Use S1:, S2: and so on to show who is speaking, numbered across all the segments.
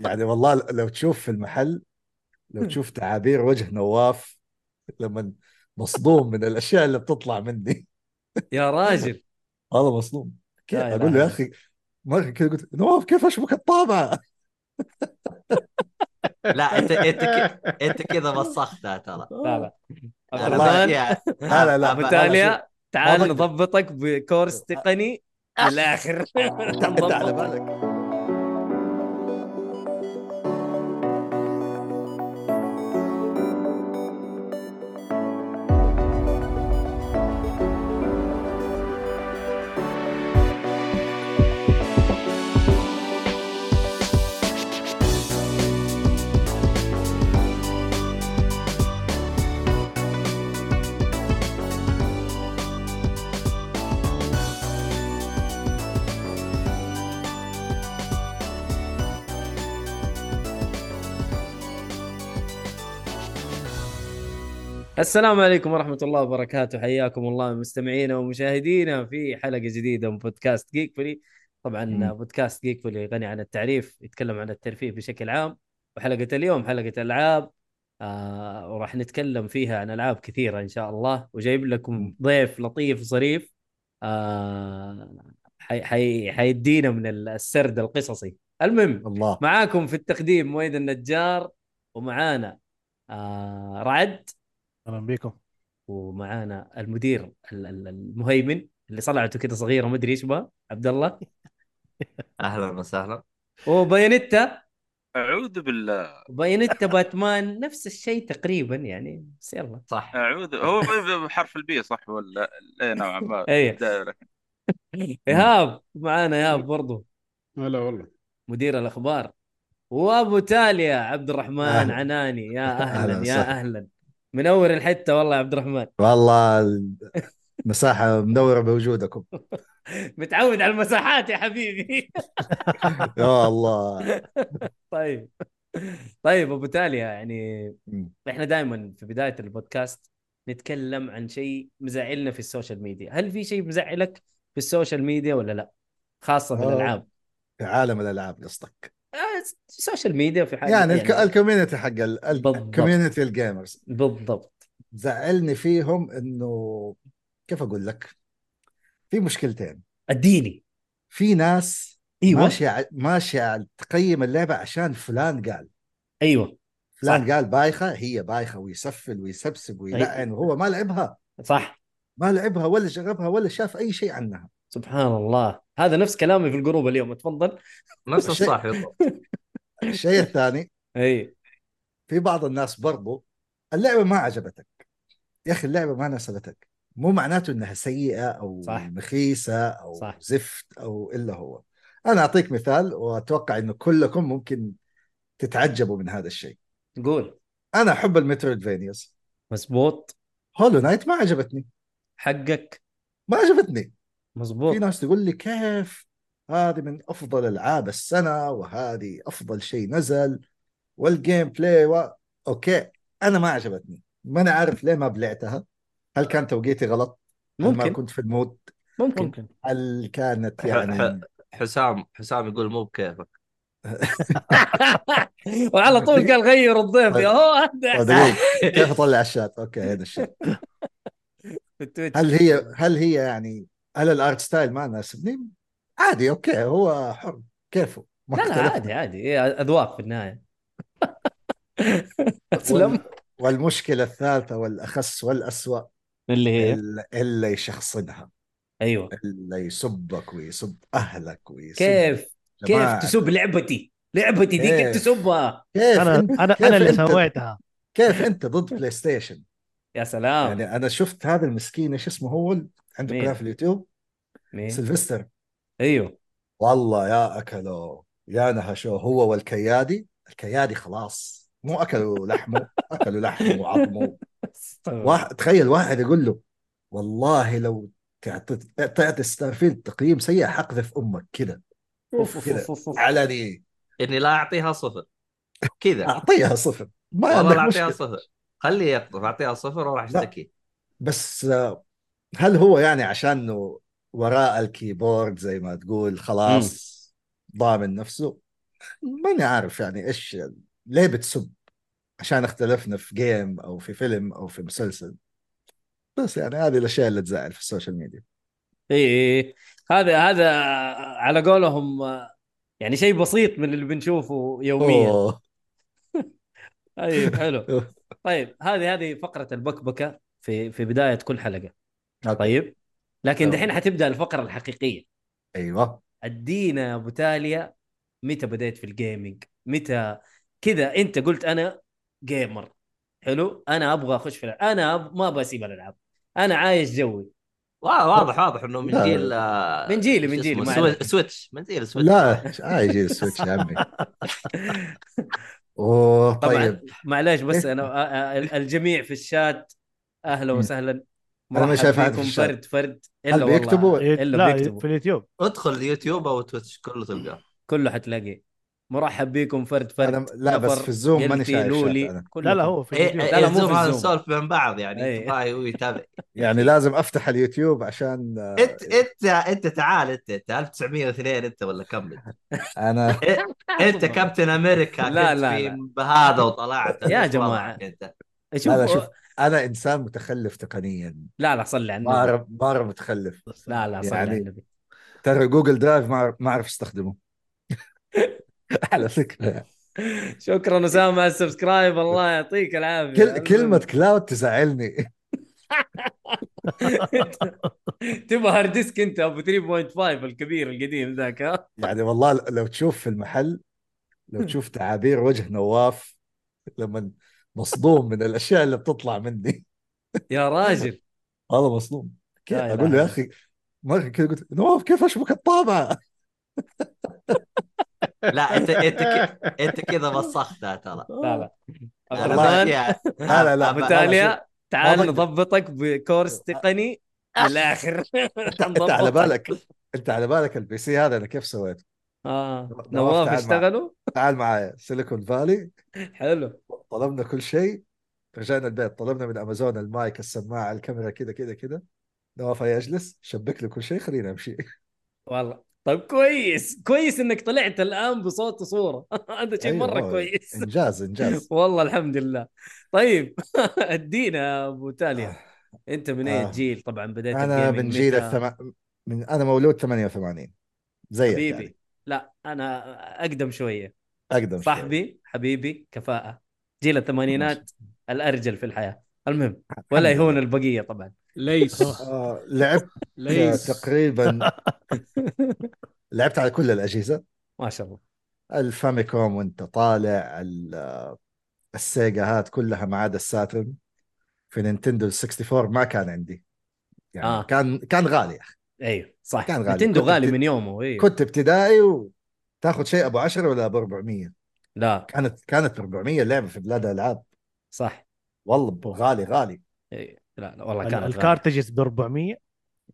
S1: يعني والله لو تشوف في المحل لو تشوف تعابير وجه نواف لما مصدوم من الاشياء اللي بتطلع مني
S2: يا راجل
S1: والله مصدوم كيف
S2: لا
S1: اقول له
S2: اله
S1: يا
S2: الا
S1: اخي مره كده قلت نواف كيف اشبك الطابعه
S3: لا انت انت ك... انت كذا وسختها ترى
S2: لا لا عبد
S1: والله
S3: انا
S1: لا لا
S2: الرحمن
S3: باقي
S1: لا
S2: ابو
S1: لا لا
S3: أبا...
S1: شوف
S2: تاليا
S1: ما
S2: تعال
S1: بقدر
S2: نضبطك بكورس تقني من
S1: أه.
S2: الاخر
S1: انت على
S2: نضبطك
S1: بالك
S2: السلام عليكم ورحمة الله وبركاته حياكم الله مستمعينا ومشاهدينا في حلقة جديدة من بودكاست جيكفولي طبعا
S1: مم.
S2: بودكاست جيكفولي غني عن التعريف يتكلم عن الترفيه بشكل عام وحلقة اليوم حلقة ألعاب آه وراح نتكلم فيها عن ألعاب كثيرة إن شاء الله وجايب لكم
S1: مم.
S2: ضيف لطيف ظريف آه حي حي حيدينا من السرد القصصي المهم
S1: الله
S2: معاكم في التقديم مويد النجار ومعانا آه رعد
S4: اهلا بكم
S2: ومعانا المدير ال- ال- المهيمن اللي صلعته كده صغيره ما ادري ايش بها عبد الله
S3: اهلا وسهلا
S2: وبايونيتا
S5: أعوذ بالله
S2: بايونيتا باتمان نفس الشيء تقريبا يعني بس يلا
S3: صح
S5: أعوذ هو بحرف البي صح ولا إيه نوعا ما
S2: اي
S5: الدائرة
S2: ايهاب معانا ايهاب برضو
S4: هلا والله
S2: مدير الاخبار وابو تاليا عبد الرحمن
S1: أهلا.
S2: عناني يا
S1: أهلا
S2: اهلا يا
S1: وسهلا.
S2: اهلا منور الحته والله يا عبد الرحمن
S1: والله المساحه منوره بوجودكم
S2: متعود على المساحات يا حبيبي
S1: يا الله
S2: طيب طيب ابو تاليا يعني
S1: مم.
S2: احنا دائما في بدايه البودكاست نتكلم عن شيء مزعلنا في السوشيال ميديا، هل في شيء مزعلك في السوشيال ميديا ولا لا؟ خاصه في
S1: آه.
S2: الالعاب.
S1: في عالم الالعاب قصدك
S2: آه، السوشيال ميديا في حاله
S1: يعني الك-
S2: يعني
S1: الكوميونتي حق
S2: بالضبط.
S1: الكوميونتي الجيمرز
S2: بالضبط
S1: زعلني فيهم انه كيف اقول لك في مشكلتين
S2: اديني
S1: في ناس
S2: ايوه
S1: ماشيه ع- ماشيه على تقيم اللعبه عشان فلان قال
S2: ايوه
S1: فلان
S2: صح
S1: قال بايخه هي بايخه ويسفل ويسبسب ويلعن وهو ما لعبها
S2: صح
S1: ما لعبها ولا جربها ولا شاف اي شيء عنها
S2: سبحان الله هذا نفس كلامي في الجروب اليوم تفضل
S3: نفس
S1: شيء-
S3: الصح بالضبط
S1: الشيء الثاني
S2: اي
S1: في بعض الناس برضو اللعبه ما عجبتك يا اخي اللعبه ما ناسبتك مو معناته انها سيئه او
S2: صح.
S1: مخيسه او
S2: صح.
S1: زفت او الا هو انا اعطيك مثال واتوقع انه كلكم ممكن تتعجبوا من هذا الشيء
S2: قول
S1: انا احب المترويدفينيوز
S2: مزبوط
S1: هولو نايت ما عجبتني
S2: حقك
S1: ما عجبتني
S2: مزبوط
S1: في ناس تقول لي كيف هذه من افضل العاب السنه وهذه افضل شيء نزل والجيم بلاي و... اوكي انا ما عجبتني ما انا عارف ليه ما بلعتها هل كان توقيتي غلط هل ما
S2: ممكن
S1: كنت في المود
S2: ممكن
S4: ممكن
S1: هل كانت
S3: ح-
S1: يعني
S3: حسام حسام يقول مو بكيفك
S2: وعلى طول قال غير الضيف يا هو هذا
S1: طيب
S2: إحساس
S1: دقيقة كيف اطلع الشات؟ اوكي هذا الشات
S2: في التويتش
S1: هل هي هل هي يعني هل الارت ستايل ما ناسبني؟ عادي اوكي هو حر كيفه ما
S2: لا لا
S1: اختلفنا.
S2: عادي عادي إيه، اذواق في النهايه اسلم
S1: وال- والمشكله الثالثه والاخس والاسوأ
S2: اللي هي
S1: ال- الا يشخصنها
S2: ايوه
S1: الا يسبك ويسب اهلك ويسب
S2: كيف كيف
S1: جماعتك.
S2: تسب لعبتي لعبتي دي كيف
S1: كيف؟
S2: تسبها
S1: كيف
S4: انا
S1: انت
S4: انا
S1: إيه. كيف
S4: انا اللي
S1: انت
S4: سويتها
S1: كيف انت ضد بلاي ستيشن
S2: يا سلام
S1: يعني انا شفت هذا المسكين ايش اسمه هو ال- عنده
S2: آه. مين؟
S1: قناه في اليوتيوب
S2: مين؟
S1: سيلفستر
S2: ايوه
S1: والله يا اكلوا يا نهشو هو والكيادي الكيادي خلاص مو اكلوا لحمه اكلوا لحمه وعظمه
S2: استغفر.
S1: واحد تخيل واحد يقول له والله لو تعطي تعطي ستارفيلد تقييم سيء حقذف امك كذا
S2: أوف، أوف،
S1: كذا.
S2: أوف، أوف، أوف.
S1: علني
S3: اني لا اعطيها صفر كذا
S1: اعطيها صفر ما
S3: والله لا
S1: عندك
S3: اعطيها
S1: مشكله
S3: صفر خليه يقطف اعطيها صفر واروح
S1: طيب، لا.
S3: اشتكي
S1: بس آه، هل هو يعني عشان إنه وراء الكيبورد زي ما تقول خلاص ضامن نفسه ماني عارف يعني ايش ليه بتسب عشان اختلفنا في جيم او في فيلم او في مسلسل بس يعني هذه الاشياء اللي تزعل في السوشيال ميديا
S2: اي اي إيه، هذا هذا على قولهم آه، يعني شيء بسيط من اللي بنشوفه يوميا
S1: أوه.
S2: طيب حلو طيب هذه هذه فقره البكبكه في في بدايه كل حلقه
S1: أوكي.
S2: طيب لكن
S1: أوكي.
S2: دحين حتبدا الفقره الحقيقيه
S1: ايوه
S2: ادينا يا ابو تاليا متى بديت في الجيمنج متى كذا انت قلت انا جيمر حلو انا ابغى اخش في الألعاب. انا أب... ما ابغى اسيب الالعاب انا عايش جوي
S3: وا- واضح واضح انه من
S1: لا.
S3: جيل آه،
S2: من جيلي،
S3: شو
S2: من جيلي،
S3: اسمه؟
S2: ما
S3: سوي-
S2: عليك.
S3: سويتش من جيل
S2: طيب.
S3: سويتش
S1: لا عايز السويتش يا عمي اوه
S2: طبعا
S1: طيب
S2: معلش بس انا أ- أ- الجميع في الشات اهلا
S1: مم.
S2: وسهلا
S1: أنا ما
S2: مرحب
S1: شايف أحد في
S2: بكم
S1: الشات.
S2: فرد فرد
S1: هل
S2: الا
S1: بيكتبوا
S2: والله
S1: إيه؟
S2: إلا
S4: لا
S2: بيكتبوا.
S4: في اليوتيوب
S3: ادخل يوتيوب او تويتش كله تلقاه
S2: كله حتلاقيه مرحب بكم فرد فرد
S1: انا لا بس
S2: نفر،
S1: في الزوم ماني يعني.
S2: قلتي،
S1: شايف شات
S2: لولي
S1: أنا.
S2: كلكم.
S4: لا لا هو في
S3: إيه،
S4: اليوتيوب
S2: لا،
S3: إيه،
S2: لا، مو في
S3: الزوم هذا
S2: الزوم.
S3: نسولف بين بعض يعني
S2: إيه.
S3: انت راعي ويتابع
S1: يعني لازم افتح اليوتيوب عشان آه،
S3: انت انت انت تعال انت انت 1902 انت ولا كم انت؟
S1: انا
S3: انت كابتن امريكا
S2: لا،
S3: كنت
S2: لا،
S3: في
S2: لا.
S3: بهذا وطلعت
S2: يا
S3: وش
S2: جماعة.
S3: وضعك انت
S1: لا، لا،
S2: شوف
S1: شوف. انا انسان متخلف تقنيا
S2: لا لا صلي على النبي
S1: مره مره متخلف
S2: لا لا صلي على
S1: يعني-
S2: النبي
S1: ترى جوجل درايف ما أعرف- ما اعرف استخدمه على فكره
S2: شكرا اسامه على السبسكرايب الله يعطيك العافيه
S1: كل كلمه كلاود تزعلني
S2: تبغى هارد ديسك انت ابو 3.5 الكبير القديم ذاك ها
S1: يعني والله لو تشوف في المحل لو تشوف تعابير وجه نواف لما مصدوم من الاشياء اللي بتطلع مني
S2: يا راجل
S1: هذا مصدوم كيف
S2: لا
S1: اقول له
S2: إله
S1: يا اخي مره كذا قلت نواف كيف اشبك الطابعه؟
S3: لا انت انت ك- انت كذا وسختها ترى
S2: لا لا
S3: أنا
S1: والله.
S2: غلطان
S3: بأشياء.
S1: لا لا لا
S3: أبا-
S2: بتاليا تعال
S1: بقدر.
S2: نضبطك بكورس تقني من الاخر
S1: انت أه. على بالك انت على بالك البي سي هذا انا كيف سويته؟
S2: اه
S1: نواف
S2: نواف
S1: تعال مع-
S2: اشتغلوا
S1: تعال معايا سيليكون فالي
S2: حلو
S1: طلبنا كل شيء رجعنا البيت طلبنا من امازون المايك السماعه الكاميرا كذا كذا كذا نواف هيا اجلس شبك له كل شيء خلينا امشي
S2: والله طيب كويس كويس انك طلعت الان بصوت وصوره هذا شيء
S1: أيوة،
S2: مره
S1: هو
S2: كويس
S1: انجاز انجاز
S2: والله الحمد لله طيب ادينا يا ابو تاليا انت من اي
S1: آه.
S2: جيل طبعا بديت
S1: انا
S2: الجيمنج
S1: من جيل
S2: متى؟
S1: الثم... من انا مولود 88 زيك
S2: حبيبي
S1: يعني
S2: لا انا اقدم شويه
S1: اقدم شوي.
S2: صاحبي حبيبي كفاءه جيل الثمانينات الارجل في الحياه المهم
S1: الحمد
S2: ولا يهون
S1: لله.
S2: البقيه طبعا
S6: ليس
S1: آه لعبت
S6: ليس
S1: تقريبا لعبت على كل الاجهزه
S2: ما شاء الله
S1: الفاميكوم وانت طالع ال- السيجا هات كلها ما عدا الساترن في نينتندو 64 ما كان عندي يعني
S2: آه.
S1: آه. كان كان غالي يا أخي.
S2: ايوه صح
S1: كان غالي.
S2: نتندو
S1: كنت
S2: غالي
S1: بت-
S2: من يومه ايوه
S1: كنت ابتدائي وتاخذ شيء ابو 10 ولا ابو 400
S2: لا
S1: كانت كانت ب 400 لعبه في بلاد الالعاب
S2: صح
S1: والله غالي غالي
S2: ايوه لا, لا والله
S4: ال-
S2: كان
S4: الكارتجز ب 400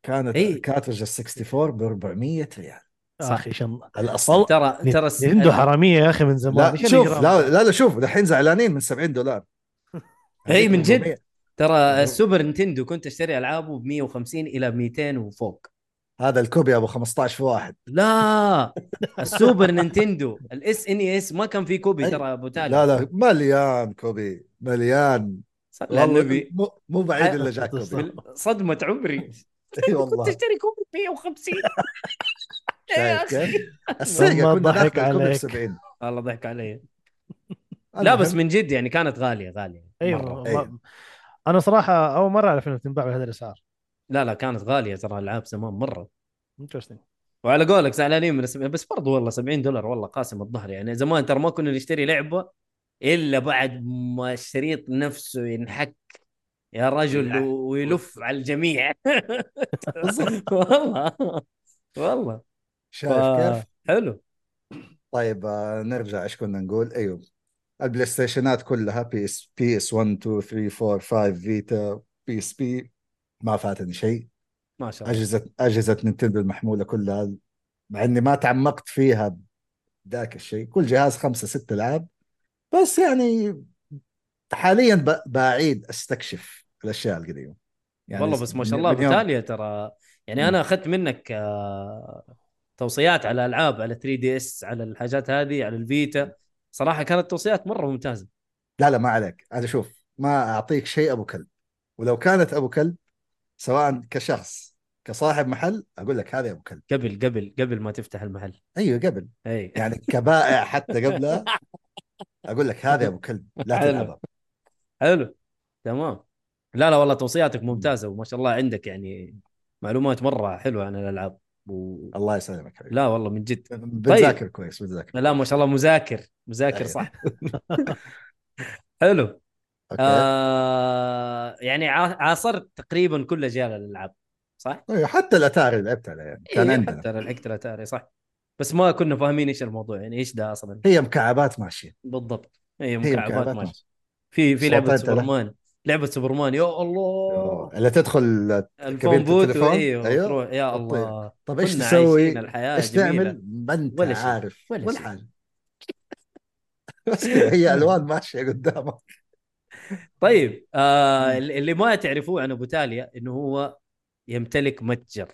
S1: كانت
S2: إيه.
S1: الكارترج ال 64 ب 400 ريال
S2: صح.
S4: اخي شن
S1: الاصل
S4: والله
S2: ترى ترى الس-
S4: عنده حراميه يا اخي من زمان
S1: لا
S4: إيش
S1: شوف
S4: الإجرام؟
S1: لا لا, لا شوف دحين زعلانين من 70 دولار يعني
S2: إيه، من جد.
S1: 400.
S2: ترى السوبر نينتندو كنت اشتري العابه ب 150 الى 200 وفوق
S1: هذا الكوبي ابو 15 في واحد
S2: لا السوبر نينتندو الاس ان اس ما كان في كوبي
S1: أي.
S2: ترى ابو تالي
S1: لا لا مليان كوبي مليان
S2: صلى على
S1: والله
S2: النبي
S1: مو مو بعيد
S2: أه.
S1: الا جاك كوبي
S2: بال- صدمه عمري
S1: اي
S2: كنت
S1: والله
S2: اشتري كوبي ب 150 يا
S1: شايف
S2: اخي
S1: كيف؟ السيجا
S4: والله
S1: كنا
S4: ضحك
S1: ناخذ الكوبي ب
S4: عليك.
S1: 70
S2: الله ضحك علي لا
S1: المهم.
S2: بس من جد يعني كانت غاليه غاليه
S4: ايوه
S2: مرة.
S4: ما-
S1: أيوة.
S4: انا صراحه اول مره اعرف انها بتنباع بهذا الاسعار
S2: لا لا كانت غاليه ترى العاب زمان مره
S4: انترستنج
S2: وعلى قولك زعلانين من السبعين بس برضو والله 70 دولار والله قاسم الظهر يعني زمان ترى ما كنا نشتري لعبه الا بعد ما الشريط نفسه ينحك يا رجل
S3: ينحك.
S2: و- ويلف على الجميع والله والله
S1: شايف
S2: آه.
S1: كيف؟
S2: حلو
S1: طيب آه، نرجع ايش كنا نقول ايوه البلاي ستيشنات كلها بي اس بي اس 1 2 3 4 5 فيتا بي اس بي ما فاتني شيء
S2: ما شاء الله
S1: اجهزه اجهزه نينتندو المحموله كلها مع اني ما تعمقت فيها ذاك الشيء كل جهاز خمسة ست العاب بس يعني حاليا ب- بعيد استكشف الاشياء القديمه
S2: والله بس ما شاء
S1: يعني من-
S2: الله
S1: من يوم-
S2: بتاليا ترى يعني انا اخذت منك آه، توصيات على العاب على 3 دي اس على الحاجات هذه على الفيتا صراحه كانت توصيات مره ممتازه
S1: لا لا ما عليك انا شوف ما اعطيك شيء ابو كلب ولو كانت ابو كلب سواء كشخص كصاحب محل اقول لك هذا ابو كلب
S2: قبل قبل قبل ما تفتح المحل إيه.
S1: ايوه قبل
S2: اي
S1: يعني كبائع حتى قبلها اقول لك هذا ابو كلب لا
S2: حلو.
S1: تلعبها
S2: حلو تمام لا لا والله توصياتك ممتازه وما شاء الله عندك يعني معلومات مره حلوه عن الالعاب و...
S1: الله يسلمك حبيبي
S2: لا والله من جد
S1: بتذاكر كويس بتذاكر
S2: طيب. لا ما شاء الله مذاكر مذاكر
S1: أيوة.
S2: صح حلو
S1: اوكي
S2: آه يعني ع- عاصرت تقريبا كل اجيال الالعاب صح؟
S1: أيوة، حتى الاتاري لعبت عليها يعني كان
S2: إيه،
S1: عندنا
S2: حتى الكترا تاري صح بس ما كنا فاهمين ايش الموضوع يعني ايش ده اصلا
S1: هي مكعبات ماشيه
S2: بالضبط هي
S1: هي
S2: مكعبات
S1: إيه، مكعبات
S2: ماشي
S1: ماشيه
S2: في في لعبه
S1: صوتات له.
S2: سوبرمان لعبه سوبرمان يا الله
S1: اللي تدخل كبيرة
S2: الفون بوت
S1: التليفون،
S2: ايوه
S1: أيوة.
S2: تروح يا
S1: الطيب.
S2: الله
S1: طب ايش
S2: كنا
S1: تسوي
S2: عايشين الحياه
S1: ايش
S2: جميلة.
S1: تعمل ما انت
S2: ولا شيء.
S1: عارف
S2: ولا
S1: ولا
S2: شيء.
S1: حاجه بس كده، هي الوان ماشيه قدامك
S2: طيب آه اللي ما تعرفوه عن ابو تاليا انه هو يمتلك متجر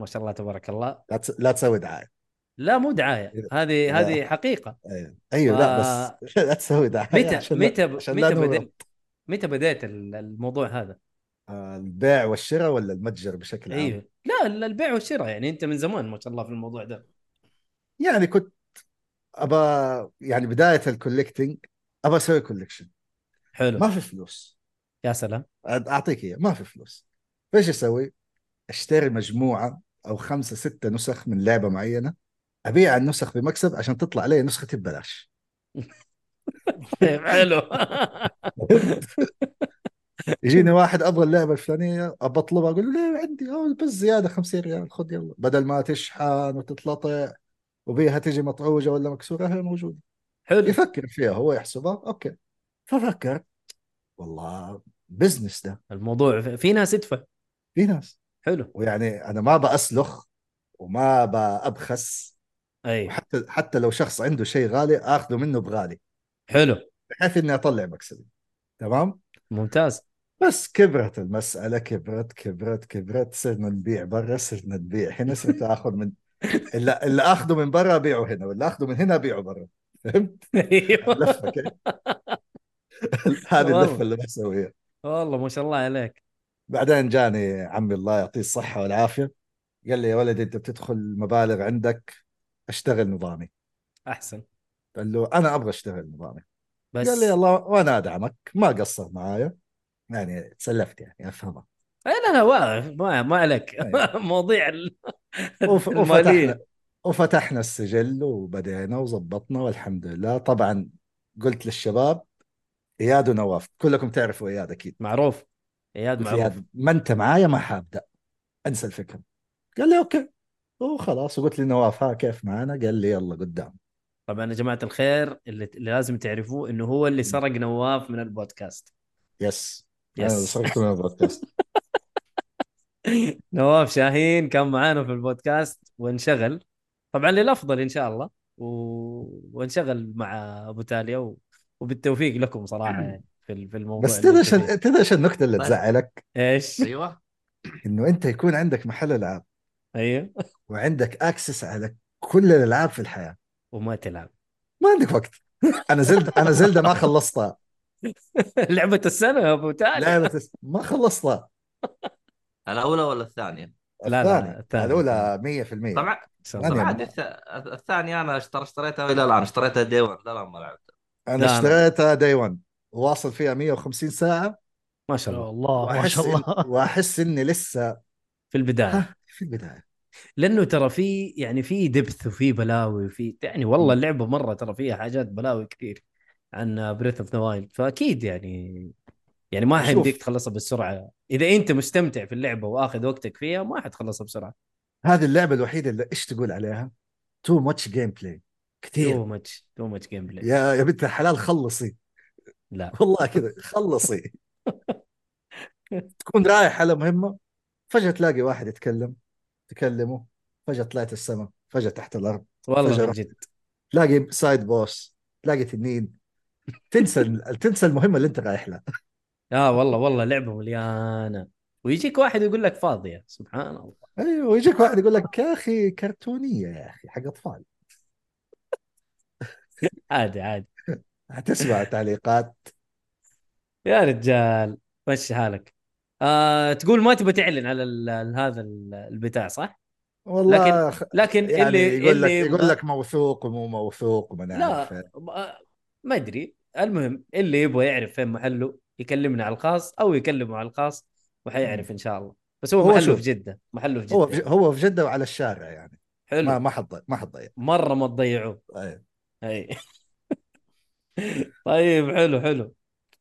S2: ما شاء الله تبارك الله
S1: لا تس- لا تسوي دعايه
S2: لا مو دعايه هذه
S1: إيه. لا.
S2: هذه حقيقه
S1: ايوه ايوه لا بس لا تسوي دعايه
S2: آه. متى
S1: عشان لا-
S2: متى
S1: عشان لا
S2: متى
S1: نورط.
S2: بدأت متى بديت ال- الموضوع هذا
S1: آه، البيع والشراء ولا المتجر بشكل عام
S2: ايوه لا ال- البيع والشراء يعني انت من زمان ما شاء الله في الموضوع ده
S1: يعني كنت ابى يعني بدايه الكوليكتنج ابى اسوي كوليكشن
S2: حلو
S1: ما في فلوس
S2: يا سلام
S1: أد- اعطيك اياه ما في فلوس فايش اسوي؟ اشتري مجموعه او خمسه سته نسخ من لعبه معينه ابيع النسخ بمكسب عشان تطلع لي نسختي ببلاش
S2: طيب حلو
S1: يجيني واحد ابغى اللعبه الفلانيه ابى اطلبها اقول له ليه عندي أو بس زياده 50 ريال خذ يلا بدل ما تشحن وتتلطع وبيها تجي مطعوجه ولا مكسوره هي موجوده
S2: حلو
S1: يفكر فيها هو يحسبها اوكي ففكر والله بزنس ده
S2: الموضوع في- في ناس تدفع
S1: في ناس
S2: حلو
S1: ويعني انا ما بأسلخ وما بأبخس
S2: اي
S1: وحتى حتى لو شخص عنده شيء غالي اخذه منه بغالي
S2: حلو
S1: بحيث اني اطلع مكسبي تمام
S2: ممتاز
S1: بس كبرت المسألة كبرت كبرت كبرت صرنا نبيع برا صرنا نبيع هنا صرت اخذ من اللي, اللي اخذه من برا ابيعه هنا واللي اخذه من هنا ابيعه برا فهمت؟
S2: ايوه
S1: لفة كده هذه
S2: والله.
S1: اللفة اللي بسويها
S2: والله ما شاء الله عليك
S1: بعدين جاني عمي الله يعطيه الصحة والعافية قال لي يا ولدي انت بتدخل مبالغ عندك اشتغل نظامي
S2: احسن
S1: قال له انا ابغى اشتغل نظامي
S2: بس
S1: قال لي يلا وانا ادعمك ما قصر معايا يعني تسلفت يعني افهمه
S2: إيه، لا لا واقف ما, ما عليك
S1: أيوة.
S2: مواضيع ال-
S1: وف-
S2: المالية.
S1: وفتحنا وفتحنا السجل وبدينا وظبطنا والحمد لله طبعا قلت للشباب اياد ونواف كلكم تعرفوا اياد اكيد
S2: معروف اياد
S1: قلت
S2: معروف
S1: اياد ما انت معايا ما حابدا انسى الفكره قال لي اوكي وخلاص وقلت لنواف ها كيف معانا قال لي يلا قدام
S2: طبعا يا جماعه الخير اللي, اللي لازم تعرفوه انه هو اللي سرق نواف من البودكاست
S1: يس أنا
S2: يس
S1: صرت من البودكاست
S2: نواف شاهين كان معانا في البودكاست وانشغل طبعا للافضل ان شاء الله و... وانشغل مع ابو تاليا و... وبالتوفيق لكم صراحه يعني في ال- في الموضوع
S1: بس
S2: اللي
S1: تدري
S2: أنت
S1: إيش-
S2: فيه.
S1: تدري ايش النكته اللي
S3: طيب.
S1: تزعلك
S2: ايش
S3: ايوه
S1: انه انت يكون عندك محل العاب
S2: ايوه
S1: وعندك اكسس على كل الالعاب في الحياه
S2: وما تلعب
S1: ما عندك وقت انا زلد انا زلده ما خلصتها
S2: لعبه السنه يا ابو تاليا
S1: لعبه الس- ما خلصتها
S3: الاولى ولا الثانيه؟
S2: لا، لا،
S1: الثانية.
S2: الثانية.
S1: الاولى 100%
S3: طبعا
S2: إن شاء
S1: ثانية.
S2: الله.
S3: طبعا عادي الث- الثانيه انا اشتري اشتريتها لا لا انا اشتريتها دي 1 لا لا ما لعبتها
S1: انا
S2: لا، أنا-
S1: اشتريتها داي 1 واصل فيها 150 ساعه
S2: ما شاء الله
S4: الله ما
S1: واحس
S4: شاء
S1: إن...
S4: الله
S1: واحس اني لسه
S2: في البدايه
S1: ها، في البدايه
S2: لانه ترى في يعني في دبث وفي بلاوي وفي يعني والله اللعبه مره ترى فيها حاجات بلاوي كثير عن بريث اوف ذا وايلد فاكيد يعني يعني ما
S1: شوف.
S2: حيمديك تخلصها بسرعه اذا انت مستمتع في اللعبه واخذ وقتك فيها ما حتخلصها بسرعه
S1: هذه اللعبه الوحيده اللي ايش تقول عليها؟ تو ماتش جيم بلاي
S2: تو
S1: كثير
S2: ماتش تو ماتش جيم بلاي
S1: يا يا بنت الحلال خلصي
S2: لا
S1: والله كذا خلصي تكون رايح على مهمه فجاه تلاقي واحد يتكلم تكلمه فجاه طلعت السماء فجاه تحت الارض
S2: والله
S1: فجرة.
S2: من جد
S1: تلاقي سايد بوس تلاقي تنين تنسى تنسى المهمه اللي انت رايح لها
S2: آه، اه والله والله لعبه مليانه ويجيك واحد يقول لك فاضيه سبحان الله
S1: ايوه ويجيك واحد يقول لك يا اخي كرتونيه يا اخي حق اطفال
S2: عادي عادي
S1: حتسمع تعليقات
S2: يا رجال مشي حالك آه تقول ما تبى تعلن على ال- ال- هذا ال- البتاع صح؟
S1: والله خ-
S2: لكن
S1: يعني
S2: اللي
S1: يقول لك
S2: اللي
S1: يقول لك موثوق ومو موثوق وما أنا
S2: لا.
S1: عارف.
S2: ما- ما ادري المهم اللي يبغى يعرف فين محله يكلمنا على الخاص او يكلمه على الخاص وحيعرف ان شاء الله بس هو,
S1: هو
S2: محله
S1: شوف.
S2: في جده محله في جده
S1: هو في ج- هو في جده وعلى الشارع يعني
S2: حلو
S1: ما ما حض ما حضيع
S2: مره ما تضيعوه
S1: أيوة.
S2: اي طيب حلو حلو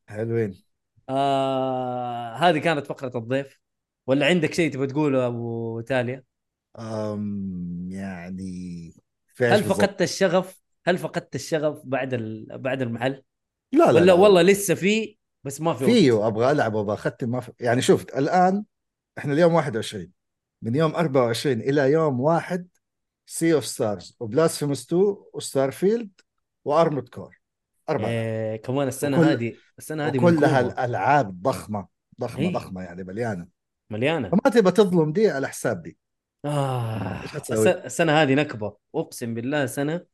S1: حلوين
S2: آه هذه كانت فقره الضيف ولا عندك شيء تبغى تقوله ابو تاليا
S1: أم يعني في إيش
S2: هل
S1: بالضبط؟
S2: فقدت الشغف هل فقدت الشغف بعد ال... بعد المحل
S1: لا لا
S2: ولا
S1: لا.
S2: والله لسه في بس ما في وقت.
S1: فيه ابغى العب وابغى اختم ما في... يعني شوف الان احنا اليوم 21 من يوم 24 الى يوم واحد سي اوف ستارز وبلاسفيموس 2 وستار فيلد وارمد كور اربع
S2: إيه كمان السنه
S1: وكل-
S2: هذه السنه هذه
S1: وكلها
S2: منكوبة.
S1: الالعاب ضخمه ضخمه
S2: إيه.
S1: ضخمه يعني مليانه
S2: مليانه
S1: فما تبى تظلم دي على حساب دي
S2: آه
S1: إيش
S2: الس-
S1: حتسوي؟
S2: السنة هذه نكبة أقسم بالله سنة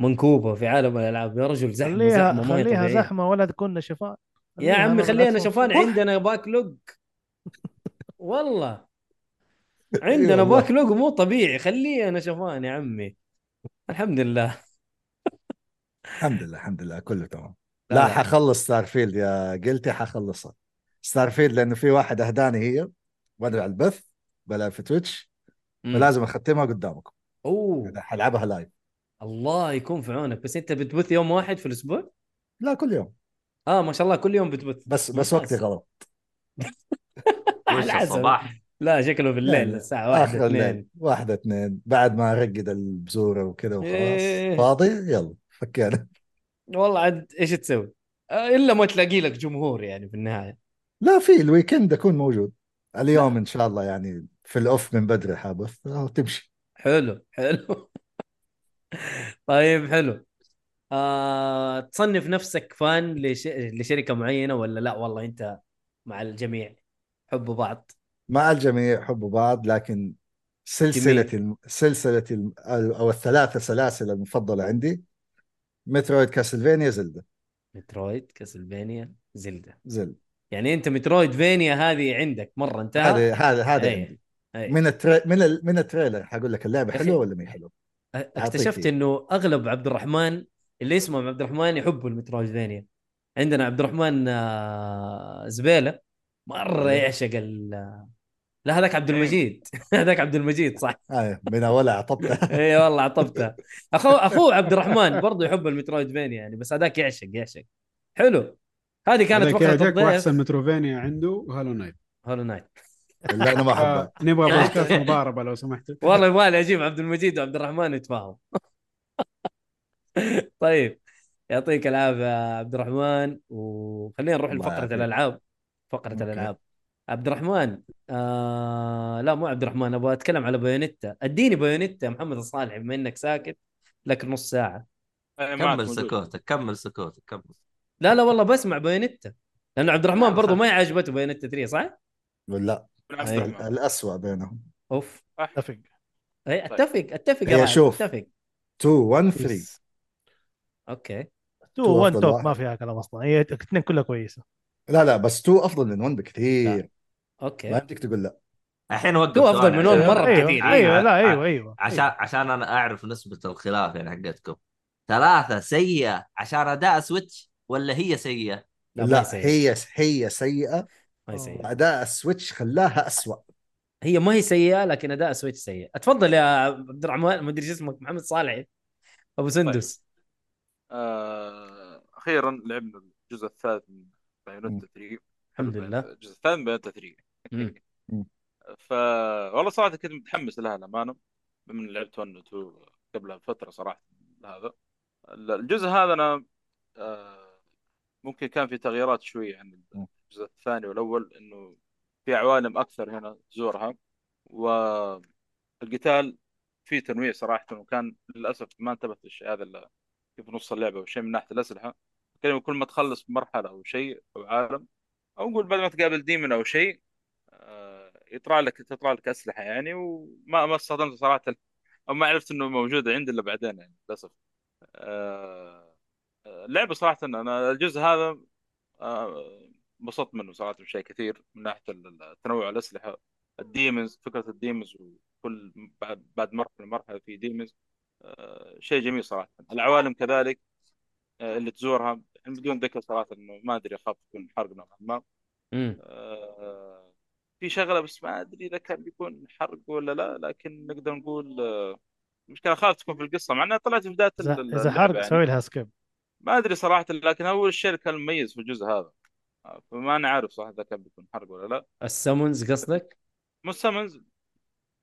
S2: منكوبة في عالم الألعاب يا رجل زحمة
S4: خليها
S2: زحمة ما هي
S4: خليها
S2: طبيعية
S4: زحمه ولا تكون نشفان
S2: يا عمي خلينا شوفان
S1: صح.
S2: عندنا باك لوج والله
S1: إي
S2: عندنا
S1: والله.
S2: باك لوج مو طبيعي خلينا شوفان يا عمي الحمد لله
S1: الحمد لله الحمد لله كله تمام
S2: لا،
S1: لا,
S2: لا.
S1: حخلص ستار فيلد يا قلتي حخلصها ستار فيلد لانه في واحد اهداني هي وانا على البث بلا في تويتش فلازم اختمها قدامكم
S2: أوه
S1: أنا حلعبها لايف
S2: الله يكون في عونك بس أنت بتبث يوم واحد في الأسبوع؟
S1: لا كل يوم
S2: آه ما شاء الله كل يوم بتبث
S1: بس بس
S2: ممتاز.
S1: وقتي غلط
S2: على
S3: وش
S2: حسب.
S3: الصباح
S2: لا شكله
S1: لا،
S2: بالليل
S1: لا.
S2: الساعة واحدة
S1: اخر
S2: اثنين
S1: الليل واحدة اثنين بعد ما ارقد البزورة وكذا وخلاص
S2: إيه.
S1: فاضي يلا فكينا
S2: والله عاد ايش تسوي؟ آه، الا ما تلاقي لك جمهور يعني في النهايه
S1: لا في الويكند اكون موجود اليوم ان شاء الله يعني في الاوف من بدري حابث أو تمشي
S2: حلو حلو طيب حلو آه، تصنف نفسك فان لش... لشركه معينه ولا لا والله انت مع الجميع حبوا بعض
S1: مع الجميع حبوا بعض لكن سلسلة الم... سلسلة الم... او الثلاثة سلاسل المفضلة عندي مترويد كاسلفينيا زلدة
S2: مترويد كاسلفينيا زلدة
S1: زلدة
S2: يعني انت مترويد فينيا هذه عندك مره انتهى
S1: هذا هذا هذا
S2: إيه.
S1: عندي
S2: أي.
S1: من التري... من ال... من التريلر حقول لك اللعبة
S2: أخي.
S1: حلوة ولا ما هي حلوة
S2: اكتشفت
S1: أعطيك إيه.
S2: انه اغلب عبد الرحمن اللي يسمع عبد الرحمن يحبوا المترويدفانيا عندنا عبد الرحمن آه، زبيله مره
S1: أيوه.
S2: يعشق ال آه، لا هذاك عبد المجيد هذاك عبد المجيد صح
S1: آه من اولها عطبتها
S2: اي والله عطبتها اخو اخوه عبد الرحمن برضه يحب المترويدفانيا يعني بس هذاك يعشق يعشق حلو هذه كانت
S6: هذاك
S2: فقره
S6: هذاك
S2: الضيف
S6: واحسن متروفينيا عنده وهالو نايت
S2: هولو نايت
S1: اللي انا ما احبها
S6: آه، نبغى بودكاست مضاربه لو سمحت
S2: والله يبغالي اجيب عبد المجيد وعبد الرحمن يتفاهم طيب يعطيك العافيه عبد الرحمن وخلينا نروح
S1: الله
S2: لفقره
S1: يعافيك.
S2: الالعاب فقره
S1: أوكي.
S2: الالعاب عبد الرحمن آه... لا مو عبد الرحمن ابغى اتكلم على بايونيتا اديني بايونيتا يا محمد الصالح بما انك ساكت لك نص ساعه
S5: إيه، معك
S3: كمل
S5: موجود.
S3: سكوتك كمل سكوتك كمل
S2: لا لا والله بسمع بايونيتا لانه عبد الرحمن
S3: لا،
S2: برضه
S3: صح.
S2: ما عجبته بايونيتا 3 صح؟
S1: ولا
S5: من عبد
S2: أيوه.
S5: الرحمن.
S1: الأسوأ بينهم
S2: اوف
S4: اتفق
S2: أي اتفق اتفق إيه، يا
S1: هي
S2: واحد،
S1: إيه، شوف.
S2: اتفق
S1: 2 1 3
S4: يس.
S2: اوكي
S4: تو
S1: تو
S4: وان
S1: أفضل
S4: توب
S1: واحد.
S4: ما فيها كلام اصلا هي الاثنين إيه، كلها كويسه
S1: لا لا بس 2 افضل من 1 بكثير ما
S2: اوكي
S1: يمديك تقول لا
S3: الحين وقف
S2: هو أفضل
S3: ثواني
S2: من أول
S3: عشان-
S2: مرة
S4: ايوه
S2: كثير.
S4: ايوه لا
S3: عشان-
S4: ايوه ايوه
S3: عشان عشان انا اعرف نسبه الخلاف يعني حقتكم ثلاثه سيئه عشان اداء سويتش ولا هي سيئه؟
S2: لا, ما هي
S1: لا
S2: سيئة.
S1: هي هي سيئه
S2: ما هي سيئة.
S1: اداء السويتش خلاها أسوأ
S2: هي ما هي سيئه لكن اداء سويتش سيء اتفضل يا عبد الرحمن ما ادري شو اسمك محمد صالح
S3: طيب.
S2: ابو سندس
S5: آه، اخيرا لعبنا الجزء الثالث من بايونيتا 3
S2: الحمد لله
S5: الجزء الثالث من بايونيتا 3
S2: مم.
S1: مم.
S5: ف والله صراحه كنت متحمس لها الامانه بما اني لعبت 1 و 2 قبلها بفتره صراحه هذا الجزء هذا انا آه، ممكن كان في تغييرات شويه عن
S1: مم.
S5: الجزء الثاني والاول انه في عوالم اكثر هنا تزورها والقتال فيه تنويع صراحه وكان للاسف ما انتبهت للشيء هذا الا في نص اللعبه وشيء من ناحيه الاسلحه كان كل ما تخلص مرحله او شيء او عالم او نقول بعد ما تقابل ديمن او شيء آه، يطلع لك تطلع لك اسلحه يعني وما ما استخدمت صراحه او ما عرفت انه موجود عندي الا بعدين يعني للاسف آه، آه، لعبه صراحه انا الجزء هذا آه، انبسطت منه صراحه بشيء كثير من ناحيه التنوع الاسلحه الديمز فكره الديمز وكل بعد بعد مرحله مرحله في ديمز آه، شيء جميل صراحه العوالم كذلك آه، اللي تزورها بدون ذكر صراحه انه ما ادري اخاف يكون حرق نوعا ما
S2: مم.
S5: آه، في شغله بس ما ادري اذا كان بيكون حرق ولا لا لكن نقدر نقول آه، المشكله خاف تكون في القصه مع انها طلعت في بدايه ال-
S4: اذا
S5: ال-
S4: اذا
S5: اللعبة يعني.
S4: حرق سوي لها سكيب
S5: ما ادري صراحه لكن هو الشيء اللي كان مميز في الجزء هذا آه، فما انا عارف صراحه اذا كان بيكون حرق ولا لا
S2: السمونز قصدك؟
S5: مو سامنز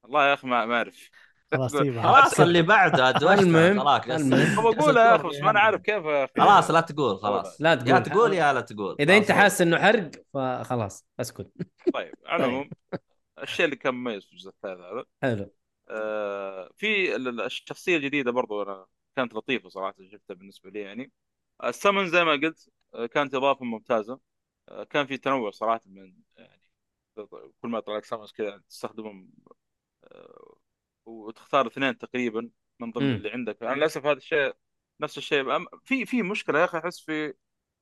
S5: والله يا اخي ما ما اعرف
S4: خلاص سيبها
S3: خلاص اللي بعده
S2: المهم،
S3: ادوشنا خلاص
S2: المهم.
S5: ابغى اقولها يا اخي
S3: يعني.
S5: بس ما انا عارف كيف يا اخي
S3: خلاص لا تقول خلاص
S2: لا
S3: يا
S2: تقول
S3: تقول يا لا تقول
S2: اذا انت
S3: خلاص.
S2: حاسس انه حرق فخلاص اسكت
S5: طيب على العموم الشيء اللي كان مميز في الجزء الثالث هذا
S2: حلو
S5: آه، في ال- ال- الشخصيه الجديده برضو انا كانت لطيفه صراحه شفتها بالنسبه لي يعني السمن زي ما قلت آه، كانت اضافه ممتازه آه، كان في تنوع صراحه من يعني كل ما يطلع لك سمنز كذا تستخدمهم آه، وتختار اثنين تقريبا من ضمن
S2: مم.
S5: اللي عندك انا للاسف هذا الشيء نفس الشيء أم- في في مشكله يا اخي احس في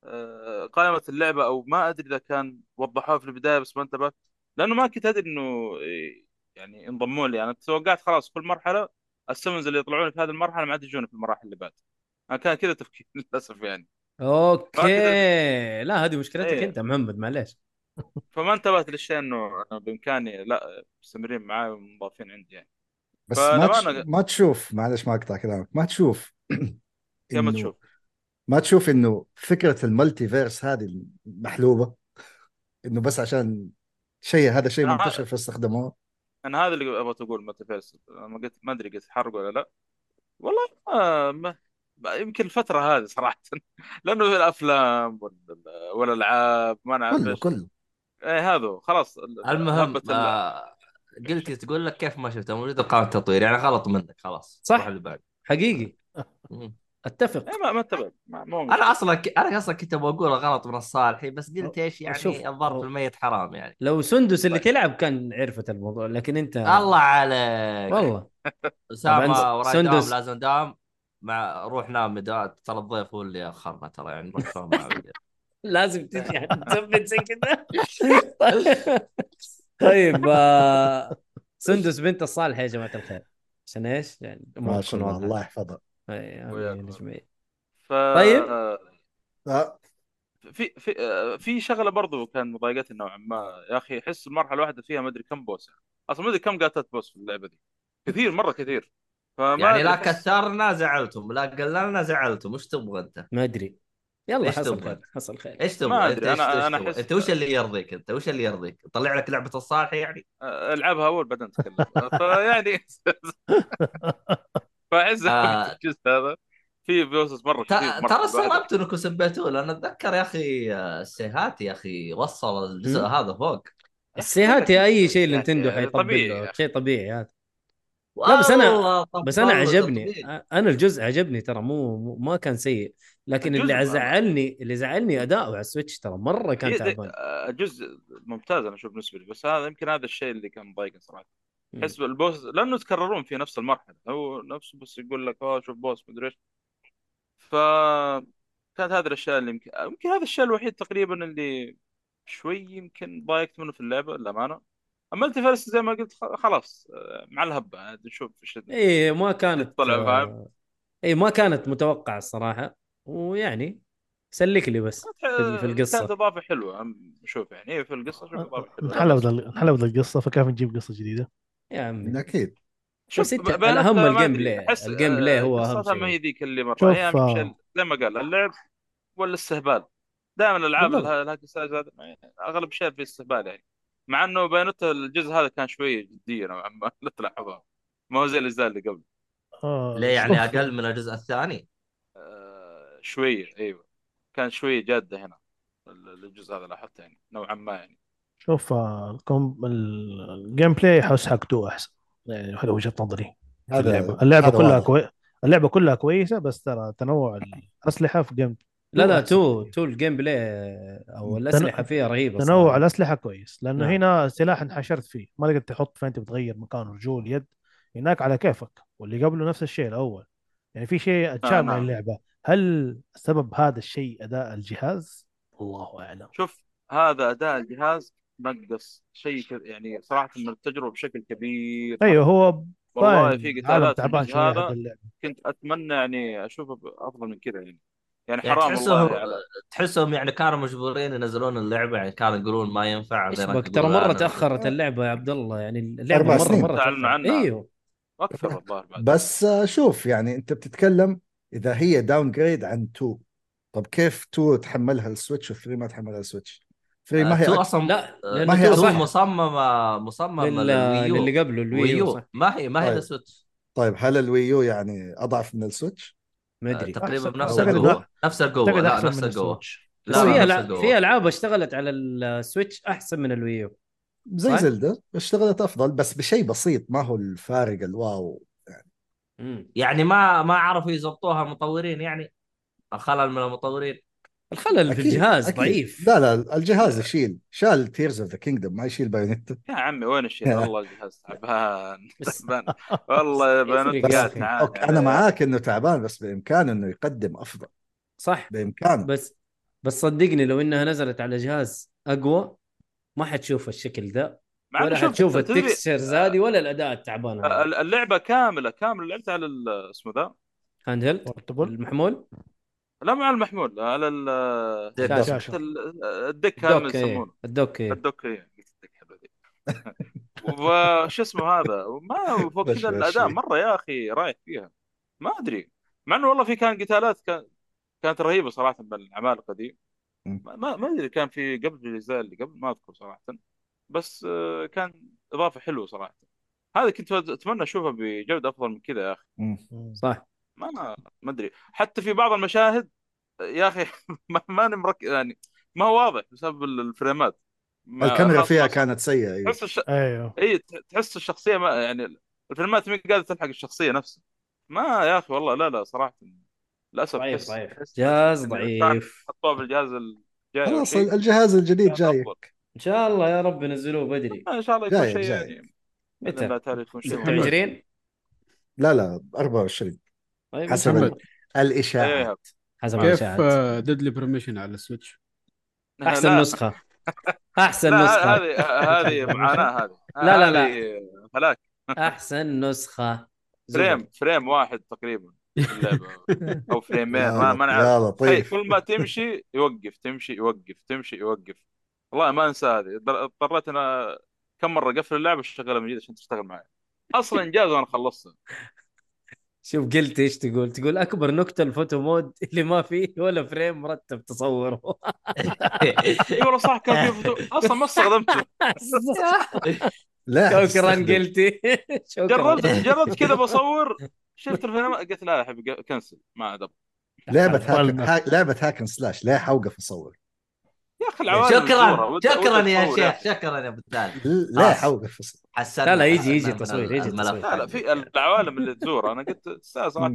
S5: آه، قائمه اللعبه او ما ادري اذا كان وضحوها في البدايه بس ما انتبهت لانه ما كنت ادري انه إيه، يعني انضموا لي انا توقعت خلاص كل مرحله السمنز اللي يطلعون في هذه المرحله ما عاد يجون في المراحل اللي بعد انا كان كذا تفكير للاسف يعني
S2: اوكي لا هذه مشكلتك
S5: إيه.
S2: انت محمد معليش
S5: فما انتبهت للشيء انه انا بامكاني لا مستمرين معي ومضافين عندي يعني
S1: بس ما تش...
S5: فالأمانة-
S1: ما تشوف معلش ما اقطع كلامك ما تشوف
S5: يا ما
S1: إنه-
S5: تشوف
S1: ما تشوف انه فكره المالتي فيرس هذه محلوبه انه بس عشان شيء هذا شيء
S5: لا،
S1: منتشر فاستخدموه
S5: انا هذا اللي ابغى اقول متى فيرس ما قلت ما ادري قلت حرق ولا لا والله ما ما ما- يمكن الفتره هذه صراحه لانه الافلام وال- والالعاب ما انا عارف
S1: كله
S5: ايش
S1: كله
S5: ايه هذا هو، خلاص ال-
S3: المهم
S5: هبت ال-
S3: آه، قلت تقول لك كيف ما شفته موجود قائمه التطوير يعني غلط منك خلاص
S2: صح.
S3: روح اللي بعد
S2: حقيقي
S3: مم.
S2: اتفق
S5: إيه، ما ما انتبهت ما- ما هو مشكلة.
S3: انا اصلا ك... انا اصلا كنت بقول غلط من الصالحي بس قلت ايش
S2: شوف.
S3: يعني الظرف الميت حرام يعني
S2: لو سندس اللي
S5: طيب.
S2: تلعب كان عرفت الموضوع لكن انت
S3: الله عليك
S2: والله
S3: اسامه
S2: طبعاً
S3: وراي
S2: سندس.
S3: دوام لازم دوام مع روح نام دا- ترى الضيف هو اللي اخرنا ترى يعني روح سوا معه.
S2: لازم تجي تثبت زي كذا طيب آه، سندس بنت الصالح يا جماعه الخير عشان ايش؟ يعني الأمور
S1: ما
S2: تكون
S1: شاء الله
S2: واضحة.
S1: الله يحفظها
S2: أي، آمين
S5: وياك.
S2: يا جماعة.
S5: ف...
S2: طيب.
S1: آه،
S5: في في آه، في شغله برضو كان مضايقتني نوعا ما يا اخي احس المرحله الواحده فيها ما ادري كم بوس اصلا ما ادري كم قاتلت بوس في اللعبه دي كثير مره كثير فما
S3: يعني لا
S5: أدري أحس-
S3: كثرنا زعلتم لا قللنا زعلتم وش تبغى انت؟
S2: ما ادري يلا
S3: إيش
S2: حصل
S3: تبغى؟
S2: خير حصل خير
S3: ايش تبغى؟
S5: ما
S3: انت
S5: أدري،
S3: ايش
S5: أنا-
S3: إيش
S5: أنا
S3: تبغى؟
S5: أحس-
S3: انت وش اللي يرضيك انت؟ وش اللي يرضيك؟ طلع لك لعبه الصالح يعني؟
S5: آه، العبها اول بعدين اتكلم فيعني فاعز
S3: آه.
S5: الجزء هذا في بوسس مره
S3: ت-
S5: كثير مرة
S3: ترى
S5: الواحد-
S3: استغربت انكم سبيتوه لان اتذكر يا اخي آه، السيهات يا اخي وصل الجزء
S2: مم.
S3: هذا فوق
S2: السيهات يا اي شيء
S5: يعني
S2: نينتندو حيطبل
S5: طبيعي يعني. يا
S2: له
S5: أخي.
S2: شيء طبيعي هذا لا، بس أنا-
S3: والله
S2: بس انا
S3: طبل-
S2: عجبني
S3: تطبيل.
S2: أ- انا الجزء عجبني ترى مو مو- ما كان سيء لكن اللي
S5: الجزء أنا-
S2: زعلني اللي زعلني اداؤه على السويتش ترى مره كان
S5: هي-
S2: تعبان
S5: آه، جزء ممتاز انا اشوف بالنسبه لي بس هذا يمكن هذا الشيء اللي كان مضايقني صراحه احس البوس لانه يتكررون في نفس المرحله هو نفسه بس يقول لك اه شوف بوس مدري ايش ف كانت هذه الاشياء اللي يمكن يمكن هذا الشيء الوحيد تقريبا اللي شوي يمكن ضايقت منه في اللعبه للامانه اما انت فارس زي ما قلت خ- خلاص آه، مع الهبه عاد نشوف ايش
S2: اي إيه، ما كانت
S5: طلع فاهم
S2: اي ما كانت متوقعه الصراحه ويعني سلك لي بس في ال- إيه، في
S5: كانت
S2: القصه
S5: اضافه حلوه أم- شوف يعني إيه في القصه شوف
S4: أه،
S2: أه،
S5: اضافه حلوه لا
S4: انحلبت
S5: بأس.
S4: ال- انحلبت القصه فكيف نجيب قصه جديده؟
S2: يا عمي
S1: اكيد
S5: شوف
S2: بس أنت-
S5: ب- بيانات
S2: الأهم
S5: ما
S2: الجيم
S5: أدري.
S2: بلاي.
S5: أحس،
S2: الجيم بلاي
S5: آه،
S2: هو أهم
S5: قصتها ما
S2: شيء.
S5: هي ذيك اللي مره
S4: شوف،
S5: هي اهم شيء
S4: آه.
S5: زي ما قال اللعب والاستهبال دائما الالعاب
S2: بالضبط.
S5: الها- الهاك سلاش هذا ما- اغلب شيء في استهبال يعني مع انه بايونتا الجزء هذا كان شويه جديه نوعا ما لا تلاحظها ما هو زي الاجزاء اللي قبل
S4: آه،
S3: ليه يعني
S4: شوف،
S3: اقل من الجزء الثاني؟
S5: آه، شويه ايوه كان شويه جاده هنا ال- الجزء هذا لاحظته يعني نوعا ما يعني
S4: شوف آه، الكم- ال- الجيم بلاي يحس حق تو احسن يعني هذا وجهه نظري في
S1: هذا
S4: اللعبه اللعبه
S1: هذا
S4: كلها
S1: واضح.
S4: كوي... اللعبه كلها كويسه بس ترى تنوع الاسلحه في جيم
S2: لا لا
S4: أحسن
S2: تو
S4: كثير.
S2: تو الجيم بلاي او الاسلحه فيها رهيبه صراحة.
S4: تنوع الاسلحه كويس لانه
S2: نعم.
S4: هنا سلاح انحشرت فيه ما تقدر تحط فين تبي تغير مكان رجول يد هناك على كيفك واللي قبله نفس الشيء الاول يعني في شيء اتشال من
S5: نعم.
S4: اللعبه هل سبب هذا الشيء اداء الجهاز؟ الله اعلم
S5: شوف هذا اداء الجهاز نقص شيء ك- يعني صراحه من التجربه بشكل كبير
S4: ايوه هو
S5: والله
S4: باين
S5: في
S4: عالم
S5: قتالات في
S4: طيب، تعبان
S5: الجزء
S4: شويه هذا
S5: هذا
S4: اللعبه
S5: كنت اتمنى يعني اشوفه ب- افضل من كذا يعني يعني
S3: يعني
S5: حرام
S3: تحسهم
S5: والله على-
S3: تحسهم يعني كانوا مجبورين ينزلون اللعبه يعني كانوا يقولون ما ينفع
S2: ايش
S3: بعدين
S2: بك
S3: يقولوا
S2: ترى
S3: لا،
S2: مره
S3: أنا-
S2: تاخرت اللعبه يا عبد الله يعني اللعبه
S1: أربع
S2: مره
S1: سنين.
S2: مره
S5: تعلنوا
S2: تأخرت.
S5: عنها.
S2: ايوه
S5: اكثر الظاهر بعد
S1: بس آه، شوف يعني انت بتتكلم اذا هي داون جريد عن 2 طب كيف 2 تحملها السويتش و3 ما تحملها السويتش
S5: آه،
S1: 3 إيه، ما هي
S3: آه، تو
S1: أك-
S3: اصلا
S2: لا
S1: ما
S2: لانه
S1: هي
S2: تو
S3: تو
S1: أصلاً
S2: صح
S3: مصممه مصممه
S2: لل-
S3: للويو
S2: للي قبله الويو
S3: ويو
S2: صح
S3: ما هي ما هي
S1: طيب.
S3: للسويتش
S1: طيب هل الويو يعني اضعف من السويتش؟
S2: ما ادري
S3: آه، تقريبا
S4: أحسن-
S3: نفس
S4: أعتقد
S3: القوه
S4: إنه-
S3: نفس القوه
S4: اعتقد
S3: لا
S4: احسن
S3: نفس
S4: من
S3: القوه
S4: السويتش
S2: بس
S3: لا،
S2: في
S3: نفس
S2: العاب
S3: القوة.
S2: في العاب اشتغلت على السويتش احسن من الويو
S1: زي
S2: صح؟
S1: زلدة اشتغلت افضل بس بشيء بسيط ما هو الفارق الواو
S2: مم.
S3: يعني ما ما عرفوا يضبطوها المطورين يعني الخلل من المطورين
S2: الخلل في
S1: أكيد،
S2: الجهاز
S1: أكيد.
S2: ضعيف
S1: لا لا الجهاز يشيل شال تيرز اوف ذا كينجدم ما يشيل بايونيتا
S5: يا عمي وين الشيء والله الجهاز تعبان
S2: بس-
S5: تعبان والله
S2: بس يفرق يا
S5: بنات
S2: أخي.
S5: تعال
S1: أوكي انا معاك انه تعبان بس بامكانه انه يقدم افضل
S2: صح
S1: بامكانه
S2: بس بس صدقني لو انها نزلت على جهاز اقوى ما حتشوف الشكل ده
S5: مع
S2: ولا
S5: إنه شوف
S2: حتشوف
S5: أنت تدري، آه.
S2: التكستشرز هذه ولا الاداء التعبان هذا
S5: ال- اللعبه كامله كامله لعبت على ال- اسمه ذا
S2: هاند هيلد
S4: بورتبل
S2: المحمول
S5: لا مع المحمول على ال
S2: شاشة.
S4: شاشة.
S5: ال- الدك هذا اللي
S2: الدوك إيه.
S5: يسمونه
S2: الدوك إيه.
S5: الدك إيه، قلت الدك حبيبي وش اسمه هذا ما فوق
S1: مشي-
S5: كذا الاداء
S1: مشي.
S5: مره يا اخي رايح فيها ما ادري مع انه والله في كان قتالات كان كانت رهيبه صراحه بالعمالقه دي
S1: مم.
S5: ما ما ما ادري كان في قبل الاجزاء اللي قبل ما اذكر صراحه بس آه، كان اضافه حلوه صراحه هذا كنت اتمنى اشوفها بجوده افضل من كذا يا اخي
S1: مم.
S2: صح
S5: ما ما ادري حتى في بعض المشاهد يا اخي ما ماني مركز يعني ما هو واضح بسبب ال- الفريمات ما-
S1: الكاميرا
S5: خاصة-
S1: فيها
S5: خاصة-
S1: كانت سيئه ايوه
S5: تحس الش...
S4: ايوه
S5: اي ت- تحس الشخصيه ما يعني الفريمات مين قادر تلحق الشخصيه نفسها ما يا اخي والله لا لا صراحه للاسف
S2: ضعيف
S5: تحس-
S2: ضعيف
S5: تحس
S2: جهاز
S5: إن
S2: ضعيف
S5: حطوها بالجهاز الجاي أو
S1: خلاص
S5: شيء.
S1: الجهاز الجديد
S5: كان
S1: جاي
S5: أفضل.
S2: ان شاء الله يا رب ينزلوه بدري
S5: ان شاء الله يكون
S1: جاي
S5: شيء
S1: جاي
S5: يعني باذن الله
S2: متى؟
S5: تعالى يكون شيء إيه،
S6: محمد.
S2: 26
S1: لا لا 24
S2: طيب إن
S1: حسب
S2: شاء الله.
S6: محمد.
S1: الاشاعات
S5: ايوه
S2: حسب
S6: كيف
S2: الاشاعات
S6: ديدلي بريميشن على السويتش؟
S2: احسن نسخه احسن
S5: لا
S2: نسخه
S5: هذه هذه معاناه هذه
S2: لا، لا، لا.
S5: هذه هلاك
S2: احسن نسخه زبد.
S5: فريم فريم واحد تقريبا في اللعبه او فريمين ما
S1: يا
S5: ما طيب،
S1: لط-
S5: نعرف
S1: يا
S5: هي
S1: لطيف
S5: كل ما تمشي يوقف تمشي يوقف تمشي يوقف والله ما انسى هذه اضطر- اضطريت انا كم مره اقفل اللعبه واشغلها من جديد عشان تشتغل معي اصلا انجاز وانا خلصتها
S2: شوف قلت ايش تقول تقول اكبر نكته الفوتو مود اللي ما فيه ولا فريم مرتب تصوره
S5: اي والله صح كان في فوتو اصلا ما استخدمته
S1: لا
S2: شكرا
S1: حتستخدم.
S2: قلتي شكرا
S5: جربت جربت كذا بصور شفت الفيلم قلت لا يا حبيبي كنسل ما عاد أبغى.
S1: لعبه هاكن
S4: والله.
S1: ها... لعبه هاكن سلاش ليه حوقف اصور
S5: يا اخي العوالم
S3: شكرا
S5: مزورة. وأنت-
S3: شكرا
S5: وأنت يعني.
S3: يا
S5: تصور
S3: شيخ شكرا يا بتال
S1: ليه
S2: آه.
S3: خلاص.
S1: حوقف اصور
S3: حسنا
S2: لا، لا، يجي-
S3: حسنا
S2: يجي
S3: من
S2: تصوير، يجي
S3: الملف
S2: تصوير.
S5: لا لا
S3: حقك.
S5: في العوالم اللي تزور انا قلت الساعه صراحه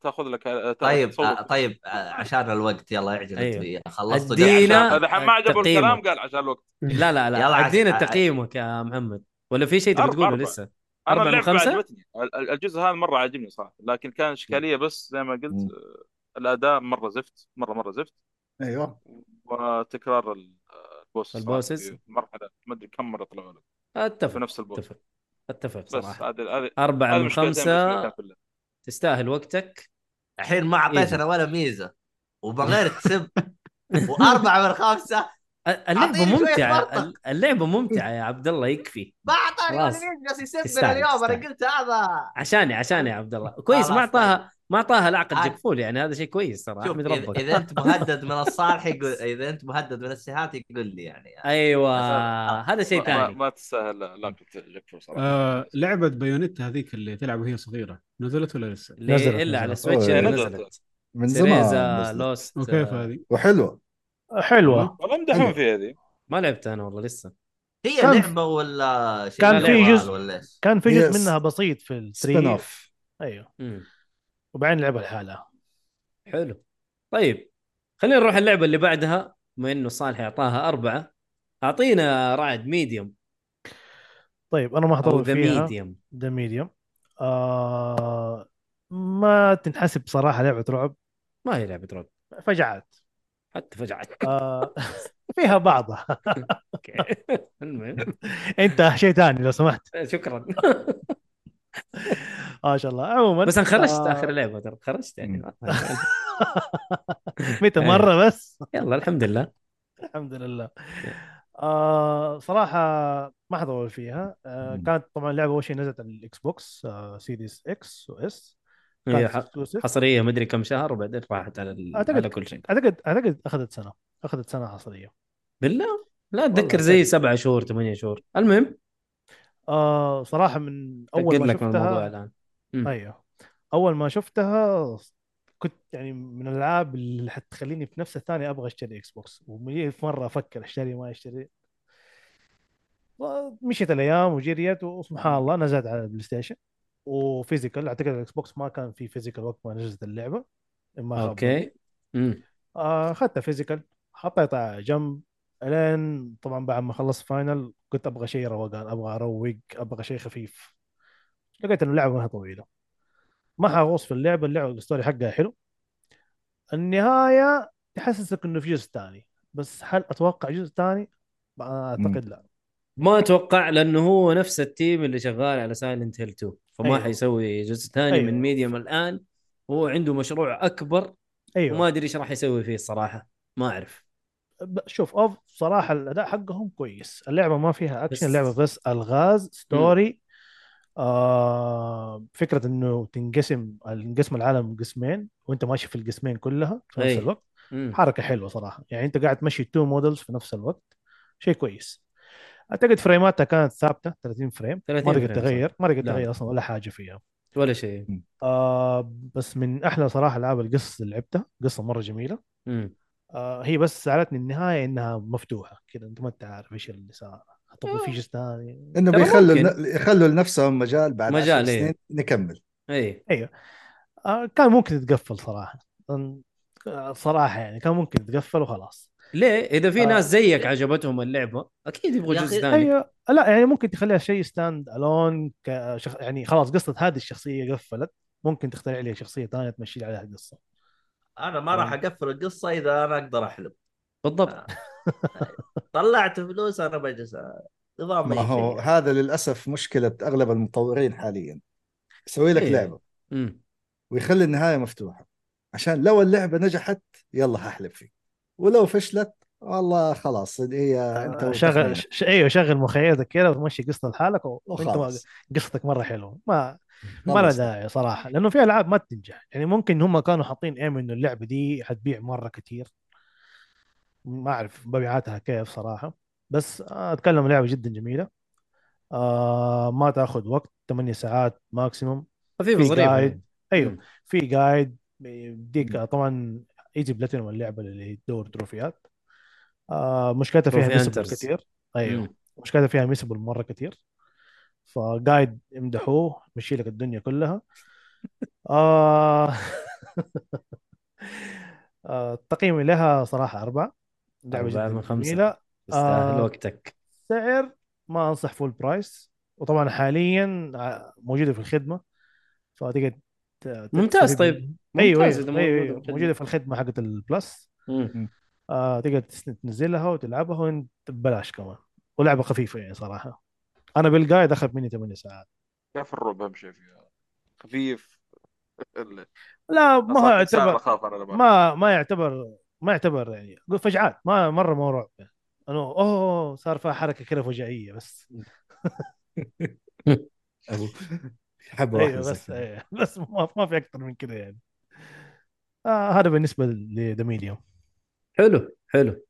S5: تاخذ لك
S3: طيب
S5: تصور
S3: آه، طيب آه، عشان الوقت يلا اعجل انت
S2: أيوه.
S3: فيه. خلصت
S2: ادينا
S5: اذا حب ما عجبه
S2: تقييمك.
S5: الكلام قال عشان الوقت
S2: لا لا
S3: يلا
S2: لا
S3: عس-
S2: ادينا
S3: ع-
S2: تقييمك يا محمد ولا في شيء تبي
S5: أربعة،
S2: تقوله
S5: أربعة.
S2: لسه
S5: انا
S2: أربعة من
S5: اللعبه
S2: خمسة؟
S5: عجبتني ال- ال- الجزء هذا مره عاجبني صراحه لكن كان اشكاليه بس زي ما قلت
S1: مم.
S5: آه، الاداء مره زفت مره مره زفت
S1: ايوه
S5: وتكرار ال- آه، البوس صراحه
S2: البوسز؟
S5: في مرحله ما ادري كم مره طلعوا لك في
S2: اتفق
S5: نفس البوس
S2: اتفق اتفق
S5: بس
S2: صراحه
S5: هذه هذه
S2: أربعة
S5: هذه
S2: من
S5: مشكلتين بالنسبه لي
S2: خمسة
S5: كان في اللعبه
S2: تستاهل وقتك
S3: الحين
S2: إيه.
S3: ما اعطيتنا ولا ميزه وبغير تسب واربعه من خمسه
S2: اللعبة
S3: أعطيني شوية
S2: ممتعة
S3: منطق.
S2: اللعبة ممتعة يا عبد الله يكفي
S3: ما اعطاني ولا
S2: خلاص.
S3: ميزه جالس يسب
S2: تستاهل،
S3: اليوم
S2: تستاهل.
S3: انا قلت هذا
S2: عشاني عشاني يا عبد الله كويس ما
S3: خلاص
S5: طيب.
S2: اعطاها ما اعطاها العقد
S3: عاد.
S2: جبفول يعني هذا شيء كويس ترى
S3: شوف
S2: احمد
S3: إذا,
S2: ربك
S3: اذا انت مهدد من الصالح يقول اذا انت مهدد من السيئات يقول لي يعني, يعني.
S2: ايوه
S5: أساس-
S2: هذا شيء
S5: ما- ما,
S2: ثاني
S5: ما تستاهل لا لا كنت جكفو صراحه
S6: آه لعبه بايونيتا هذيك اللي تلعب وهي صغيره نزلت ولا لسه؟
S2: ليه-
S4: نزلت،
S2: الا على يعني.
S4: نزلت.
S2: سويتش
S1: أوه،
S2: اللي
S5: نزلت.
S2: نزلت
S1: من زمان
S2: سيريزا
S1: نزلت.
S2: لوست
S6: وكيف
S2: آه،
S6: هذه؟
S1: وحلوه
S4: حلوه
S5: والله مدحون
S1: حلو.
S5: فيها هذه
S2: ما لعبتها انا والله لسه
S3: هي
S4: كان-
S3: لعبه ولا شيء
S4: كان
S2: في
S3: موبايل
S4: جزء-
S3: ولا ايش؟
S4: كان في
S1: Yes.
S4: جزء منها بسيط في
S1: سبين
S4: التري
S1: اوف
S4: ايوه
S2: مم.
S4: وبعدين لعبها لحالها
S2: حلو طيب خلينا نروح اللعبه اللي بعدها بما انه صالح اعطاها اربعه اعطينا رعد ميديوم
S4: طيب انا ما
S2: او
S4: حطول
S2: ذا
S4: فيها
S2: ميديوم
S4: ذا ميديوم آه ما تنحسب صراحه لعبه رعب
S2: ما هي لعبه رعب
S4: فجعات
S2: حتى فجعه
S4: آه فيها بعضها
S2: اوكي المهم
S4: انت شيء ثاني لو سمحت
S2: شكرا
S4: ما شاء الله عموما
S2: بس انا خرجت
S4: آه،
S2: اخر لعبه ترى خرجت يعني
S4: متى
S2: إيه.
S4: مره بس
S2: يلا الحمد لله
S4: الحمد لله آه صراحة ما حطول فيها آه
S1: مم.
S4: كانت طبعا لعبة أول شيء نزلت على الإكس بوكس آه سيريس إكس وإس كانت
S2: هي إيه، ح-
S4: exclusive.
S2: حصريه مدري كم شهر وبعدين راحت على ال...
S4: طيب. أعتقد-
S2: على كل شيء
S4: أعتقد أعتقد أخذت سنة أخذت سنة حصرية
S2: بالله لا اتذكر
S4: والله
S2: زي
S4: أعتقد.
S2: سبعة شهور ثمانية شهور المهم
S4: آه صراحة من أول
S2: اقول
S4: ما
S2: لك من الموضوع
S4: شفتها
S2: الان
S4: أيوه أول ما شفتها كنت يعني من الألعاب اللي حتخليني في نفس الثانية أبغى أشتري إكس بوكس ومليت مرة أفكر أشتري ما أشتري مشيت الايام وجريت وسبحان الله نزلت على البلاي ستيشن وفيزيكال اعتقد الاكس بوكس ما كان في فيزيكال وقت ما نزلت اللعبه ما خاب ظني.
S2: اوكي امم
S4: آه، اخذتها فيزيكال حطيتها على جنب الين طبعا بعد ما خلصت فاينل كنت ابغى شيء روقان ابغى اروق ابغى شيء خفيف لقيت انه اللعبه ما هي طويله ما حغوص في اللعبه اللعبه الستوري حقها حلو النهايه تحسسك انه في جزء ثاني بس هل اتوقع جزء ثاني؟ اعتقد لا
S2: ما اتوقع لانه هو نفس التيم اللي شغال على سايلنت هيل 2 فما
S4: أيوه.
S2: حيسوي جزء ثاني
S4: أيوه.
S2: من ميديوم الان هو عنده مشروع اكبر
S4: ايوه
S2: وما ادري ايش راح يسوي فيه الصراحه ما اعرف
S4: ب- شوف اوف صراحه الاداء حقهم كويس اللعبه ما فيها
S2: بس-
S4: اكشن اللعبه بس الغاز ستوري آه فكره انه تنقسم انقسم العالم قسمين وانت ماشي في القسمين كلها في نفس
S2: أي.
S4: الوقت
S2: مم.
S4: حركه حلوه صراحه يعني انت قاعد تمشي تو مودلز في نفس الوقت شيء كويس اعتقد فريماتها كانت ثابته 30 فريم
S2: 30
S4: ما
S2: فريم
S4: تقدر
S2: صح. نعم.
S4: تغير ما تقدر
S2: لا.
S4: تغير اصلا ولا حاجه فيها
S2: ولا شيء
S4: آه بس من احلى صراحه العاب القصص اللي لعبتها قصه مره جميله
S2: مم.
S4: آه، هي بس زعلتني النهايه انها مفتوحه كذا انت ما انت عارف ايش اللي صار طب في جزء ثاني
S1: انه
S2: ترى
S1: بيخلوا
S2: ممكن.
S1: يخلوا لنفسهم مجال بعد
S2: مجال،
S1: مجال
S2: إيه.
S1: سنين نكمل
S2: اي
S4: آه، كان ممكن تتقفل صراحه أن- آه، صراحه يعني كان ممكن تتقفل وخلاص
S2: ليه اذا في
S4: آه.
S2: ناس زيك عجبتهم اللعبه اكيد يبغوا
S3: يا
S2: جزء
S3: أخي-
S2: ثاني
S4: ايوه لا يعني ممكن تخليها شيء ستاند الون كشخ... يعني خلاص قصه هذه الشخصيه قفلت ممكن تخترع لي شخصيه ثانيه تمشي لي عليها القصه
S3: انا ما
S2: آه.
S3: راح اقفل القصه اذا انا اقدر احلم
S2: بالضبط
S3: طلعت فلوس انا بجلس أ- نظام
S1: ما
S3: أي
S1: هو
S3: شيء.
S1: هذا للاسف مشكله اغلب المطورين حاليا يسوي لك
S2: إيه.
S1: لعبه
S2: مم.
S1: ويخلي النهايه مفتوحه عشان لو اللعبه نجحت يلا ححلب فيك ولو فشلت والله خلاص هي انت
S4: آه،
S1: وتخمينك.
S4: شغل ش... ايوه شغل مخيلتك كذا وتمشي قصه لحالك و... وانت ما...
S1: وخلاص
S4: قصتك مره حلوه ما ما لها
S1: خلص.
S4: داعي صراحه لانه في العاب ما تنجح يعني ممكن هم كانوا حاطين ايم انه اللعبه دي حتبيع مره كتير ما اعرف مبيعاتها كيف صراحه بس آه، اتكلم لعبه جدا جميله آه ما تاخذ وقت 8 ساعات ماكسيموم
S2: خفيفه
S4: في
S2: ظريفه
S4: قايد.
S2: يعني.
S4: ايوه
S2: مم.
S4: في جايد بيديك آه، طبعا ايزي بلاتينوم اللعبه اللي هي تدور تروفيات آه مشكلتها فيها
S2: تروفي
S4: مسبل
S2: هانترز.
S4: كتير ايوه
S2: مم.
S4: مشكلتها فيها مسبل مره كتير فجايد امدحوه مشي لك الدنيا كلها آه آه، تقييمي لها صراحة أربعة لعبة
S2: أربعة
S4: جدا
S2: من خمسة.
S4: جميلة
S2: تستاهل
S4: آه.
S2: وقتك
S4: سعر ما أنصح فول برايس وطبعا حاليا آه، موجودة في الخدمة فتقدر ت- ت-
S2: ممتاز
S4: تستفيد
S2: طيب
S4: من- أيوه
S2: ممتاز
S4: أيوه
S2: إذا موجودة في
S4: أيوه, أيوه
S2: الخدمة.
S4: موجودة في الخدمة حقت البلس
S2: مم.
S4: آه تقدر تس- تنزلها وتلعبها وانت ببلاش كمان ولعبة خفيفة يعني صراحة أنا بالقايد أخذ مني 8 ساعات
S5: كيف الرعب اهم شيء فيها خفيف ال-
S4: لا ما هو
S5: أصاب إنسان
S4: يعتبر
S5: اخاف انا لما
S4: ما ما يعتبر ما يعتبر يعني فجعات ما مره ما هو رعب يعني. انا اوه صار فيها حركه كده فجائيه بس
S1: ابو حبه واحده
S4: ايوه
S1: زي
S4: بس
S1: كده.
S4: أيوة بس ما, ما في اكثر من كده يعني آه هذا بالنسبه لذا ميديوم
S2: حلو حلو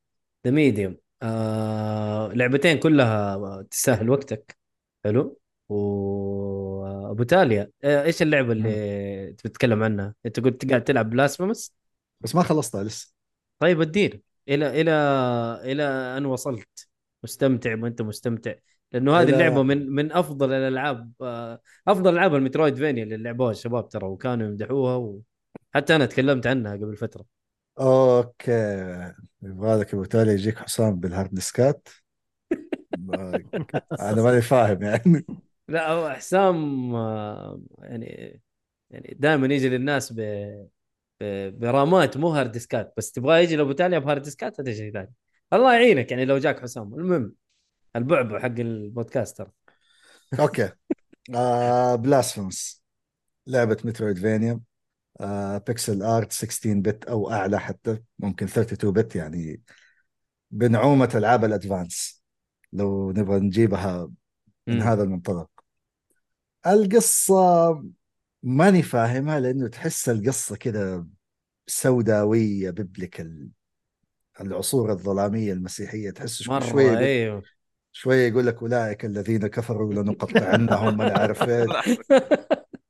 S2: ذا ميديوم آه لعبتين كلها تستاهل وقتك حلو و ابو تاليا آه، ايش اللعبه اللي تبي تتكلم عنها؟ انت قلت قاعد تلعب بلاسفيمس
S1: بس ما خلصتها لسه
S2: طيب ادير الى الى الى ان وصلت مستمتع ما انت مستمتع لانه هذه
S1: إلى-
S2: اللعبه من من افضل الالعاب آه، افضل العاب المترويد فينيا اللي لعبوها الشباب ترى وكانوا يمدحوها وحتى انا تكلمت عنها قبل فتره
S1: اوكي يبغى لك ابو تالي يجيك حسام بالهارد ديسكات ما- انا ماني فاهم يعني
S2: لا هو حسام آه، يعني يعني دائما يجي للناس ب... ب... برامات مو هارد ديسكات بس تبغاه يجي لابو تاليا بهارد ديسكات هذا شيء ثاني الله يعينك يعني لو جاك حسام المهم البعبع حق البودكاستر
S1: اوكي آه بلاسفمس لعبه مترويدفانيا آه بيكسل ارت 16 بت او اعلى حتى ممكن 32 بت يعني بنعومه العاب الادفانس لو نبغى نجيبها من
S2: مم.
S1: هذا المنطلق القصة ماني فاهمها لأنه تحس القصة كذا سوداوية بيبليك ال- العصور الظلامية المسيحية تحس شو-
S2: مره
S1: شوية يقول-
S2: ايوه
S1: شوية يقول لك أولئك الذين كفروا لنقطعنهم أنا عارف إيه.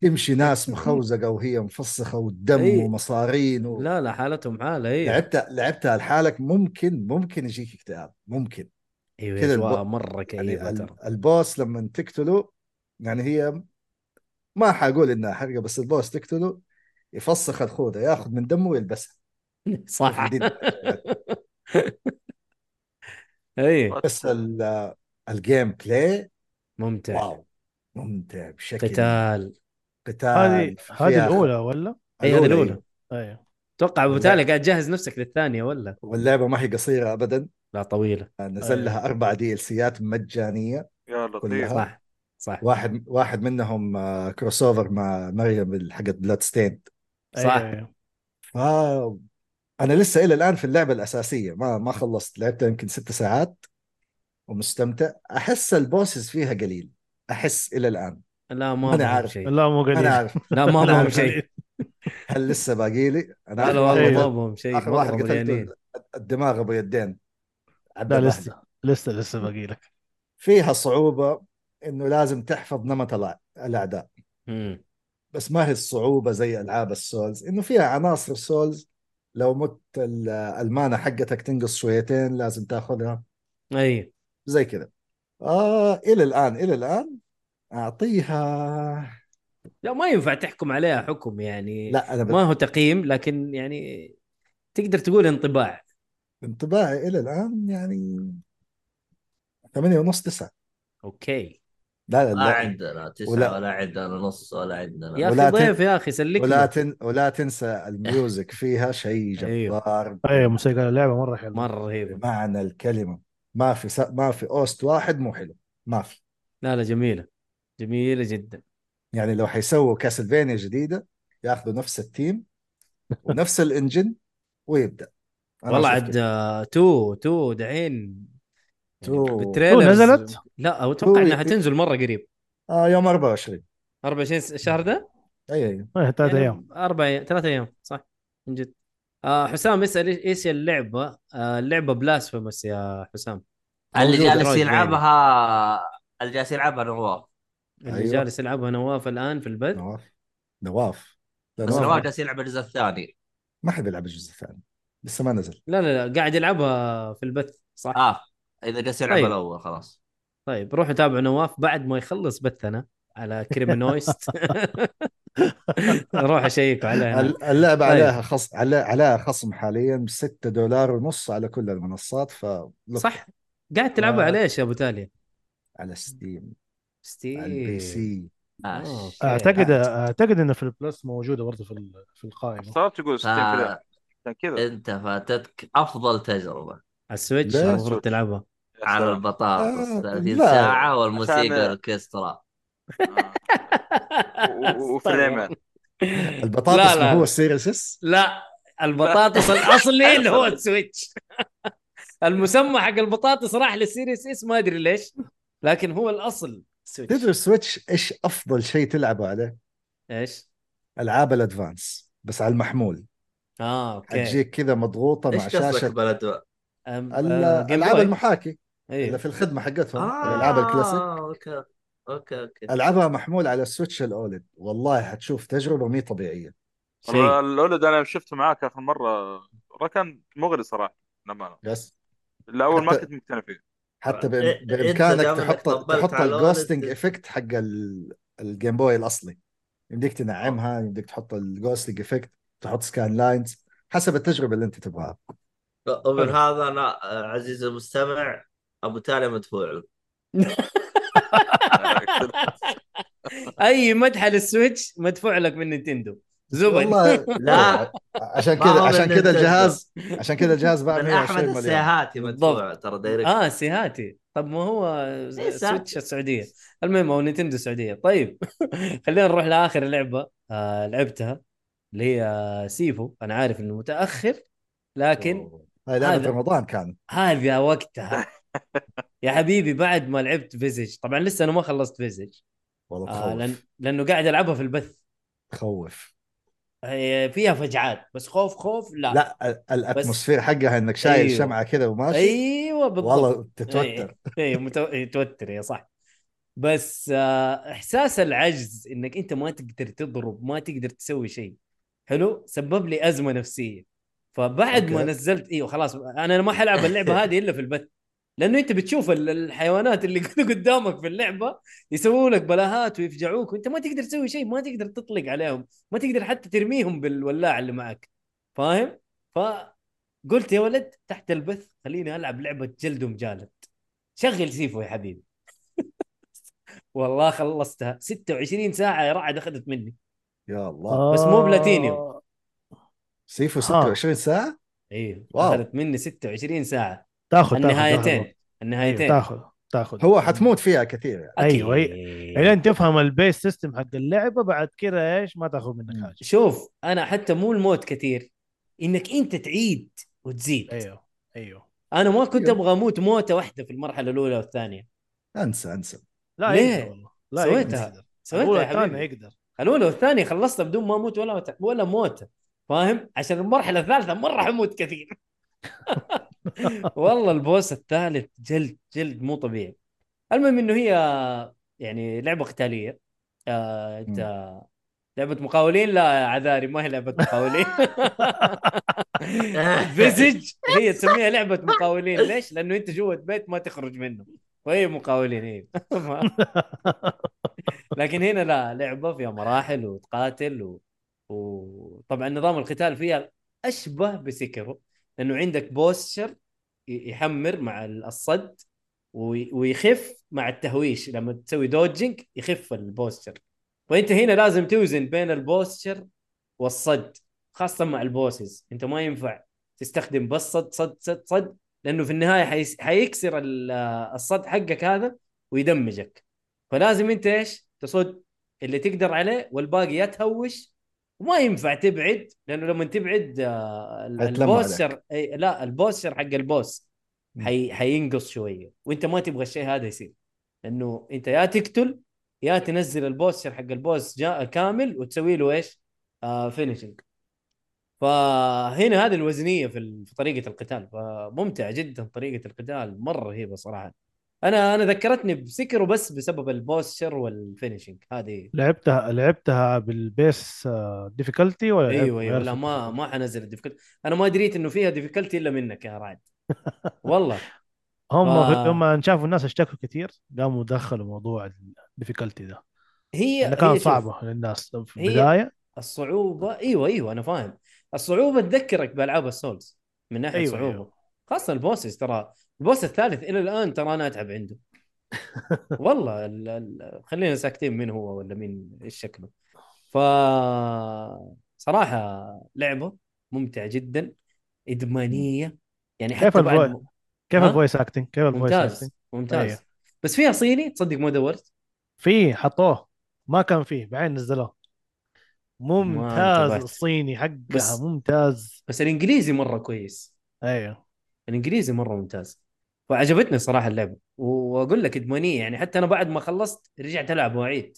S1: تمشي ناس مخوزقة وهي مفسخة ودم
S2: إيه.
S1: ومصارين و...
S2: لا لا حالتهم حاله ايوه
S1: لعبتها لعبتها لحالك ممكن ممكن يجيك اكتئاب ممكن
S2: ايوه
S1: كذا
S2: اجواء
S1: الب-
S2: مره
S1: يعني
S2: كئيبه ترى
S1: ال- البوس لما تقتله يعني هي ما حقول انها حرقه بس البوس تقتله يفسخ الخوذه ياخذ من دمه ويلبسها شوف
S2: صح
S1: الدين.
S2: اي
S1: بس ال- الجيم بلاي
S2: ممتع
S1: واو ممتع بشكل
S2: قتال
S1: قتال
S4: هذه
S1: آه، فيها-
S4: هذه الاولى ولا؟
S2: اي هذه الاولى
S4: ايوه
S2: اتوقع ابو
S1: إيه. لا.
S2: تالي قاعد جهز نفسك للثانيه ولا
S1: واللعبه ما هي قصيره ابدا
S2: لا طويله
S4: إيه.
S1: نزل لها اربع دي ال سيات مجانيه
S5: يا
S1: كلها.
S5: لطيف
S2: صح صح
S1: واحد واحد منهم آه، كروس اوفر مع مريم حقت بلاد ستيند
S2: صح.
S4: أيوة.
S1: آه انا لسه الى الان في اللعبه الاساسيه ما ما خلصت لعبتها يمكن ست ساعات ومستمتع احس البوسز فيها قليل احس الى الان
S2: لا
S1: أنا
S2: ما مهم
S1: عارف.
S2: شيء
S4: لا مو قليل
S1: انا عارف
S2: لا ما
S1: أنا
S2: مهم
S1: عارف.
S2: شيء
S1: هل لسه باقي لي انا
S2: لا
S1: آخر
S2: لا
S1: واحد
S2: والله ما يعني
S4: أيوة.
S2: مهم شيء
S1: اخر
S2: مرة
S1: واحد قتلته
S2: مليانين
S1: الدماغ ابو يدين
S4: لا
S1: عدل أهلي.
S4: لسه لسه لسه باقي لك
S1: فيها صعوبه انه لازم تحفظ نمط الع- الاعداء
S2: مم.
S1: بس ما هي الصعوبه زي العاب السولز انه فيها عناصر سولز لو مت ال- المانا حقتك تنقص شويتين لازم تاخذها
S2: اي
S1: زي كذا آه الى الان الى الان اعطيها
S2: لا ما ينفع تحكم عليها حكم يعني
S1: لا انا
S2: ما هو تقييم لكن يعني تقدر تقول انطباع
S1: انطباعي الى الان يعني ثمانية ونص تسعة
S2: اوكي
S1: لا لا,
S3: ما
S1: لا.
S3: عندنا تسعة
S1: ولا-
S3: ولا, عندنا نص ولا عندنا
S2: يا
S1: ولا
S2: اخي
S1: ت-
S2: ضيف يا اخي سلك
S1: ولا
S2: له
S1: تن... ولا تنسى الميوزك فيها شيء
S2: أيوه.
S1: جبار
S4: ايوه موسيقى اللعبه مره حلوه
S2: مرة رهيبة
S1: بمعنى الكلمة ما في س... ما في اوست واحد مو حلو ما في
S2: لا لا جميلة جميلة جدا
S1: يعني لو حيسووا كاسلفينيا جديدة ياخذوا نفس التيم ونفس الانجن ويبدا أنا
S2: والله
S1: أشوف
S2: عاد
S1: كده.
S2: آه، تو تو دحين يعني
S1: تو.
S2: بالتريلرز-
S4: تو نزلت؟
S2: لا
S1: تو
S2: اتوقع انها
S1: ي-
S2: تنزل مرة قريب
S1: آه يوم 24
S2: 24 الشهر ده
S1: اي اي
S4: ايه ثلاث
S2: يعني
S4: ايام
S2: اربع ايام ثلاث ايام صح من جد آه حسام اسال إيش- ايش هي اللعبه آه اللعبه بلاسفيموس يا حسام
S3: اللي
S2: موجودة
S3: جالس
S2: رويد
S3: يلعبها اللي جالس يلعبها نواف
S2: اللي
S1: أيوة.
S2: جالس يلعبها نواف الان في البث
S1: نواف نواف لا،
S3: بس
S1: نواف
S3: نواف جالس يلعب الجزء الثاني
S1: ما حد يلعب الجزء الثاني لسه ما نزل
S2: لا لا لا قاعد يلعبها في البث صح آه.
S3: اه اذا جالس يلعب
S2: طيب.
S3: الاول خلاص
S2: طيب روحوا تابعوا نواف بعد ما يخلص بثنا على كريمنويست روح اشيكوا عليه هناك
S1: الل- اللعبة
S2: طيب.
S1: عليها خص على- عليها خصم حاليا 6 دولار ونص على كل المنصات ف
S2: صح قاعد تلعبها
S1: آه.
S2: على ايش يا ابو تالي؟
S1: على ستيم
S2: إيه.
S1: على البي
S2: ستيم
S1: سي
S2: آه،
S3: آه.
S2: أوكي.
S4: اعتقد اعتقد انه في البلس موجوده برضه في ال- في القائمه
S5: استغربت تقول 60
S3: آه،
S5: بلاي عشان كذا
S3: انت فاتتك افضل تجربه
S2: على السويتش
S1: لا.
S2: المفروض
S5: سويتش.
S2: تلعبها
S5: يا
S3: على
S5: سلام.
S3: البطاطس
S1: آه،
S3: 30
S1: لا.
S3: ساعه والموسيقى
S5: عشان-
S3: الاوركسترا
S5: آه. و- وفي اليمن
S1: البطاطس
S2: لا،
S1: ما
S2: لا.
S1: هو السيريس اس
S2: لا البطاطس الاصلي اللي هو السويتش المسمى حق البطاطس راح للسيريس اس ما ادري ليش لكن هو الاصل
S1: تدري
S2: سويتش
S1: السويتش ايش افضل شيء تلعبه عليه؟
S2: ايش؟
S1: العاب الادفانس بس على المحمول
S2: اه اوكي
S1: حتجيك كذا مضغوطة مع
S3: ايش قصدك
S1: شاشة
S3: بلد
S2: أم-
S1: ال-
S2: آه، جيم
S1: العاب
S2: بوي.
S1: المحاكي اللي
S2: أيوه.
S1: في الخدمة حقتهم
S3: إيه. آه،
S1: الالعاب الكلاسيك
S3: اوكي اوكي اوكي
S1: العبها محمول على السويتش الاولد والله حتشوف تجربه مي طبيعيه
S5: والله
S2: شيء
S5: الاولد انا شفته معاك اخر مره والله كان مغري صراحه للامانه
S1: بس
S5: لا اول ما
S1: حتى-
S5: كنت مقتنع فيه
S1: حتى بإم-
S3: إيه، إنت
S1: بامكانك
S3: دام إنك
S1: تحط
S3: طبلت
S1: تحط
S3: على
S1: الجوستنج
S3: الأولد.
S1: افكت حق ال- الجيم بوي الاصلي يمديك تنعمها يمديك تحط الجوستنج افكت تحط سكان لاينز حسب التجربه اللي انت تبغاها
S3: ومن هذا انا آه، عزيزي المستمع ابو تالي مدفوع له
S2: اي مدح للسويتش مدفوع لك من نينتندو زبل
S1: والله
S3: لا
S1: عشان
S3: ما
S1: كذا
S3: هو
S1: عشان
S3: من
S1: كذا
S3: Nintendo.
S1: الجهاز عشان كذا الجهاز باع
S3: من احمد
S1: 120 مليون
S3: السيهاتي مدفوع ترى دايركت
S2: اه سيهاتي طب ما هو سويتش السعوديه المهم هو نينتندو السعوديه طيب خلينا نروح لاخر لعبه آه لعبتها اللي هي آه، سيفو انا عارف انه متاخر لكن
S1: هاي لعبه
S2: هذا.
S1: رمضان كان
S2: هذا وقتها يا حبيبي بعد ما لعبت فيزج طبعا لسه انا ما خلصت فيزج
S1: والله
S2: آه لأن...
S1: تخوف
S2: لانه قاعد العبها في البث
S1: تخوف
S2: هي فيها فجعات بس خوف خوف لا,
S1: لا ال- الاتموسفير حقها انك شايل
S2: آه، أيوه.
S1: شمعه كذا وماشي
S2: ايوه بالضبط إيه،
S1: والله تتوتر
S2: اي متوتر إيه، يا صح بس آه، احساس العجز انك انت ما تقدر تضرب ما تقدر تسوي شيء حلو سبب لي ازمه نفسيه فبعد ما
S1: أوكي.
S2: نزلت ايوه خلاص انا ما حلعب اللعبه هذه الا في البث لانه انت بتشوف ال- الحيوانات اللي قدامك في اللعبه يسووا لك بلاهات ويفجعوك وانت ما تقدر تسوي شيء ما تقدر تطلق عليهم ما تقدر حتى ترميهم بالولاعه اللي معك فاهم فقلت يا ولد تحت البث خليني العب لعبه جلد ومجالد شغل سيفو يا حبيبي والله خلصتها 26 ساعه يا رعد اخذت مني
S1: يا الله
S2: بس مو بلاتينيوم.
S4: آه،
S1: سيفو
S2: آه.
S4: ها.
S1: 26 ساعه
S2: ايوه
S1: واو.
S2: اخذت مني 26 ساعه
S4: تاخذ تاخذ-
S2: النهايتين
S4: تاخذ
S2: النهايتين
S4: تاخذ تاخذ
S2: آه.
S1: هو حتموت فيها كثير يعني
S4: إيه، أيوة،
S2: أكيد.
S4: الين تفهم البيس سيستم حق اللعبه بعد كذا ايش ما تاخذ منك
S1: مم.
S4: حاجه
S2: شوف انا حتى مو الموت كثير انك انت تعيد وتزيد
S4: ايوه ايوه
S2: انا ما كنت
S1: أيوه.
S2: ابغى اموت موته واحده في المرحله الاولى والثانيه
S1: انسى انسى
S4: لا
S2: ليه؟
S4: يقدر والله لا
S2: سويتها.
S4: يقدر.
S2: سويتها
S4: الأولى إيه.
S2: يا
S4: الثانية
S2: حبيبي
S4: يقدر
S2: الاولى والثانيه خلصتها بدون ما اموت ولا ولا موته فاهم عشان المرحله الثالثه مره حموت كثير والله البوس الثالث جلد جلد مو طبيعي المهم انه هي يعني لعبه قتاليه آه، انت لعبه مقاولين لا يا عذاري ما هي لعبه مقاولين فيزج هي تسميها لعبه مقاولين ليش؟ لانه انت جوه بيت ما تخرج منه وهي مقاولين هي لكن هنا لا لعبه فيها مراحل وتقاتل و... وطبعا نظام القتال فيها اشبه بسكرو لانه عندك بوستشر ي- يحمر مع الصد وي- ويخف مع التهويش لما تسوي دوجنج يخف البوستشر وانت هنا لازم توزن بين البوستشر والصد خاصه مع البوسز انت ما ينفع تستخدم بس صد صد صد صد لانه في النهايه حيس... حيكسر ال- الصد حقك هذا ويدمجك فلازم انت ايش تصد اللي تقدر عليه والباقي يا تهوش وما ينفع تبعد لانه لما تبعد آه، ال-
S1: حيتلمع عليك.
S2: البوستر أي لا البوستر حق البوس
S1: مم.
S2: حي... حينقص شويه وانت ما تبغى الشيء هذا يصير لانه انت يا تقتل يا تنزل البوستر حق البوس جاء كامل وتسوي له ايش؟ آه فينشنج فهنا هذه الوزنيه في ال- في طريقه القتال فممتع جدا طريقه القتال مره رهيبه صراحه انا انا ذكرتني بسكرو بس بسبب البوستشر والفينشنج هذه
S4: لعبتها لعبتها بالبيس ديفيكولتي ولا لعبت
S2: ايوه ايوه
S4: غير
S2: لا ما
S4: difficulty؟
S2: ما حنزل الديفيكولتي انا ما دريت انه فيها ديفيكولتي الا منك يا رعد والله
S4: هم
S2: آه.
S4: آه. هم شافوا الناس اشتكوا كتير قاموا دخلوا موضوع الديفيكولتي ده
S2: هي
S4: اللي كان
S2: هي شوف،
S4: صعبه للناس في
S2: هي-
S4: البدايه
S2: الصعوبه ايوه ايوه انا فاهم الصعوبه تذكرك بالعاب السولز من ناحيه أيوة
S4: أيوة،
S2: صعوبه أيوة.
S4: أيوة.
S2: خاصه البوسز ترى البوس الثالث الى الان ترى انا اتعب عنده والله ال... ال... خلينا ساكتين من هو ولا مين ايش شكله ف صراحه لعبه ممتعه جدا ادمانيه يعني
S4: كيف
S2: حتى بعد
S4: الفوي-
S2: م-
S4: كيف
S2: ها؟
S4: الفويس اكتنج كيف الفويس
S2: ممتاز
S4: اكتنج
S2: ممتاز
S4: أيوة.
S2: بس فيها صيني تصدق ما دورت
S4: فيه حطوه ما كان فيه بعدين نزلوه ممتاز
S2: انتبهت.
S4: الصيني حقها
S2: بس-
S4: ممتاز
S2: بس الانجليزي مره كويس
S4: ايوه
S2: الانجليزي مره ممتاز فعجبتني صراحه اللعبه واقول لك ادمانيه يعني حتى انا بعد ما خلصت رجعت العب واعيد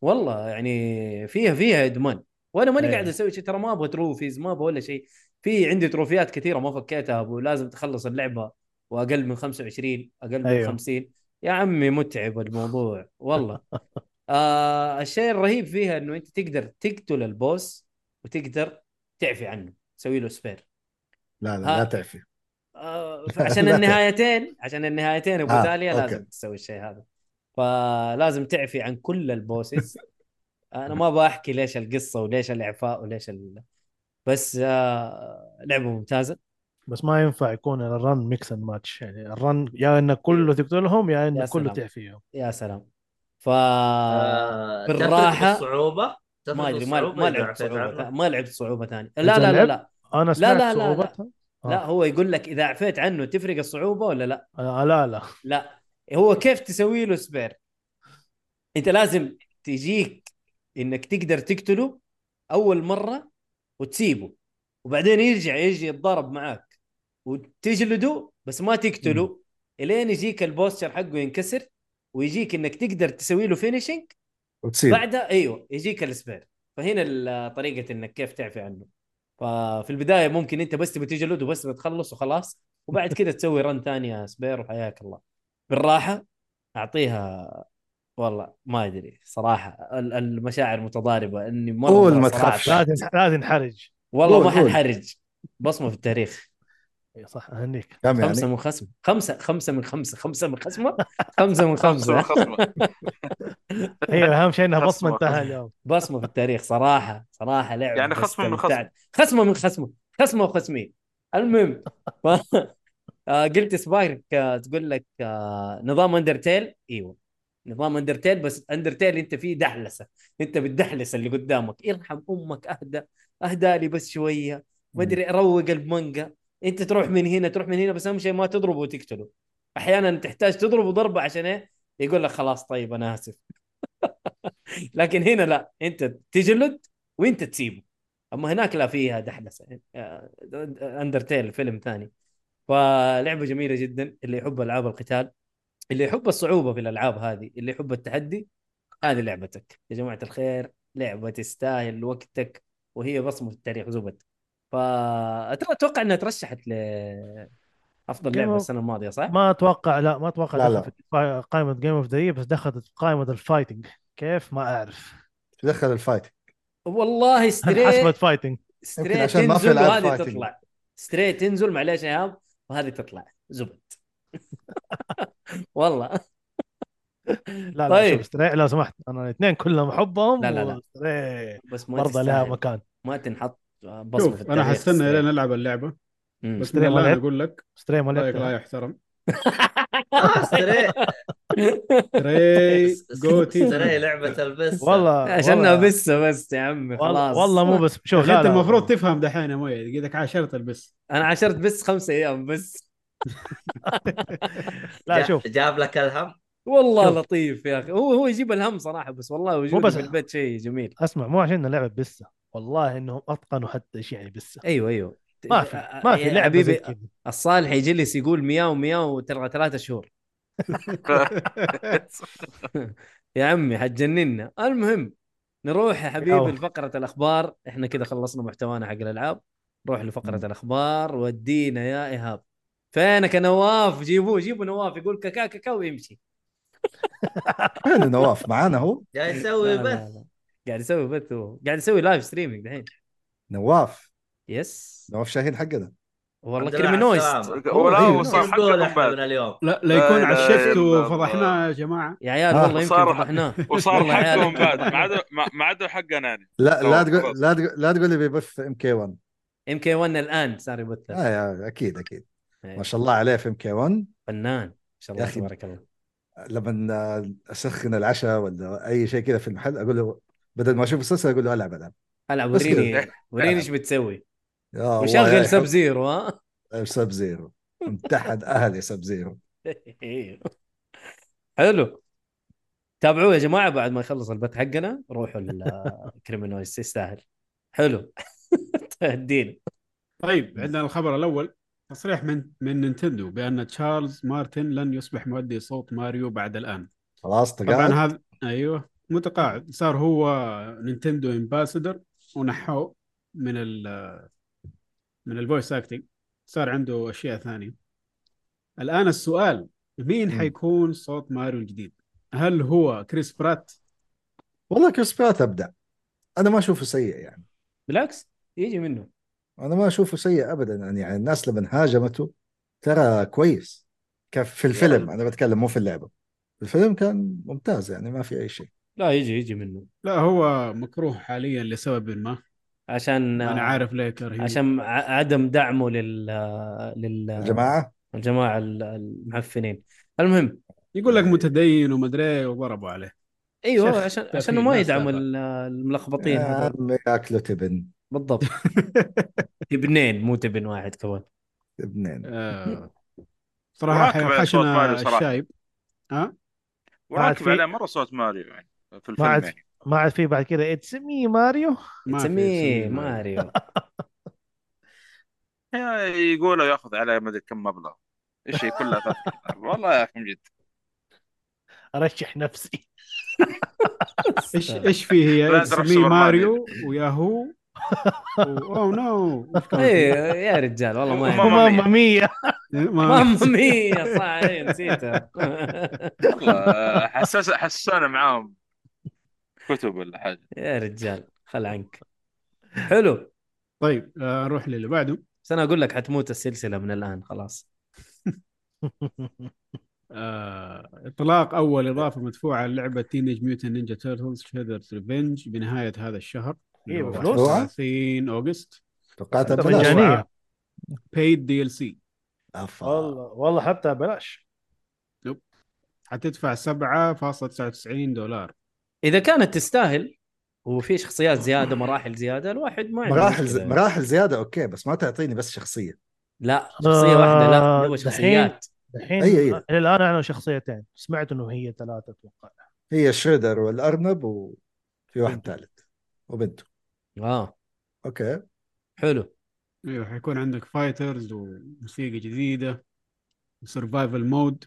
S2: والله يعني فيها فيها ادمان وانا ماني
S4: إيه.
S2: قاعد اسوي شيء ترى ما ابغى تروفيز ما ابغى ولا شيء في عندي تروفيات كثيره ما فكيتها ولازم تخلص اللعبه واقل من 25 اقل من
S4: أيوه.
S2: 50 يا عمي متعب الموضوع والله آه الشيء الرهيب فيها انه انت تقدر تقتل البوس وتقدر تعفي عنه تسوي له سبير
S1: لا لا
S2: ها.
S1: لا تعفي
S2: آه، عشان
S1: لا
S2: النهايتين عشان النهايتين ابو
S1: آه،
S2: تاليا
S1: أوكي.
S2: لازم تسوي الشيء هذا فلازم تعفي عن كل البوسز انا ما بحكي ليش القصه وليش الاعفاء وليش ال... بس آه لعبه ممتازه
S4: بس ما ينفع يكون الرن ميكس اند ماتش يعني الرن يا انك كله تقتلهم يا انك كله
S2: إيه. سلام.
S4: تعفيهم
S2: يا سلام ف
S3: آه،
S2: بالراحة.
S3: تفرق الصعوبه تفرق
S2: ما ادري ما
S3: الصعوبة
S2: ما
S3: إذا
S2: لعبت
S3: عفيت
S2: صعوبه
S3: عنها؟
S2: ثانية- ما لعبت صعوبه ثانيه لا
S4: أنت
S2: لا لا
S4: لعبت؟
S2: لا
S4: انا سمعت
S2: لا، لا، لا.
S4: صعوبتها آه.
S2: لا هو يقول لك اذا عفيت عنه تفرق الصعوبه ولا لا
S4: آه لا لا
S2: لا هو كيف تسوي له سبير انت لازم تجيك انك تقدر تقتله اول مره وتسيبه وبعدين يرجع يجي يتضارب معاك وتجلده بس ما تقتله الين يجيك البوستر حقه ينكسر ويجيك انك تقدر تسوي له فينيشنج
S1: وتصير
S2: بعدها ايوه يجيك السبير فهنا ال- طريقه انك كيف تعفي عنه ففي البدايه ممكن انت بس تبي تجلد وبس بتخلص وخلاص وبعد كده تسوي رن ثانيه سبير وحياك الله بالراحه اعطيها والله ما ادري صراحه ال- المشاعر متضاربه اني مره
S1: قول
S2: مرة
S1: ما
S2: صراحة
S1: تخافش.
S4: لا
S2: تعبت.
S4: تنح- لا تنحرج
S2: والله
S1: قول-
S2: ما
S1: قول.
S2: حنحرج بصمه في التاريخ
S4: إي أيوة، صح اهنيك
S1: كم
S2: خمسه
S1: يعني
S2: من خصم خمسه خمسه من خمسه خمسه من خصمه خمسه من
S5: خمسه
S2: خمسه
S5: من خصمك
S4: هي اهم أيوة، شيء انها بصمه
S5: خصمة.
S4: انتهى اليوم
S2: بصمه في التاريخ صراحه صراحه لعب
S5: يعني خصم من خصم.
S2: خصمه من خصمه خصمه وخصمي المهم ف... آه، قلت سبايك آه، تقول لك آه، نظام اندرتيل ايوه نظام اندرتيل بس اندرتيل انت فيه دحلسه انت بتدحلس اللي قدامك ارحم امك اهدى اهدى لي بس شويه ما ادري اروق المانجا انت تروح من هنا تروح من هنا بس اهم شيء ما تضربه وتقتله احيانا تحتاج تضربه ضربه عشان ايه يقول لك خلاص طيب انا اسف لكن هنا لا انت تجلد وانت تسيبه اما هناك لا فيها دحلسه آه، اندرتيل فيلم ثاني فلعبه جميله جدا اللي يحب العاب القتال اللي يحب الصعوبه في الالعاب هذه اللي يحب التحدي هذه لعبتك يا جماعه الخير لعبه تستاهل وقتك وهي بصمه في التاريخ زبد فاتوقع انها ترشحت لافضل لعبه
S4: Game of-
S2: السنه الماضيه صح؟
S4: ما اتوقع لا ما اتوقع
S1: لا،
S4: دخل في قائمه جيم اوف ذا بس دخلت في قائمه الفايتنج كيف ما اعرف
S1: دخل الفايت
S2: والله
S4: انحسبت
S2: ستريت
S4: فايتنج
S2: ستريت
S1: يمكن عشان ما في
S2: تنزل
S1: ألعاب
S2: وهذه
S1: فايتنج.
S2: تطلع ستريت تنزل معليش يا هاب وهذه تطلع زبد والله
S4: لا لا
S2: طيب.
S4: شوف ستري لو سمحت انا الاثنين كلهم احبهم
S2: لا، لا، لا.
S4: وستري
S2: بس ما
S4: برضه لها
S2: تستاهل
S4: مكان
S2: ما تنحط بصمه في
S6: شوف انا
S2: التاريخ
S6: حستنى
S2: ستريت.
S6: لين العب اللعبه
S2: مم.
S6: بس من
S4: ما
S6: الله
S4: لعبت.
S6: انا اقول لك
S4: ستري ما
S6: رايك طيب، لا
S4: لعبتها
S6: يحترم
S3: آه، ستري
S6: تري جوتي
S3: تري لعبه البس
S4: والله
S2: عشانها
S4: والله-
S2: بس بس يا عمي خلاص
S4: والله مو بس شوف
S6: شوف
S4: لا
S6: انت
S4: لا
S6: المفروض تفهم دحين يا مويه قدك عاشرت البس
S2: انا عشرت بس خمسة ايام بس
S4: لا شوف
S3: جاب لك الهم
S2: والله
S4: شوف.
S2: لطيف يا اخي هو هو يجيب الهم صراحه بس والله وجوده
S4: بس-
S2: في البيت شيء جميل
S4: اسمع مو عشان لعبه بسه والله انهم اتقنوا حتى ايش يعني بسه
S2: ايوه ايوه
S4: ما في ما في
S2: يا
S4: لعبه زي
S2: حبيبي
S4: كذا
S2: الصالح يجلس يقول مياو مياو ترى ثلاثة شهور يا عمي حتجننا المهم نروح يا
S4: مياو.
S2: حبيبي لفقرة الأخبار احنا كذا خلصنا محتوانا حق الألعاب نروح لفقرة الأخبار ودينا يا إيهاب فينك يا نواف جيبوه جيبوا نواف يقول كاكا كاكا ويمشي
S1: فين نواف معانا هو
S3: جاي يسوي
S2: لا، لا،
S3: بث
S2: لا. قاعد يسوي بث هو. قاعد يسوي لايف ستريمينج دحين
S1: نواف
S2: يس
S1: نواف شاهين حقنا
S2: والله
S3: الحمد لله على
S2: كريمينويست
S3: السلامة.
S5: ولا
S1: أيوة.
S5: هو صار
S3: نقول
S5: حقكم
S3: احنا
S5: بعد
S3: من اليوم
S6: لا لا يكون
S5: لا
S6: عشفت
S5: إله إلا
S6: وفضحناه يا جماعه
S2: يا عيال
S1: آه.
S2: والله يمكن
S5: صار-
S2: فضحناه
S5: وصار
S2: والله يا عيال.
S5: حقهم بعد ما عدا ما- ما عدا حقنا يعني
S1: لا لا
S5: نواف،
S1: تقول
S5: خلاص.
S1: لا تقول لا تقول لي بيبث ام كي 1
S2: ام كي 1 الان صار يبث
S1: آه يا- اكيد اكيد ما
S2: أيوة.
S1: شاء الله عليه في ام كي 1
S2: فنان ما شاء
S1: يا
S2: الله
S1: أخي.
S2: تبارك الله
S1: لما آه، اسخن العشاء ولا اي شيء كذا في المحل اقول له بدل ما اشوف مسلسل اقول له العب العب
S2: العب
S1: بس كده.
S2: وريني وريني ايش بتسوي
S1: يا الله، يا
S2: وشغل سب
S1: يحب-
S2: زيرو ها
S1: سب زيرو امتحن اهلي سب زيرو
S2: إيه. حلو تابعوه يا جماعه بعد ما يخلص البث حقنا روحوا الكريمينويست يستاهل حلو تهدينا
S6: طيب عندنا الخبر الاول تصريح من من نينتندو بان تشارلز مارتن لن يصبح مؤدي صوت ماريو بعد الان
S1: خلاص
S6: طبعا
S1: تقاعد
S6: هذا ايوه متقاعد صار هو نينتندو امباسدر ونحوه من ال من الفويس اكتنج صار عنده اشياء ثانيه الان السؤال مين
S1: مم.
S6: حيكون صوت ماريو الجديد؟ هل هو كريس برات؟
S1: والله كريس برات ابدع انا ما اشوفه سيء يعني
S2: بالعكس يجي منه
S1: انا ما اشوفه سيء ابدا يعني الناس لما هاجمته ترى كويس كان في الفيلم
S2: يعني-
S1: انا بتكلم مو في اللعبه الفيلم كان ممتاز يعني ما في اي شيء
S2: لا يجي يجي منه
S6: لا هو مكروه حاليا لسبب ما
S2: عشان
S6: انا عارف ليه كرهين
S2: عشان ع- عدم دعمه لل لل
S1: الجماعه
S2: الجماعه ال- المعفنين المهم
S6: يقول لك متدين ومدري وضربوا عليه
S2: ايوه
S6: شيخ
S2: عشان
S6: تأثير
S2: عشان ما
S6: ناس
S2: يدعموا
S6: تابع.
S2: ال- الملخبطين
S1: يا
S6: آه.
S2: هذول.
S1: عمي ياكلوا تبن
S2: بالضبط تبنين مو تبن واحد كمان
S1: تبنين
S6: آه.
S5: مراقب
S6: صراحه
S5: على صوت ماريو
S6: حاشنا
S5: صراحة.
S6: الشايب
S4: بعد
S5: وراكب
S4: في-
S5: عليه مره صوت ماريو يعني في الفيلم
S4: بعد-
S5: يعني
S4: ما عاد في بعد كذا اتس مي ماريو
S6: ما في
S2: تسميه
S6: اسم ماريو.
S2: ماريو
S5: يا- يعني. يقولوا ياخذ عليه ما ادري كم مبلغ ايش هي كلها فاتحة. والله يا اخي من جد
S4: ارشح نفسي
S6: ايش ايش فيه هي
S5: لا تروح
S6: اسمي
S5: سوبر
S6: ماريو وياهو اوه نو وش كمان
S2: ايه
S6: فيه؟
S2: يا رجال والله ما
S5: ماما
S2: يعني.
S4: ماما مية
S6: ما-
S2: ماما مية صح إيه، نسيتها
S5: والله حسس حسونا معاهم كتب ولا حاجه
S2: يا رجال خل عنك حلو
S6: طيب آه، نروح للي بعده
S2: بس انا اقول لك حتموت السلسله من الان خلاص
S6: آه، اطلاق اول اضافه مدفوعه للعبه تينيج ميوتن نينجا تيرتلز شيدرز ريفنج بنهايه هذا الشهر
S4: إيه،
S6: اللي هو
S4: بفلوس؟
S6: 30 اوغست
S1: توقعتها
S4: طب
S1: ببلاش
S4: مجانية.
S6: مجانيه بيد دي ال سي
S1: أفا.
S4: والله والله حتى بلاش
S6: حتدفع 7.99 دولار
S2: اذا كانت تستاهل وفي شخصيات زياده مراحل زياده الواحد ما عنده
S1: مراحل
S2: مشكلة.
S1: ز... مراحل زياده اوكي بس ما تعطيني بس شخصيه
S2: لا شخصيه واحده لا هو
S4: آه،
S2: شخصيات
S4: الحين
S1: أي- أي.
S4: الى الان اعلنوا شخصيتين سمعت انه هي ثلاثه اتوقع
S1: هي شريدر والارنب وفي واحد ثالث وبنته
S2: اه
S1: اوكي
S2: حلو
S6: ايوه حيكون عندك فايترز وموسيقى جديده وسرفايفل مود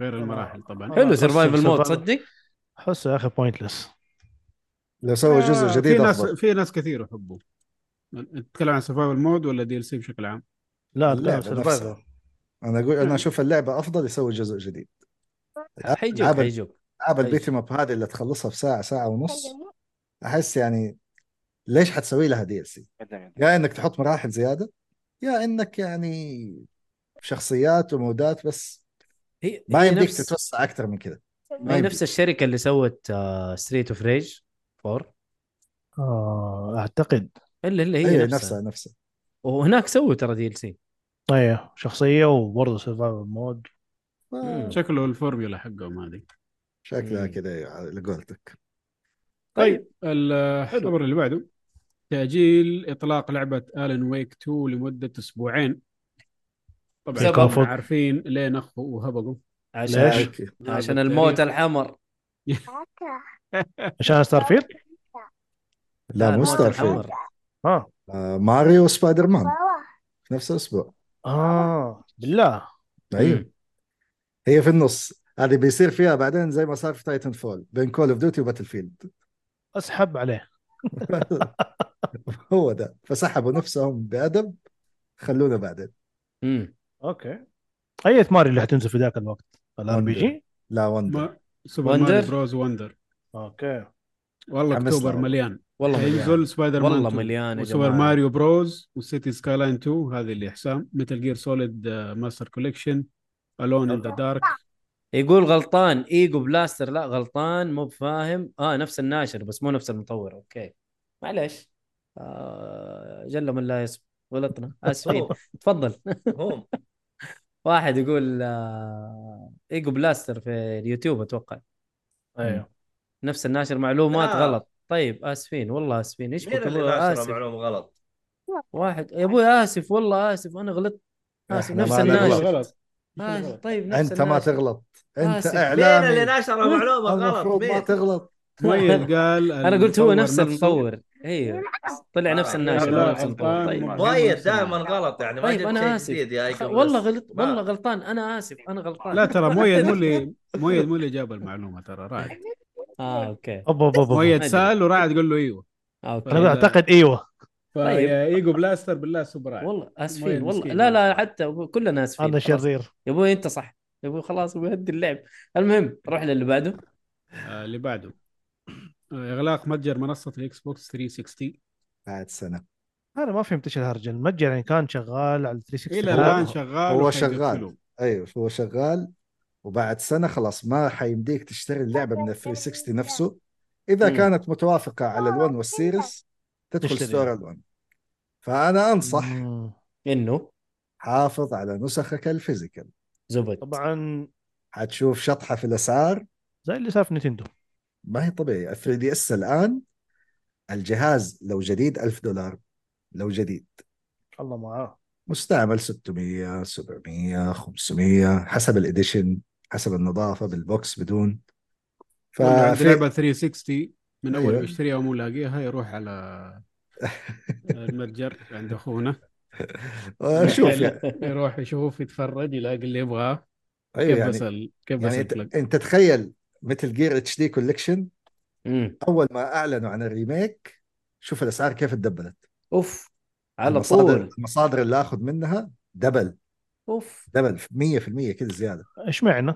S6: غير المراحل طبعا
S4: والله
S1: آه،
S2: حلو
S4: قصة
S2: سرفايفل مود
S4: survival.
S2: تصدق
S4: احسه يا اخي بوينتلس
S1: لو سووا
S6: آه،
S1: جزء جديد
S6: في ناس
S1: افضل
S6: في ناس كثير يحبوه تتكلم عن سرفايفل مود ولا دي ال سي بشكل عام
S4: لا
S1: اللعبة
S4: لا
S1: نفسها.
S4: سرفايفل
S1: انا اقول انا اشوف اللعبه افضل يسوي جزء جديد
S2: حيجوك
S1: ألعاب-
S2: حيجوك
S1: العاب
S2: أيوة.
S1: البيثم اب هذه اللي تخلصها في ساعه ساعه ونص احس يعني ليش حتسوي لها دي سي؟ يا انك تحط مراحل زياده يا انك يعني شخصيات ومودات بس
S2: هي
S1: ما
S2: هي
S1: يمديك
S2: نفس-
S1: تتوسع اكثر من كذا ما
S2: هي
S1: يمديك.
S2: نفس الشركه اللي سوت آه، ستريت اوف ريج 4
S4: آه، اعتقد
S2: الا الا
S1: هي
S2: هي نفسها.
S1: إيه، نفسها نفسها
S2: وهناك سووا ترى دي ال سي
S4: ايوه شخصيه وبرضه سرفايفل مود
S2: مم.
S6: شكله الفورميولا حقهم هذه
S1: شكلها
S2: مم.
S1: كذا على قولتك
S6: طيب الخبر اللي بعده تأجيل إطلاق لعبة ألن ويك 2 لمدة أسبوعين طبعا
S2: سبب.
S6: كنا عارفين ليه نخوا وهبقوا
S2: عشان
S4: ليش؟
S1: لكن-
S6: هذا
S2: عشان
S6: التاريخ.
S2: الموت الحمر
S4: عشان ستار فيلد
S1: لا مو
S2: الموت
S1: ستار
S2: الحمر
S1: فيلد
S4: اه
S1: آه، ماريو وسبايدر مان في نفس الاسبوع
S4: اه بالله
S1: ايوه هي في النص هذه بيصير فيها بعدين زي ما صار في تايتن فول بين كول اوف ديوتي وباتل فيلد
S4: اسحب عليه
S1: هو ده فسحبوا نفسهم بادب خلونا بعدين
S2: امم
S4: اوكي اي ماري اللي حتنزل في ذاك الوقت الار بي جي
S1: لا وندر
S6: ما سوبر
S2: وندر؟
S6: ماريو بروز وندر
S4: اوكي
S6: والله
S1: حمسنا
S6: أكتوبر
S1: والله.
S6: مليان
S2: والله مليان
S6: هينزل سبايدر مان
S2: والله
S6: 2
S2: مليان يا
S6: وسوبر
S2: جماعه
S6: ماريو بروز وسيتي سكاي لاين 2 هذه اللي حسام متل جير سوليد آه، ماستر كوليكشن الون ان ذا دارك
S2: يقول غلطان ايجو بلاستر لا غلطان مو بفاهم اه نفس الناشر بس مو نفس المطور اوكي معلش آه جل من لا يسب غلطنا اسفين تفضل
S3: هم
S2: واحد يقول آه ايجو بلاستر في اليوتيوب اتوقع
S4: ايوه
S2: نفس الناشر معلومات
S3: أيوه. لا.
S2: غلط طيب اسفين والله اسفين ايش
S3: مين
S2: بك
S3: اللي
S2: أبوي؟
S3: ناشر
S2: اسف
S3: معلومه غلط؟
S2: واحد يا ابوي اسف والله اسف انا غلطت اسف
S1: إحنا
S2: نفس
S1: ما
S6: إيش
S1: نغلط.
S2: الناشر
S6: الغلط إيش
S2: آسف،
S6: الغلط؟
S2: طيب نفس
S1: انت ما
S2: الناشر.
S1: تغلط انت
S2: آسف. مين
S3: مين آه، اللي
S1: اعلامي
S3: ناشر معلومه غلط؟
S1: المفروض ما
S3: مين؟
S1: تغلط
S6: مؤيد قال
S2: انا قلت هو
S6: المطور
S2: نفس
S6: نفسه-
S2: المطور ايوه طلع
S3: آه،
S2: نفس
S6: لا
S2: الناشر هو
S6: لا
S2: نفس المطور
S6: غلطان
S2: طيب
S6: مؤيد
S3: مؤيد
S6: نفسه.
S3: دائما غلط يعني ما
S2: طيب
S3: جبت
S2: أنا
S3: شيء
S2: آسف.
S3: جديد يا
S2: خ-
S3: ايكو
S2: والله
S3: بلس.
S2: غلط
S3: ما-
S2: والله غلطان انا اسف انا غلطان
S6: لا ترى مؤيد مو اللي مؤيد مو اللي جاب المعلومه ترى راعد
S2: اه اوكي
S4: أبا أبا أبا
S6: مؤيد
S2: أدري.
S6: سال وراعد قول له ايوه
S2: آه، اوكي
S4: انا أقول اعتقد ايوه
S2: طيب.
S6: فيا ايجو بلاستر بالله سوبر راعد
S2: والله اسفين والله
S6: مسكين.
S2: لا لا حتى أبوي، كلنا اسفين
S4: انا
S2: خلاص.
S4: شرير
S2: يا ابوي انت صح يا ابوي خلاص بيهدي اللعب المهم روح للي بعده
S6: آه، اللي بعده آه، اغلاق متجر منصه الاكس بوكس 360
S1: بعد سنه
S4: انا ما فهمت ايش الهرجه المتجر يعني كان شغال على 360
S6: الى
S1: هو-
S6: الان شغال
S1: هو
S6: وحيقفلوه.
S1: شغال. ايوه هو شغال وبعد سنه خلاص ما حيمديك تشتري اللعبه من ال 360 نفسه اذا
S2: مم.
S3: آه،
S1: كانت متوافقه على ال1 والسيريس تدخل
S4: تشتري.
S1: ستور الوان فانا انصح
S4: مم.
S2: انه
S1: حافظ على نسخك الفيزيكال
S2: زبد
S4: طبعا
S1: حتشوف شطحه في الاسعار
S4: زي اللي صار في نتندو
S1: ما هي طبيعيه ال 3 دي اس الان الجهاز لو جديد 1000 دولار لو جديد
S4: الله معاه
S1: مستعمل 600 700 500 حسب الاديشن حسب النظافه بالبوكس بدون
S6: ولا عند
S1: ففي
S6: لعبه 360 من اول
S1: أيوة.
S6: ما يشتريها ومو لاقيها يروح على المتجر عند اخونا
S1: شوف يعني
S6: يروح يشوف يتفرج يلاقي اللي يبغاه
S1: ايوه
S6: كيف
S1: يعني
S6: بس ال- كيف بس
S1: يعني انت,
S6: الكلك
S1: انت تخيل مثل جير اتش دي كوليكشن
S2: مم.
S1: اول ما اعلنوا عن الريميك شوف الاسعار كيف تدبلت
S2: اوف على
S1: المصادر
S2: طول
S1: المصادر اللي اخذ منها دبل
S2: اوف
S1: دبل 100% كذا زياده
S4: ايش معنى؟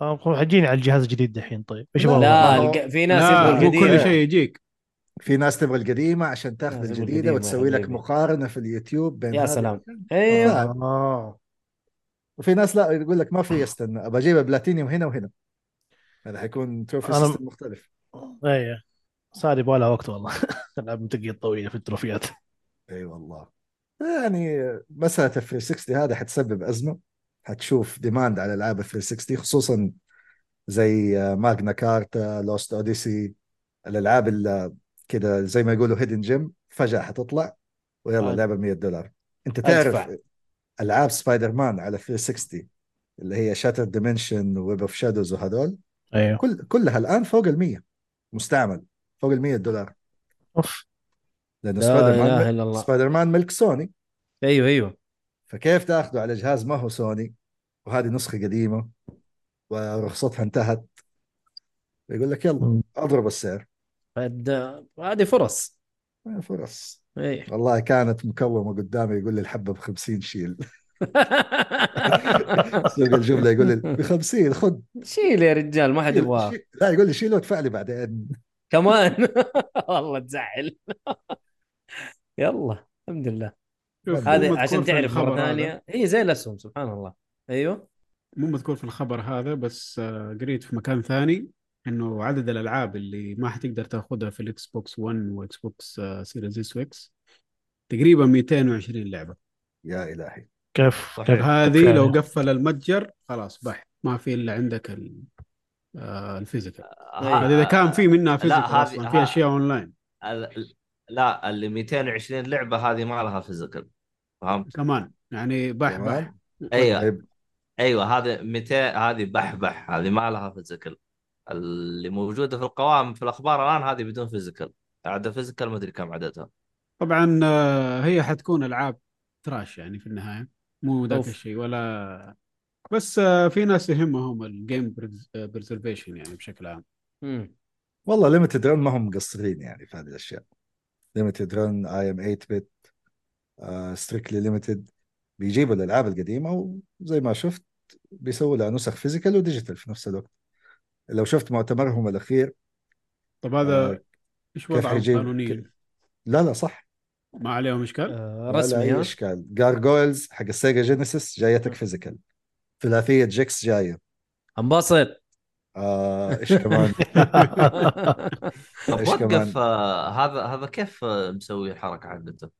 S4: آه، خو- حجيني على الجهاز الجديد دحين طيب ايش
S1: لا،
S4: بابا؟
S2: لا
S1: هو-
S2: الق- في ناس
S6: لا
S2: يبغوا
S6: مو كل
S2: القديمه
S6: شيء يجيك
S1: في ناس تبغى القديمه عشان تاخذ
S2: ناس تبغى
S1: الجديده
S2: القديمة
S1: وتسوي لك
S2: حبيبي.
S1: مقارنه في اليوتيوب بين
S2: يا
S1: هذه
S2: سلام.
S1: وهذه.
S2: ايوه
S4: آه.
S1: وفي ناس لا يقول لك ما في استنى ابى اجيب بلاتينيوم هنا وهنا هذا حيكون تروفي
S4: أنا-
S1: سيستم مختلف
S4: ايه صار يبغى لها وقت والله العاب منطقيه طويله في التروفيات
S1: اي والله يعني مسألة ال 360 هذا حتسبب أزمة حتشوف ديماند على ألعاب ال 360 خصوصا زي ماجنا كارتا لوست أوديسي الألعاب اللي كده زي ما يقولوا هيدن جيم فجأة حتطلع ويلا
S2: آه.
S1: لعبة 100 دولار أنت تعرف
S2: أدفع.
S1: ألعاب سبايدر مان على 360 اللي هي شاتر ديمنشن ويب اوف شادوز وهذول
S4: ايوه
S1: كل كلها الآن فوق ال 100 مستعمل فوق ال 100 دولار
S4: اوف
S1: لأنه
S2: لا
S1: سبايدر
S2: إله
S1: مان
S2: إلا الله.
S1: سبايدر مان ملك سوني
S2: ايوه ايوه
S1: فكيف تاخذه على جهاز ما هو سوني وهذه نسخه قديمه ورخصتها انتهت يقول لك يلا
S4: مم.
S1: اضرب السعر
S2: فد- هذه فرص
S1: ما فرص
S2: ايه
S1: والله كانت مكومه قدامي يقول لي الحبه ب 50 شيل سوق الجمله يقول لي ب 50 خذ
S2: شيل يا رجال ما حد
S1: شيل-
S2: يبغاها
S1: شيل. لا يقول لي شيله وادفع لي بعدين
S2: كمان والله تزعل يلا الحمد لله
S6: شوف، مو
S2: هذه
S6: مذكور
S2: عشان
S6: في
S2: تعرف
S6: الخبر
S2: مره
S6: هذا.
S2: ثانيه هي زي الاسهم سبحان الله ايوه
S6: مو مذكور في الخبر هذا بس آه، قريت في مكان ثاني انه عدد الالعاب اللي ما حتقدر تاخذها في الاكس بوكس 1 واكس بوكس آه، سيريز اس واكس تقريبا 220 لعبه
S1: يا الهي
S4: كيف
S3: طيب
S4: كيف
S6: هذه لو
S4: كيف-
S6: قفل المتجر خلاص بح ما في الا عندك ال- آه، الفيزيكال
S3: ها-
S6: اذا كان في منها فيزيكال
S3: آه، هذه-
S6: اصلا في
S3: ها-
S6: اشياء اونلاين
S3: ال- لا اللي 220 لعبه هذه ما لها فيزيكال فهمت؟
S6: كمان يعني بح
S1: كمان؟
S6: بح
S3: ايوه
S1: طيب
S3: ايوه هذه 200 هذه بحبح هذه ما لها فيزيكال اللي موجوده في القوائم في الاخبار الان هذه بدون فيزيكال عدد فيزيكال ما ادري كم عددها
S6: طبعا آه، هي حتكون العاب تراش يعني في النهايه مو ذاك
S2: أوف.
S6: الشيء ولا بس آه، في ناس يهمهم الجيم بريزرفيشن يعني بشكل عام
S2: مم.
S1: والله ليمتد رن ما هم مقصرين يعني في هذه الاشياء ليمتد رن اي ام 8 بت ستريكتلي ليمتد آه، بيجيبوا الالعاب القديمه وزي ما شفت بيسووا لها نسخ فيزيكال وديجيتال في نفس الوقت لو شفت مؤتمرهم الاخير
S6: طب هذا
S1: آه،
S6: ايش
S1: كيف
S6: وضعه
S1: حيجيب-
S6: قانونيا؟
S1: لا لا صح
S6: ما عليهم اشكال؟
S2: آه،
S1: رسمي
S2: رسمي
S1: ولا اي
S2: ها
S1: اشكال جارجويلز حق السيجا جينيسيس جايتك فيزيكال ثلاثيه جيكس جايه
S2: انبسط
S1: آه، ايش كمان
S3: طب
S1: إيش كمان؟
S3: وقف آه، هذا هذا كيف آه، مسوي الحركه حقته؟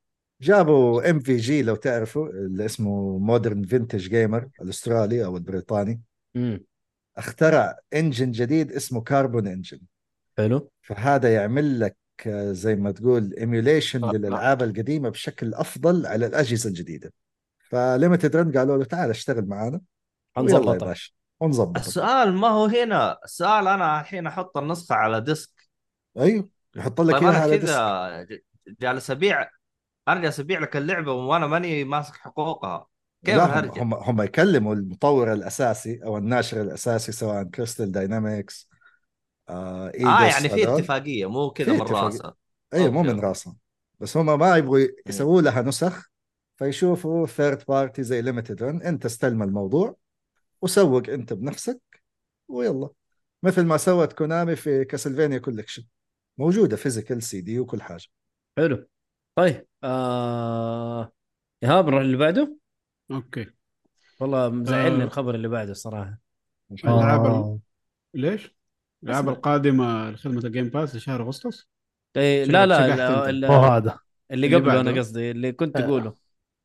S1: جابوا ام في جي لو تعرفوا اللي اسمه مودرن فينتج جيمر الاسترالي او البريطاني
S2: مم.
S1: اخترع انجن جديد اسمه كاربون انجن
S2: حلو
S1: فهذا يعمل لك آه، زي ما تقول ايميوليشن
S3: آه.
S1: للالعاب القديمه بشكل افضل على الاجهزه الجديده فليمتد رن قالوا له تعال اشتغل معانا يلا يا
S2: حنظبطها
S1: باشا ونظبطك
S3: السؤال ما هو هنا السؤال انا الحين احط النسخه على ديسك
S1: ايوه يحط لك
S3: طيب
S1: اياها
S3: انا
S1: على ديسك
S3: كذا ج- جالس ابيع انا جالس ابيع لك اللعبه وانا ماني ماسك حقوقها كيف
S1: لا هم-
S3: الهرجة؟
S1: هم هم يكلموا المطور الاساسي او الناشر الاساسي سواء كريستال داينامكس آه
S3: اه
S1: ايدس
S3: يعني في
S1: هذول.
S3: اتفاقيه مو
S1: في
S3: كذا من
S1: اتفاقية.
S3: راسها
S1: ايوه مو
S3: أوكي،
S1: من
S3: أوكي.
S1: راسهم بس هم ما يبغوا يسووا لها نسخ فيشوفوا ثيرد بارتي زي ليمتد رن انت استلم الموضوع وسوق انت بنفسك ويلا مثل ما سوت كونامي في كاسلفينيا كولكشن موجوده فيزيكال سي دي وكل حاجه
S2: حلو طيب آه... ايهاب نروح اللي بعده
S6: اوكي
S2: والله مزعلني
S6: آه.
S2: الخبر اللي بعده الصراحه
S6: الألعاب
S4: آه.
S6: ليش؟ الالعاب
S2: أسمع.
S6: القادمه لخدمه الجيم باس لشهر اغسطس
S2: إيه،
S6: شو-
S2: لا لا
S6: شقحت أنت.
S2: ال- ال-
S4: مو هذا
S2: اللي
S6: اللي
S2: قبله
S6: بعده.
S2: انا قصدي اللي كنت
S6: آه،
S2: اقوله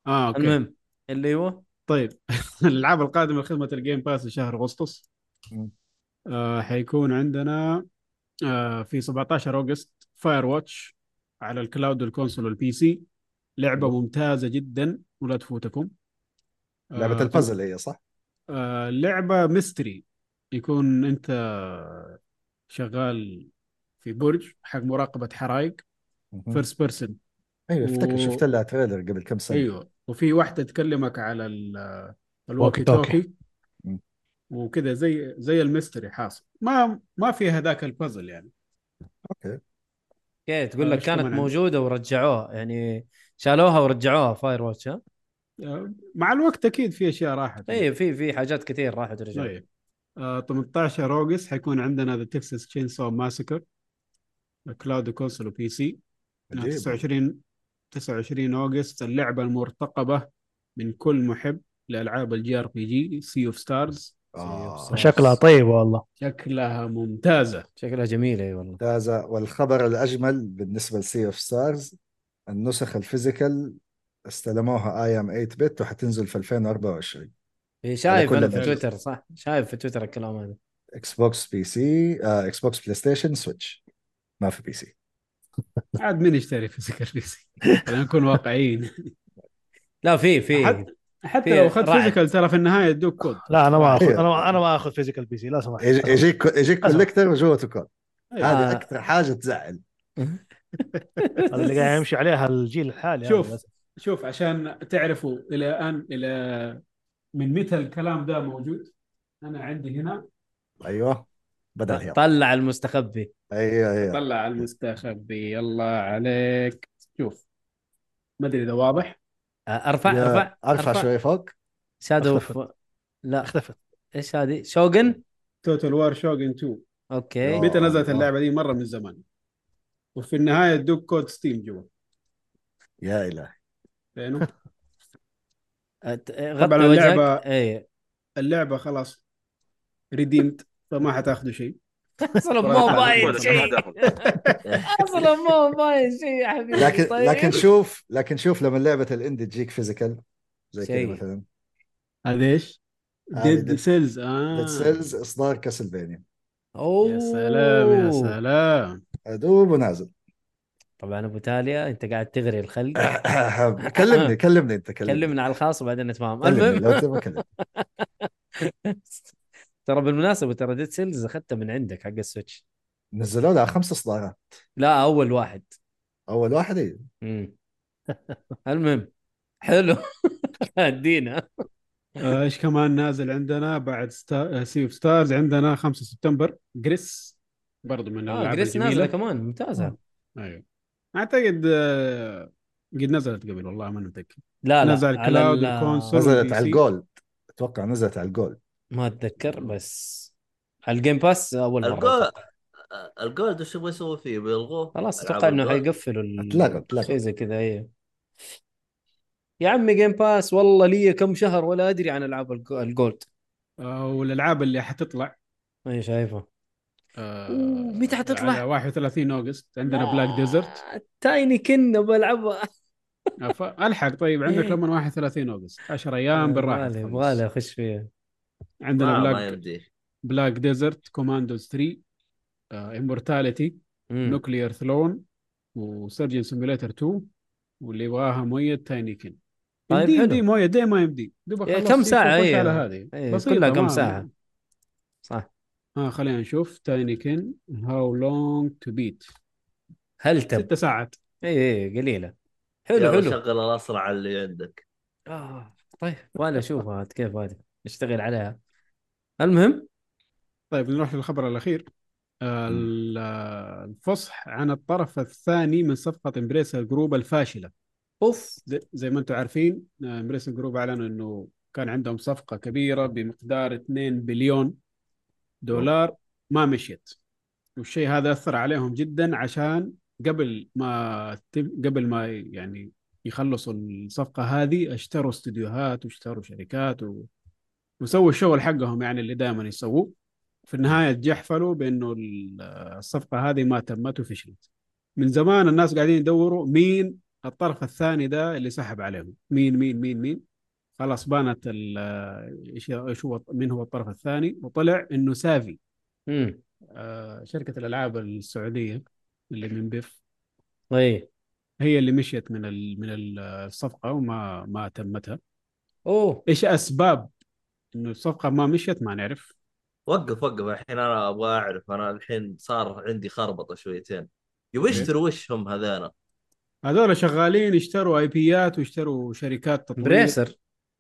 S6: اه اوكي
S2: المهم اللي هو
S6: طيب الالعاب القادمه لخدمه الجيم باس لشهر اغسطس
S1: مم.
S6: آه حيكون عندنا آه في 17 اوغست فاير واتش على الكلاود والكونسول والبي سي لعبه ممتازه جدا ولا تفوتكم آه،
S1: لعبه البازل هي صح؟
S6: آه، لعبة ميستري يكون أنت شغال في برج حق مراقبة حرائق
S1: مهم.
S6: فيرست بيرسون
S1: ايوه افتكر
S6: و-
S1: شفت لها تريلر قبل كم سنه
S6: أيوه وفي واحدة تكلمك على ال-
S4: walkie
S6: الوكي
S4: talkie.
S6: توكي
S1: مم.
S6: وكذا زي زي الميستري حاصل ما ما في هذاك البازل يعني
S1: اوكي
S2: اوكي
S6: آه،
S2: تقول لك
S6: إيش
S2: كانت
S6: كمان عندك؟
S2: موجوده ورجعوها يعني شالوها ورجعوها فاير واتش ها
S6: آه، مع الوقت أكيد في أشياء راحت
S2: اي في في حاجات كثير راحت ورجعت
S6: طيب آه 18 اوغست حيكون عندنا ذا تكساس تشين سو ماسكر كلاود كونسول وبي سي
S1: عجيب.
S6: 29 29 اوغست اللعبه المرتقبه من كل محب لالعاب الجي ار بي جي سي اوف ستارز
S1: آه.
S4: شكلها طيب والله
S6: شكلها ممتازه
S2: شكلها جميله اي والله
S1: ممتازة والخبر الأجمل بالنسبة لسي اوف ستارز النسخ الفيزيكال استلموها اي ام 8 بت وحتنزل في 2024
S2: إيه، شايف
S1: كل
S2: انا في
S6: الناس.
S2: تويتر صح شايف في تويتر الكلام هذا
S1: اكس بوكس بي سي آه، اكس بوكس بلاي ستيشن سويتش ما في بي سي
S6: عاد مين يشتري فيزيكال بي سي؟ خلينا نكون واقعيين
S2: لا في في
S6: حتى حتى
S2: في
S6: لو اخذت
S2: رعد.
S6: فيزيكال ترى في النهايه يدوك كود
S4: لا انا ما اخذ
S1: أيوة.
S4: انا ما- انا ما اخذ فيزيكال بي سي لا سمح
S1: يجي- يجيك يجيك
S4: أسمع.
S1: كوليكتر وجوته كود
S6: أيوة.
S1: هذه
S2: آه.
S1: اكثر حاجه تزعل
S4: هذا اللي قاعد يمشي عليها الجيل الحالي هذا
S6: شوف.
S4: بس.
S6: شوف عشان تعرفوا الى الان الى من متى الكلام ده موجود انا عندي هنا
S1: ايوه بدا
S2: طيب.
S1: الهيرو
S2: طلع المستخبي
S1: ايوه
S2: طيب.
S1: ايوه
S6: طلع على المستخبي يلا عليك شوف ما ادري اذا واضح
S2: آه، ارفع
S1: يا-
S2: ارفع
S1: ارفع شوي فوق
S2: شادو
S4: اختفت.
S2: ف- لا
S4: اختفت
S2: ايش هذه شوغن
S6: توتال وار شوجن 2
S2: اوكي
S1: أوه.
S6: متى نزلت
S1: الله.
S6: اللعبه دي مره من زمان وفي النهايه ادوك كود ستيم جوا
S1: يا الهي
S6: لانه
S2: أت-
S6: طبعاً
S2: غطي وجهك إيه.
S6: اللعبة-
S2: اي
S6: اللعبه خلاص ريديمت فما حتاخذوا شيء
S2: اصلا مو باين
S5: ولا
S2: طيب، شيء
S5: دخل.
S2: اصلا مو باين شيء يا حبيبي
S1: لكن
S2: طيب.
S1: لكن شوف لكن شوف لما لعبه الاندي تجيك فيزيكال زي كذا
S2: شيء.
S1: مثلا
S6: هذا ايش؟
S1: هذه
S6: ديد
S1: Dead-
S6: سيلز
S2: آه.
S6: اه
S1: ديد سيلز اصدار كاسلفينيا
S2: اوه
S6: يا سلام يا سلام
S1: ادوب ونازل
S2: طبعا ابو تاليا انت قاعد تغري الخلق
S1: كلمني كلمني انت آه، كلمني
S2: كلمنا على الخاص وبعدين نتفاهم
S1: كلمني
S2: المهم
S1: لو تبغى كلمني
S2: ترى بالمناسبه ترى ديد سيلز اخذتها من عندك حق السويتش
S1: نزلوا لها خمس اصدارات
S2: لا اول واحد
S1: اول واحد إيه.
S2: مم. المهم حلو ادينا
S6: آه، ايش كمان نازل عندنا بعد آه، ستا... سي اوف ستارز عندنا 5 سبتمبر جريس برضو من
S2: اه
S6: الالعاب
S2: جريس
S6: الجميله
S2: نازله كمان ممتازه
S6: ايوه اعتقد آه، قد نزلت قبل والله ما متاكد
S2: لا لا
S6: نزل
S2: على
S6: كلاود
S2: ال-
S6: والكونسول.
S1: نزلت
S6: PC.
S1: على الجولد اتوقع نزلت على الجولد
S2: ما اتذكر بس على الجيم باس اول مره
S3: الجولد أه، الجولد وش يبغى يسوي فيه؟ بيلغوه؟
S2: خلاص
S3: ألعاب
S2: اتوقع انه
S3: الجولد؟
S2: حيقفلوا ال-
S1: اتلغى
S2: شيء
S1: اتلغى
S2: زي كذا ايوه يا عمي جيم باس والله لي كم شهر ولا ادري عن العاب الج- الجولد
S6: آه، والالعاب اللي حتطلع
S2: اي شايفه
S6: آه،
S2: أوه، متى حتطلع؟
S6: على 31 اوغست عندنا بلاك ديزرت
S2: آه، تايني كن بلعبها
S6: الحق طيب عندك
S2: إيه.
S6: لما 31 اوغست 10 ايام بالراحه
S2: يبغالي
S6: تخلص.
S2: يبغالي اخش فيها
S6: عندنا
S3: آه، ما, ما
S6: بلاك
S3: يمديه
S6: بلاك ديزرت كوماندوز 3 uh, امورتاليتي
S2: مم.
S6: نوكليير ثلون وسيرجن سيميوليتر 2 واللي يبغاها مؤيد تاينيكن
S2: طيب،
S6: يمدي
S2: حلو.
S6: يمدي مؤيد ليه ما يمدي دوبك
S2: إيه،
S6: خلصت
S2: كم
S6: فيه،
S2: ساعة،
S6: خش
S2: إيه.
S6: على هذه
S2: إيه،
S6: بسيطة،
S2: كلها كم
S6: ما-
S2: ساعة. صح
S6: ها خلينا نشوف تاينيكن هاو لونج تو بيت
S2: هل تب إيه،
S6: ست ساعات
S2: اي اي قليله حلو
S3: يلا
S2: حلو
S3: شغل الاسرع اللي عندك
S2: آه. طيب ولا اشوفها عاد كيف هذه اشتغل عليها المهم
S6: طيب نروح للخبر الأخير آه،
S1: مم.
S6: ال- آه، الفصح عن الطرف الثاني من صفقة امبريسا جروب الفاشلة
S2: اوف
S6: زي- زي ما انتم عارفين آه، امبريسا جروب أعلنوا أنه كان عندهم صفقة كبيرة بمقدار 2 بليون دولار ما مشيت والشيء هذا أثر عليهم جدا عشان قبل ما تب- قبل ما يعني يخلصوا الصفقة هذه اشتروا استديوهات واشتروا شركات و... وسووا الشغل حقهم يعني اللي دائما يسووه في النهاية تجحفلوا بأنه ال- الصفقة هذه ما تمت وفشلت من زمان الناس قاعدين يدوروا مين الطرف الثاني ده اللي سحب عليهم مين مين مين مين خلاص بانت ال- ايش إيش هو مين هو الطرف الثاني وطلع انه سافي
S2: امم
S6: آه، شركه الالعاب السعوديه اللي من بيف
S2: طيب
S6: هي اللي مشيت من ال- من ال- الصفقه وما ما تمتها
S2: اوه
S6: ايش اسباب انه الصفقه ما مشيت ما نعرف
S3: وقف وقف الحين انا ابغى اعرف انا الحين صار عندي خربطه شويتين يبغوا
S6: إيه.
S3: يشتروا وش هم هذانا
S6: هذول شغالين اشتروا اي بيات واشتروا شركات تطوير
S2: بريسر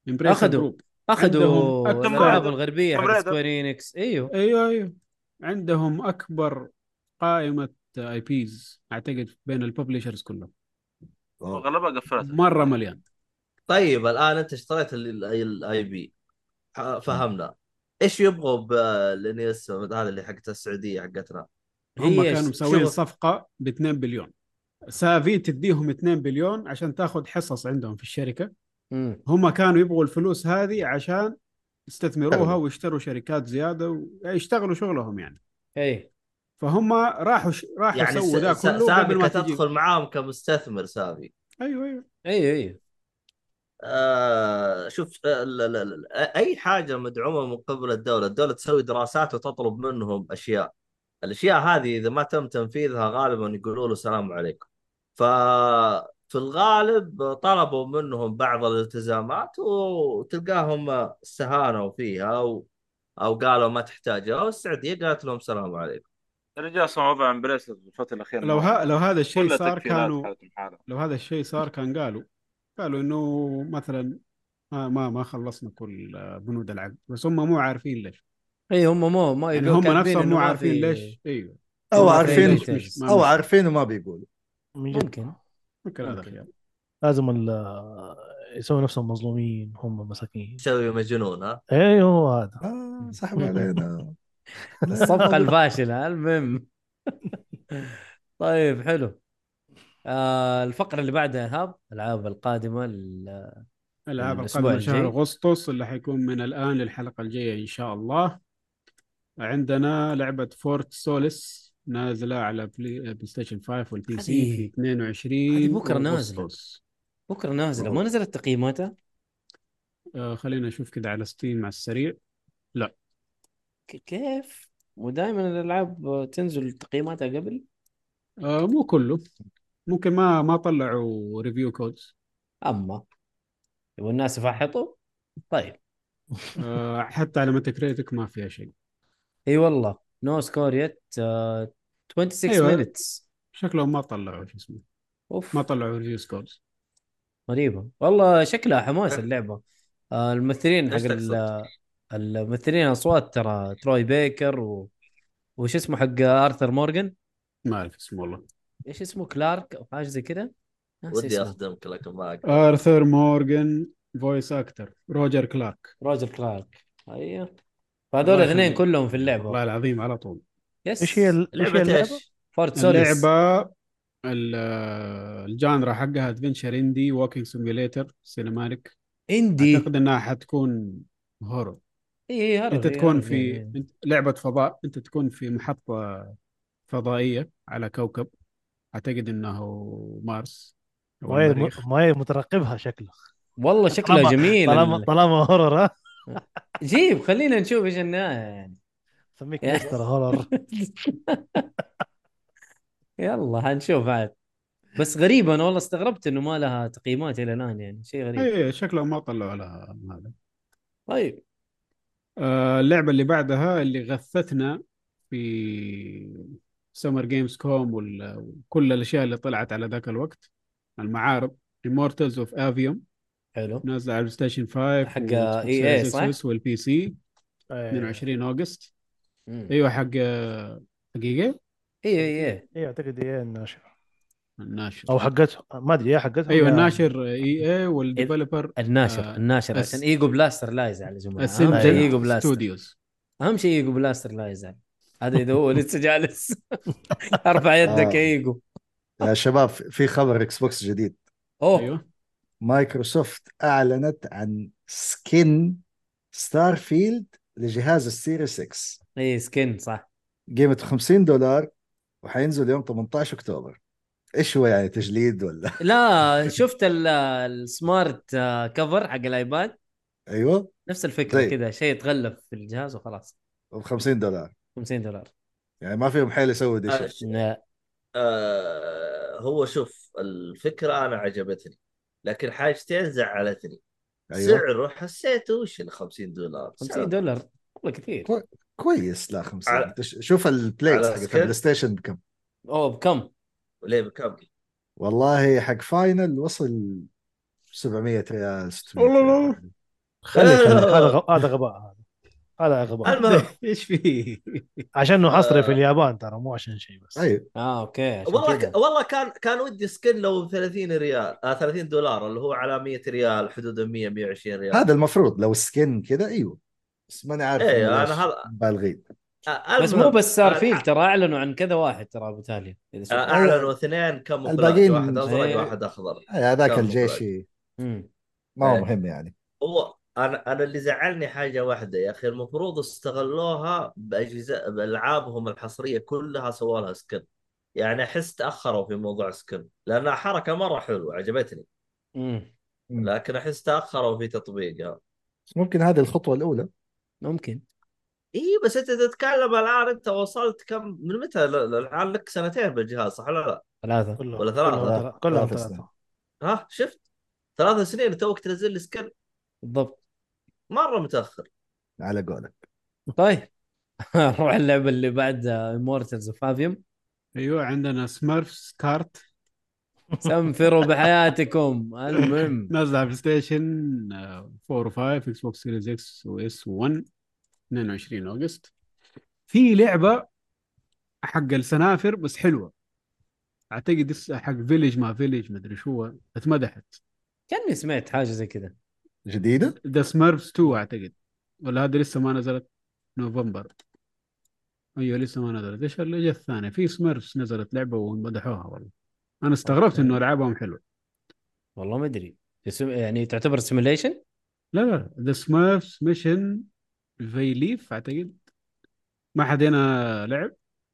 S6: امبريسر
S2: أخذوا.
S6: جروب
S2: اخذوا
S6: عندهم-
S2: الالعاب الغربيه
S5: توم
S2: حق
S5: رايدر.
S2: سكوير انكس ايوه
S6: ايوه ايوه عندهم اكبر قائمه اي بيز اعتقد بين الببلشرز كلهم
S1: أوه.
S5: وغلبها قفلتها
S6: مره مليان
S3: طيب الان انت اشتريت الاي بي فهمنا ايش يبغوا بلين يسمى هذا اللي حقت السعوديه حقتنا
S6: هم
S2: هي
S6: كانوا
S2: ش-
S6: مسويين
S2: شوف.
S6: صفقه ب 2 بليون سافي تديهم 2 بليون عشان تاخذ حصص عندهم في الشركه
S2: مم.
S6: هم كانوا يبغوا الفلوس هذه عشان يستثمروها
S3: يشتغلوا.
S6: ويشتروا شركات زياده ويشتغلوا شغلهم يعني
S2: اي
S6: فهم راحوا ش... راحوا
S3: يعني
S6: سووا ذا
S3: س- س-
S6: كله قبل
S3: سابقة
S6: ما تجي
S3: تدخل معاهم كمستثمر سابي
S6: ايوه ايوه
S2: اي اي
S3: آه شوف آه، لا لا لا اي حاجه مدعومه من قبل الدوله، الدوله تسوي دراسات وتطلب منهم اشياء. الاشياء هذه اذا ما تم تنفيذها غالبا يقولوا له السلام عليكم. ف في الغالب طلبوا منهم بعض الالتزامات وتلقاهم استهانوا فيها و... او قالوا ما تحتاجها والسعوديه قالت لهم السلام عليكم.
S5: الرجال صار وضع امبريسر الفتره الاخيره
S6: لو ها... لو هذا الشيء
S5: كلها
S6: صار
S5: تكفيرات
S6: كانوا
S5: حالتهم حالها
S6: لو هذا الشيء صار كان قالوا قالوا انه مثلا ما ما, ما خلصنا كل آه، بنود العقد بس هم مو عارفين ليش
S2: اي هم مو ما
S6: يعني
S2: يقول-
S6: هم
S2: طيب، كاتبين
S6: نفسهم
S2: إنه
S6: مو
S2: ما
S6: عارفين
S2: في-
S6: ليش ايوه
S1: او
S2: ما في
S1: عارفين
S2: details.
S6: مش- ما-
S1: او عارفين وما بيقولوا
S4: من جد
S2: ممكن
S6: ممكن هذا
S2: ممكن.
S6: خيار
S4: لازم ال- يسووا نفسهم مظلومين هم مساكين
S3: تسوي مجنون ها؟
S4: ايوه هو هذا
S1: اه سحب علينا لا،
S2: الصفقة الفاشلة المهم طيب حلو آه الفقرة اللي بعدها إيهاب الألعاب القادمة ال-
S6: الالعاب
S2: الأسبوع
S6: القادمه شهر
S2: الجاي.
S6: اغسطس اللي حيكون من الان للحلقه الجايه ان شاء الله عندنا لعبه فورت سوليس نازله على بلاي آه، بلاي ستيشن 5 والبي سي
S2: هذه-
S6: في 22
S2: هذه بكرة نازلة.
S6: أغسطس.
S2: بكرة نازلة ما
S6: والله.
S2: نزلت تقييماتها
S6: آه خلينا نشوف كده على ستيم على السريع
S2: ك- كيف ودائما الألعاب تنزل تقييماتها قبل
S6: آه مو كله ممكن ما ما طلعوا ريفيو كودز
S2: أما والناس يفحطوا طيب
S6: آه حتى على متى كريتك ما فيها شيء
S2: اي والله نو سكور يت آه، 26
S6: أيوة.
S2: مينتس
S6: شكلهم ما طلعوا شو اسمه
S2: اوف
S6: ما طلعوا ريفيو كودز
S2: غريبة والله شكلها حماس اللعبة آه، الممثلين حق
S3: ايش
S2: ال-
S3: تقصد؟
S2: الممثلين اصوات ترى تروي بيكر و... وش اسمه حق ارثر مورغان
S6: ما اعرف اسمه والله
S2: ايش اسمه كلارك او حاجه زي كذا ناسي
S3: ودي
S2: اسمه
S3: اخدمك لكن ما اقدر.
S6: ارثر مورغان فويس اكتر روجر كلارك
S2: روجر كلارك ايوه فهذول
S6: الله
S2: الاثنين
S6: يخليك.
S2: كلهم في
S6: والله
S2: اللعبه
S6: العظيم على طول
S2: يس
S4: ايش هي ال- ايش هي
S3: لعبه
S4: اللعبه؟
S3: ايش؟
S2: فورت سوليس
S6: اللعبة ال- الجانرا حقها ادفنشر اندي ووكينج سيميوليتر سينماتيك
S2: اندي
S6: اعتقد انها حتكون هورر
S2: اي اي هرب،
S6: انت
S2: إي
S6: تكون
S2: هرب
S6: في
S2: يعني.
S6: أنت- لعبة فضاء انت تكون في محطة فضائية على كوكب اعتقد انه مارس او
S4: ما هي الم-
S6: المريخ
S4: ما هي مترقبها شكله
S2: والله شكلها
S3: إيه،
S2: جميل
S4: طالما طالما هورر ها
S2: جيب خلينا نشوف ايش النهايه يعني
S4: سميك
S3: إيه.
S2: يا.
S4: مستر هورر
S2: يلا حنشوف عاد بس غريبة انا والله استغربت انه ما لها تقييمات الى الان يعني شيء غريب
S6: اي شكلهم إيه، ما طلعوا لها هذا
S2: طيب
S6: آه، اللعبة اللي بعدها اللي غثتنا في سمر جيمز كوم وكل الأشياء اللي طلعت على ذاك الوقت المعارض Immortals اوف افيوم
S2: حلو
S6: نازلة على البلايستيشن 5
S2: حق
S6: وإكس بوكس
S2: EA
S6: سيريس
S2: صح؟
S6: إكس والبي سي
S4: ايوه
S6: 22 أغسطس
S2: مم. إيه،
S6: أيوه حق آه، حقيقة
S2: اي اي اي
S4: ايوه اعتقد ايه الناشر
S6: الناشر
S4: او حقتهم ما ادري يا حقتهم
S6: أيوه
S4: يا-
S6: الناشر اي اي والديفلوبر
S2: الناشر
S6: آه،
S2: الناشر
S6: أس-
S2: عشان ايجو بلاستر لا يزعل يا جماعه اهم شيء ايجو
S6: اسنجل
S2: إيه. آه، بلاستر
S6: ستوديوز
S2: اهم شيء ايجو بلاستر لا يزعل هذا اذا هو لسه جالس ارفع يدك يا
S1: آه.
S2: ايجو
S1: يا شباب في خبر اكس بوكس جديد
S2: اوه
S6: أيوه
S1: مايكروسوفت اعلنت عن سكين ستارفيلد لجهاز السيريس 6
S2: اي سكين إيه، صح
S1: قيمته 50 دولار وحينزل يوم 18 اكتوبر ايش هو يعني تجليد ولا
S2: لا شفت ال- السمارت آه، كفر حق الايباد
S1: ايوه
S2: نفس الفكره
S1: طيب.
S2: كذا شيء يتغلف في الجهاز وخلاص
S1: ب 50 دولار
S2: 50 دولار
S1: يعني ما فيهم حيل يسوي دي شيء
S3: آه،
S2: لا.
S3: آه، هو شوف الفكره انا عجبتني لكن حاجتين زعلتني
S1: ايوه
S3: سعره حسيته وش ال 50 دولار
S2: 50 أيوة. دولار والله كثير
S1: كويس. كويس لا 50
S3: على-
S1: أنت ش- شوف البلايز
S3: على
S1: حق
S3: سكيل؟
S1: البلاي ستيشن بكم
S2: اوه بكم
S3: وليه بكم؟
S1: والله حق فاينل وصل 700 ريال 600
S6: والله لا.
S1: ريال.
S4: خلي
S3: لا، لا،
S4: يكلم.
S3: لا.
S4: هذا غ- هذا غباء هذا هذا غباء
S3: المهم
S6: ايش فيه؟
S4: عشانه حصري في
S3: آه.
S4: اليابان ترى مو عشان شيء بس
S1: ايوه
S2: اه اوكي عشان
S3: والله
S2: كذا.
S3: ك... والله كان كان ودي سكن لو ب 30 ريال آه 30 دولار اللي هو على 100 ريال حدود ال 100 120 ريال
S1: هذا المفروض لو سكين كذا ايوه بس ماني عارف
S3: إيه،
S1: إنه
S3: أنا
S1: ليش
S3: هذا-
S1: بالغين
S3: آه
S2: بس مو
S3: المهم،
S2: بس صار
S3: آه،
S2: فيك ترى اعلنوا عن كذا واحد ترى ابو تالي اذا
S3: آه،
S2: شفت.
S3: اعلنوا اثنين كاموفلاج
S1: الباقيين-
S3: واحد ازرق
S2: إيه.
S3: واحد اخضر
S1: إيه، هذاك
S3: كان
S1: الجيشي
S2: مم.
S1: ما هو
S3: إيه.
S1: مهم يعني
S3: هو انا انا اللي زعلني حاجه واحده يا اخي المفروض استغلوها باجهزه بالعابهم الحصريه كلها سووا لها سكن يعني احس تاخروا في موضوع سكن لانها حركه مره حلوه عجبتني
S2: مم.
S1: مم.
S3: لكن احس تاخروا في تطبيقها
S1: بس ممكن هذه الخطوه الاولى
S2: ممكن
S3: اي إيه، بس انت تتكلم الان انت وصلت كم من متى ال- ال- الان لك سنتين بالجهاز صح ولا لا؟
S2: ثلاثه
S4: كلهم
S3: ولا ثلاثة.
S4: كلهم ترى- كلهم
S1: ثلاثة
S4: ثلاثة
S1: سنين.
S3: ها شفت؟ ثلاث سنين توك تنزل لي سكن
S2: بالضبط
S3: مره متاخر
S1: على قولك
S2: طيب نروح اللعبه اللي بعد آه، امورتلز اوف افيوم
S6: ايوه عندنا سمارف كارت
S2: سنفروا بحياتكم المهم
S6: نازل على بلاي ستيشن آه، 4 و5 اكس بوكس سيريز اكس واس 1 22 اوغست في لعبه حق السنافر بس حلوه اعتقد اس- حق فيليج ما فيليج ما ادري شو اتمدحت
S2: كاني سمعت حاجه زي كذا
S1: جديده
S6: ذا سمارفز 2 اعتقد ولا هذا لسه ما نزلت نوفمبر ايوه لسه ما نزلت ايش اللي جت الثانيه في سمارفز نزلت لعبه ومدحوها والله انا استغربت انه العابهم حلوه
S2: والله ما ادري يسم- يعني تعتبر سيميليشن
S6: لا لا ذا سمارفز ميشن فيليف اعتقد ما حد هنا لعب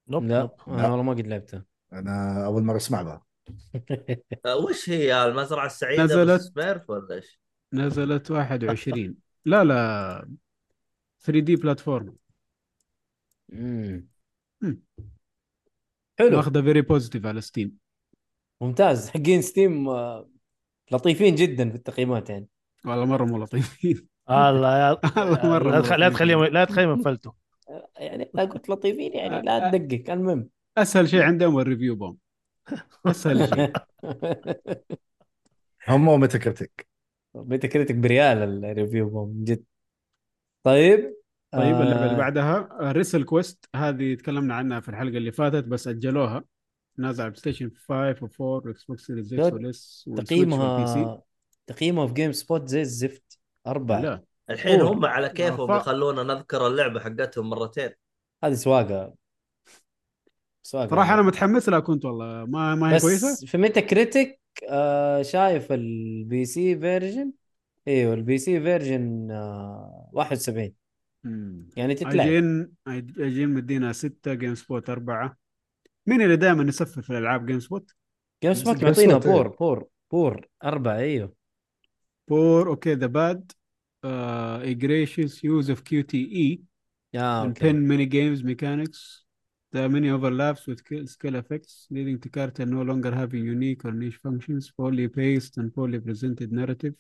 S4: نوب
S2: لا
S4: نوب.
S2: انا
S1: لا.
S2: والله ما قد لعبتها
S1: انا اول مره اسمع بها
S3: أه، وش هي المزرعه السعيده
S6: نزلت.
S3: بس سميرف ولا ايش؟
S6: نزلت 21 لا لا 3 دي بلاتفورم
S2: مم.
S6: مم.
S2: حلو
S6: واخذه فيري بوزيتيف على ستيم
S2: ممتاز حقين ستيم آه، لطيفين جدا في التقييمات يعني
S6: والله مره مو لطيفين
S4: الله يا
S6: والله مرة
S4: لا تخ- لا
S6: مرة.
S4: تخليهم لا تخليهم يفلتوا
S2: آه، يعني لا قلت لطيفين يعني لا تدقق المهم
S6: اسهل شيء عندهم الريفيو بوم اسهل شيء
S1: هم وميتا كريتيك
S2: بيتا كريتك بريال الريفيو بوم جد طيب
S6: طيب اللعبه اللي
S2: آه،
S6: بعدها ريسل كويست هذه تكلمنا عنها في الحلقه اللي فاتت بس اجلوها نازله على بلاي ستيشن 5 و4 واكس بوكس سيريز اكس
S2: دود،
S6: والاس
S2: تقييمها تقييمها في جيم سبوت زي الزفت أربعة
S6: لا
S3: الحين
S2: أوه.
S3: هم على كيفهم
S6: ف-
S3: يخلونا نذكر اللعبه حقتهم مرتين
S2: هذه سواقة سواقة يعني.
S6: صراحه انا متحمس لها كنت والله ما ما هي كويسه
S2: بس في ميتا كريتك آه شايف البي سي فيرجن ايوه البي سي فيرجن آه 71
S6: مم.
S2: يعني تتلعب
S6: اجين اجين مدينا 6 جيم سبوت 4 مين اللي دائما يسفل في الالعاب جيم سبوت؟
S2: جيم سبوت
S1: Game
S2: معطينا
S1: Spot، إيه.
S2: بور بور بور أربعة ايوه
S6: بور اوكي ذا باد آه، اجريشيس يوز اوف كيو تي اي
S2: اه
S6: and
S2: اوكي
S6: 10 mini games mechanics. There are many overlaps with skill- skill effects, leading to character no longer having unique or niche functions, poorly paced and poorly presented narrative,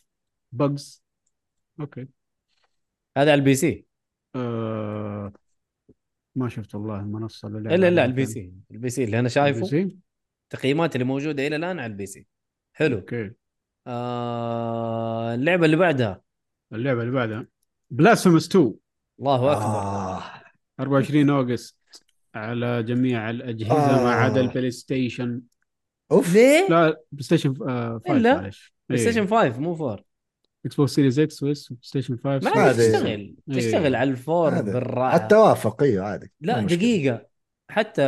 S6: bugs. Okay.
S2: هذا على البي سي
S6: آه... ما شفت والله المنصة اللي
S2: الا الا على البي سي البي سي اللي انا شايفه
S6: سي؟
S2: التقييمات اللي موجودة الى الان على البي سي حلو
S6: اوكي
S2: آه اللعبة اللي بعدها
S6: اللعبة اللي بعدها بلاسفيمس 2
S2: الله اكبر
S1: آه.
S6: 24 اوغست على جميع الاجهزة ما عدا
S1: آه.
S6: البلاي ستيشن
S1: اوف
S2: ليه؟
S6: لا بلاي ستيشن 5
S2: إلا.
S6: معلش إيه.
S1: إيه.
S2: بلاي ستيشن 5 مو 4
S6: اكس بوكس سيريز اكس واس بلاي ستيشن 5
S2: ما
S1: ما
S2: عاد
S1: أدري.
S2: تشتغل
S6: إيه.
S2: تشتغل على الفور
S1: هذا.
S2: بالراحة
S1: حتى وافق ايوه عادي
S2: لا
S1: مو مشكلة.
S2: دقيقة حتى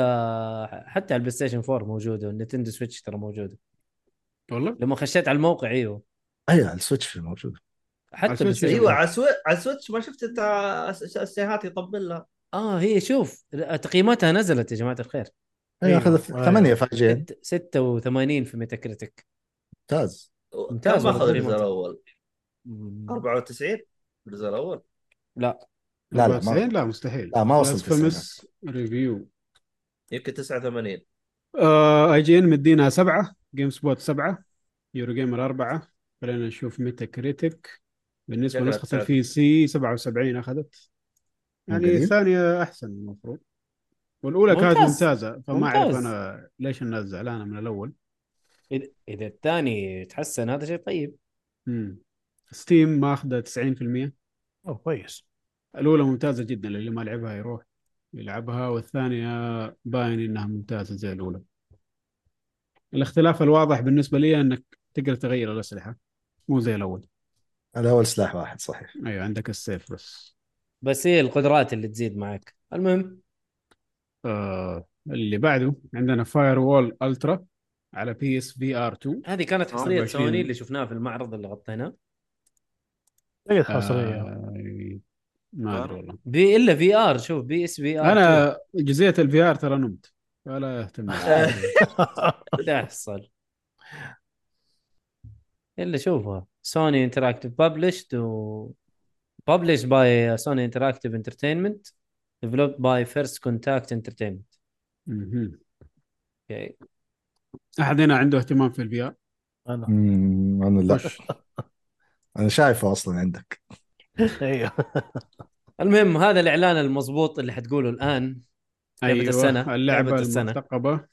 S2: حتى على البلاي ستيشن 4 موجودة والنتندو سويتش ترى موجودة
S6: والله
S2: لما خشيت على الموقع ايوه
S1: ايوه السويتش في موجود
S2: حتى إيوه.
S6: على
S2: بلاي
S6: السويتش
S2: ستيشن
S3: ايوه
S2: 4.
S1: إيوه.
S3: على سوي... على سويتش ما شفت انت السيهات يطبل لها
S2: آه، اه هي شوف تقييماتها نزلت يا جماعة الخير
S1: ايوه اخذ
S4: أيوة.
S1: ثمانية فاجئين
S2: 86 في ميتا كريتك
S1: ممتاز
S2: ممتاز
S3: كم اخذ
S2: والله.
S3: الجزء الاول؟ 94 الجزء الاول
S2: لا
S1: لا، لا، ما-
S6: 94 لا مستحيل
S1: لا، ما وصل
S6: بلاسفيمس ريفيو
S3: يمكن 89
S6: اي جي ان مدينا سبعة جيم سبوت سبعة يورو جيمر أربعة خلينا نشوف ميتا كريتك بالنسبة
S3: شكلها
S6: لنسخة
S3: تسعة.
S6: البي سي 77 أخذت يعني
S1: جميل.
S6: الثانية أحسن المفروض والأولى كانت
S2: ممتاز.
S6: ممتازة فما أعرف
S2: ممتاز.
S6: أنا ليش الناس زعلانة من الأول
S2: إذا- اذا الثاني تحسن هذا شيء طيب
S6: مم. ستيم ماخذة 90%
S4: اوه كويس
S6: الأولى ممتازة جدا اللي ما لعبها يروح يلعبها والثانية باين إنها ممتازة زي الأولى الاختلاف الواضح بالنسبة لي إنك تقدر تغير الأسلحة مو زي الأول
S1: الاول سلاح واحد صحيح
S6: أيوة عندك السيف بس
S2: بس هي القدرات اللي تزيد معك المهم
S6: آه اللي بعده عندنا فاير وول ألترا على بي اس في ار 2
S2: هذه كانت حصريه
S6: 24.
S2: سوني اللي شفناها في المعرض اللي غطيناه
S4: تقدر تحصل
S6: آه ما أدري والله
S2: بي الا في ار شوف بي اس في ار
S6: أنا جزئية الفي ار ترى نمت ولا أهتم
S2: تحصل الا شوفها سوني انتراكتيف ببلشد و ببلش باي سوني انتراكتيف انترتينمنت ديفلوبد باي فيرست كونتاكت انترتينمنت
S6: مهم.
S2: اوكي
S6: أحد هنا عنده اهتمام في الفي ار
S4: انا
S1: امم انا لا انا شايفه اصلا عندك
S4: ايوه
S2: المهم هذا الاعلان المضبوط اللي حتقوله الان لعبة
S6: أيوة
S2: السنة.
S6: اللعبة
S2: لعبة السنة.
S6: المرتقبة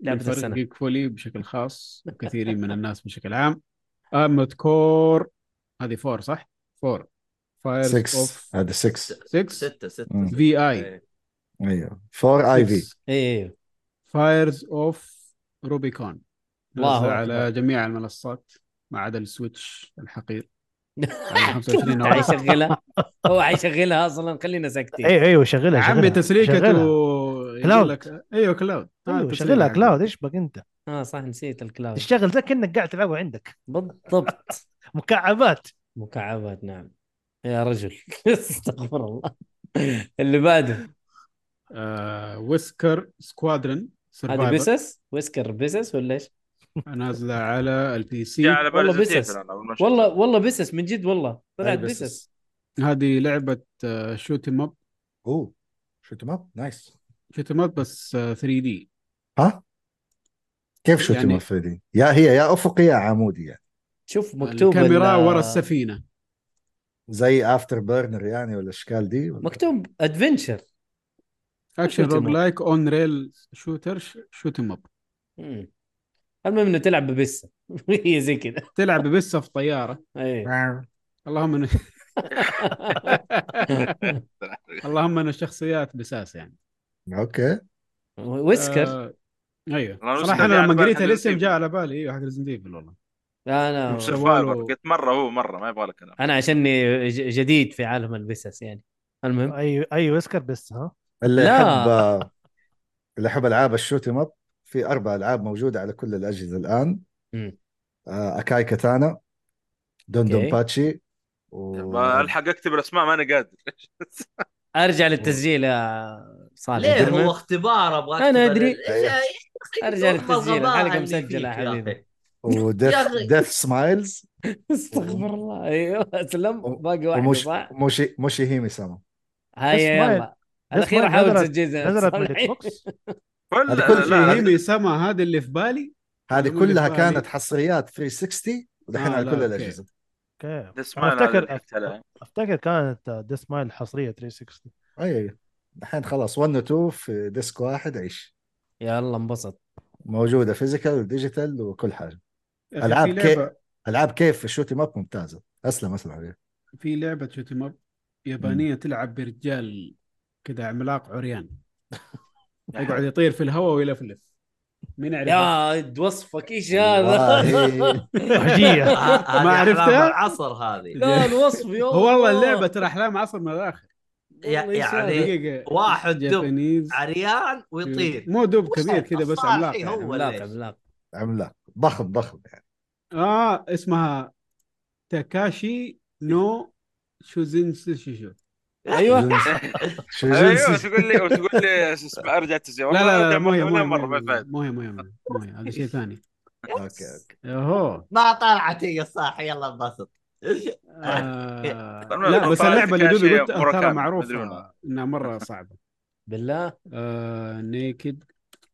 S2: لعبة
S6: لفريق
S2: السنة.
S6: جيك فولي بشكل خاص وكثيرين من الناس بشكل عام أرمد كور هذه فور صح؟ فور فايرز
S1: 6
S6: اوف
S1: هذا 6
S6: 6
S3: 6 6
S1: مم.
S6: في اي
S3: إيه.
S1: ايوه 4 اي في
S2: ايه
S6: فايرز اوف روبيكون
S2: الله
S6: نزل
S2: أكبر.
S6: على جميع المنصات ما عدا السويتش الحقير على
S2: تعال
S6: 25 نوفمبر
S2: يشغلها هو حيشغلها اصلا خلينا ساكتين
S3: إيه.
S4: ايوه ايوه شغلها
S6: عمي
S4: شغلها.
S6: تسليكته
S4: شغلها.
S6: يقول
S4: كلاود.
S6: لك ايوه كلاود آه،
S2: أيوة،
S4: ايوه
S6: التسليك
S4: شغلها
S6: حقه.
S4: كلاود ايش بك انت؟
S2: اه صح نسيت الكلاود
S4: تشتغل زي كانك قاعد تلعبه عندك
S2: بالضبط
S4: مكعبات
S2: مكعبات نعم يا رجل استغفر الله اللي بعده
S6: آه، ويسكر سكوادرن
S2: هذه
S6: سرفايفر
S2: بيسس ويسكر بيسس ولا ايش؟
S6: نازله على البي
S5: جاء
S6: سي
S5: على بالي
S2: والله
S5: زي
S2: بسس.
S5: تيفل أنا أول ما شفته.
S2: والله والله بيسس من جد والله طلعت
S1: أي بيسس.
S2: بيسس
S6: هذه آه، لعبه شوت اب
S1: اوه شوت ماب نايس
S6: شوت اب بس آه، 3 دي
S1: ها كيف شوت
S6: يعني-
S1: ماب 3 دي؟ يا هي يا افقي يا عمودي يعني
S2: شوف مكتوب
S6: الكاميرا
S2: ال-
S6: ورا السفينه
S1: زي افتر بيرنر يعني ولا الاشكال دي ولا
S2: مكتوب ادفنشر
S6: اكشن
S2: shoot 'em up.
S6: روج لايك اون ريل شوتر شوت اب
S2: مم. المهم انه تلعب ببسه هي زي كذا إيه.
S6: تلعب بس في طياره
S2: أي.
S6: اللهم ان اللهم ان الشخصيات بساس يعني
S1: اوكي
S2: ويسكر
S6: آه... ايوه
S5: أنا
S6: صراحه
S5: جاء
S6: انا
S5: على
S6: لما
S5: بالي
S6: قريت
S5: حق
S6: الاسم
S5: Resident Evil.
S6: جاء على بالي ايوه حق ريزن ديفل والله
S2: انا
S6: مش-
S5: سرفايفر
S6: والو.
S5: قلت مره هو مره ما يبغى له كلام
S2: انا عشاني ج- جديد في عالم البسس يعني المهم
S4: اي اي ويسكر بس ها
S1: اللي
S2: لا.
S1: يحب اللي يحب العاب الشوت ماب في اربع العاب موجوده على كل الاجهزه الان
S2: مم.
S1: آه، اكاي كاتانا دندون
S2: أوكي.
S1: باتشي و...
S5: ما الحق اكتب الاسماء ما انا قادر
S2: ارجع للتسجيل يا صالح
S3: ليه
S2: المهم.
S3: هو اختبار ابغى
S2: أنا
S3: أكتب
S2: أدري.
S3: إيش- إيش-
S2: أرجع
S3: إيش
S2: للتسجيل،
S3: الغباء
S2: الحلقة
S3: اللي
S2: مسجلة
S3: فيك يا
S2: حبيبي.
S3: أخي؟
S1: وديث
S3: يا أخي.
S1: ديث سمايلز
S2: استغفر الله ايوه اسلم باقي واحده
S1: ومش
S2: صح؟
S1: موشي موشي هيمي سما
S2: هاي
S4: Smile.
S2: يلا الاخير
S4: Smile
S2: احاول
S4: إيه؟ نزلت-
S2: تسجيل
S4: نزلت من الاكس بوكس
S5: كل
S1: هذا كل
S5: لا,
S1: شيء
S5: لا هذه-
S6: هيمي سما هذه اللي في بالي
S1: هذه
S6: يقول لي
S1: كلها
S6: فاهم.
S1: كانت حصريات 360 ودحين
S6: آه،
S1: على
S6: لا،
S1: كل
S6: أوكي.
S1: الاجهزه
S4: اوكي
S5: ذا سمايل
S4: انا
S5: هذا اللي
S4: افتكر
S5: قلت عليه.
S4: افتكر كانت ديس مايل حصريه 360
S1: اي أي. دحين خلاص 1 و 2 في ديسك واحد عيش
S2: يلا انبسط
S1: موجوده فيزيكال وديجيتال وكل حاجه
S6: يا أخي
S1: ألعاب
S6: في
S1: كي-
S6: لعبة-
S1: العاب كيف في الشوتي ماب ممتازه اسلم اسلم عليه
S6: في لعبه شوت اب يابانيه تلعب برجال كذا عملاق عريان
S3: نعم.
S6: يقعد يطير في الهواء ويلفلف مين يعرف
S2: يا اد وصفك ايش هذا؟
S1: والله.
S4: وحشيه
S3: ه- هذه
S6: ما
S3: أحلام
S6: عرفتها؟
S3: العصر هذه
S2: لا الوصف يا
S6: هو والله
S2: الله.
S6: اللعبه ترى احلام عصر من الاخر
S3: يا-
S2: والله إيش
S3: يعني
S2: هذا؟
S6: دقيقه
S3: واحد دب
S6: جابانيز
S3: عريان ويطير
S6: مو دوب كبير كذا بس
S3: الصاحي
S6: عملاق يعني.
S3: هو.
S2: عملاق
S3: ليش؟
S2: عملاق
S1: عملاق ضخم ضخم يعني
S6: اه اسمها تاكاشي نو شوزين شيشو
S1: أيوة.
S2: ايوه
S1: شو
S5: ايوه
S1: جنسي
S5: تقول لي وتقول لي اسمع، ارجع تسجيل
S6: لا لا لا مو هي مو
S5: ولا
S6: هي
S5: مره ما فايد
S6: مو هي مو هي مو هي- مو هي هذا شيء ثاني
S1: اوكي اوكي
S6: اهو
S3: ما طلعت هي صح يلا انبسط
S6: آه،
S5: المهم
S6: لا بس
S5: طلعت
S6: اللعبه اللي
S5: كاشي
S6: دوبي قلت ترى
S5: موراكامي، مدري
S6: معروفه
S5: ولا.
S6: انها مره صعبه
S2: بالله
S6: آه، نيكد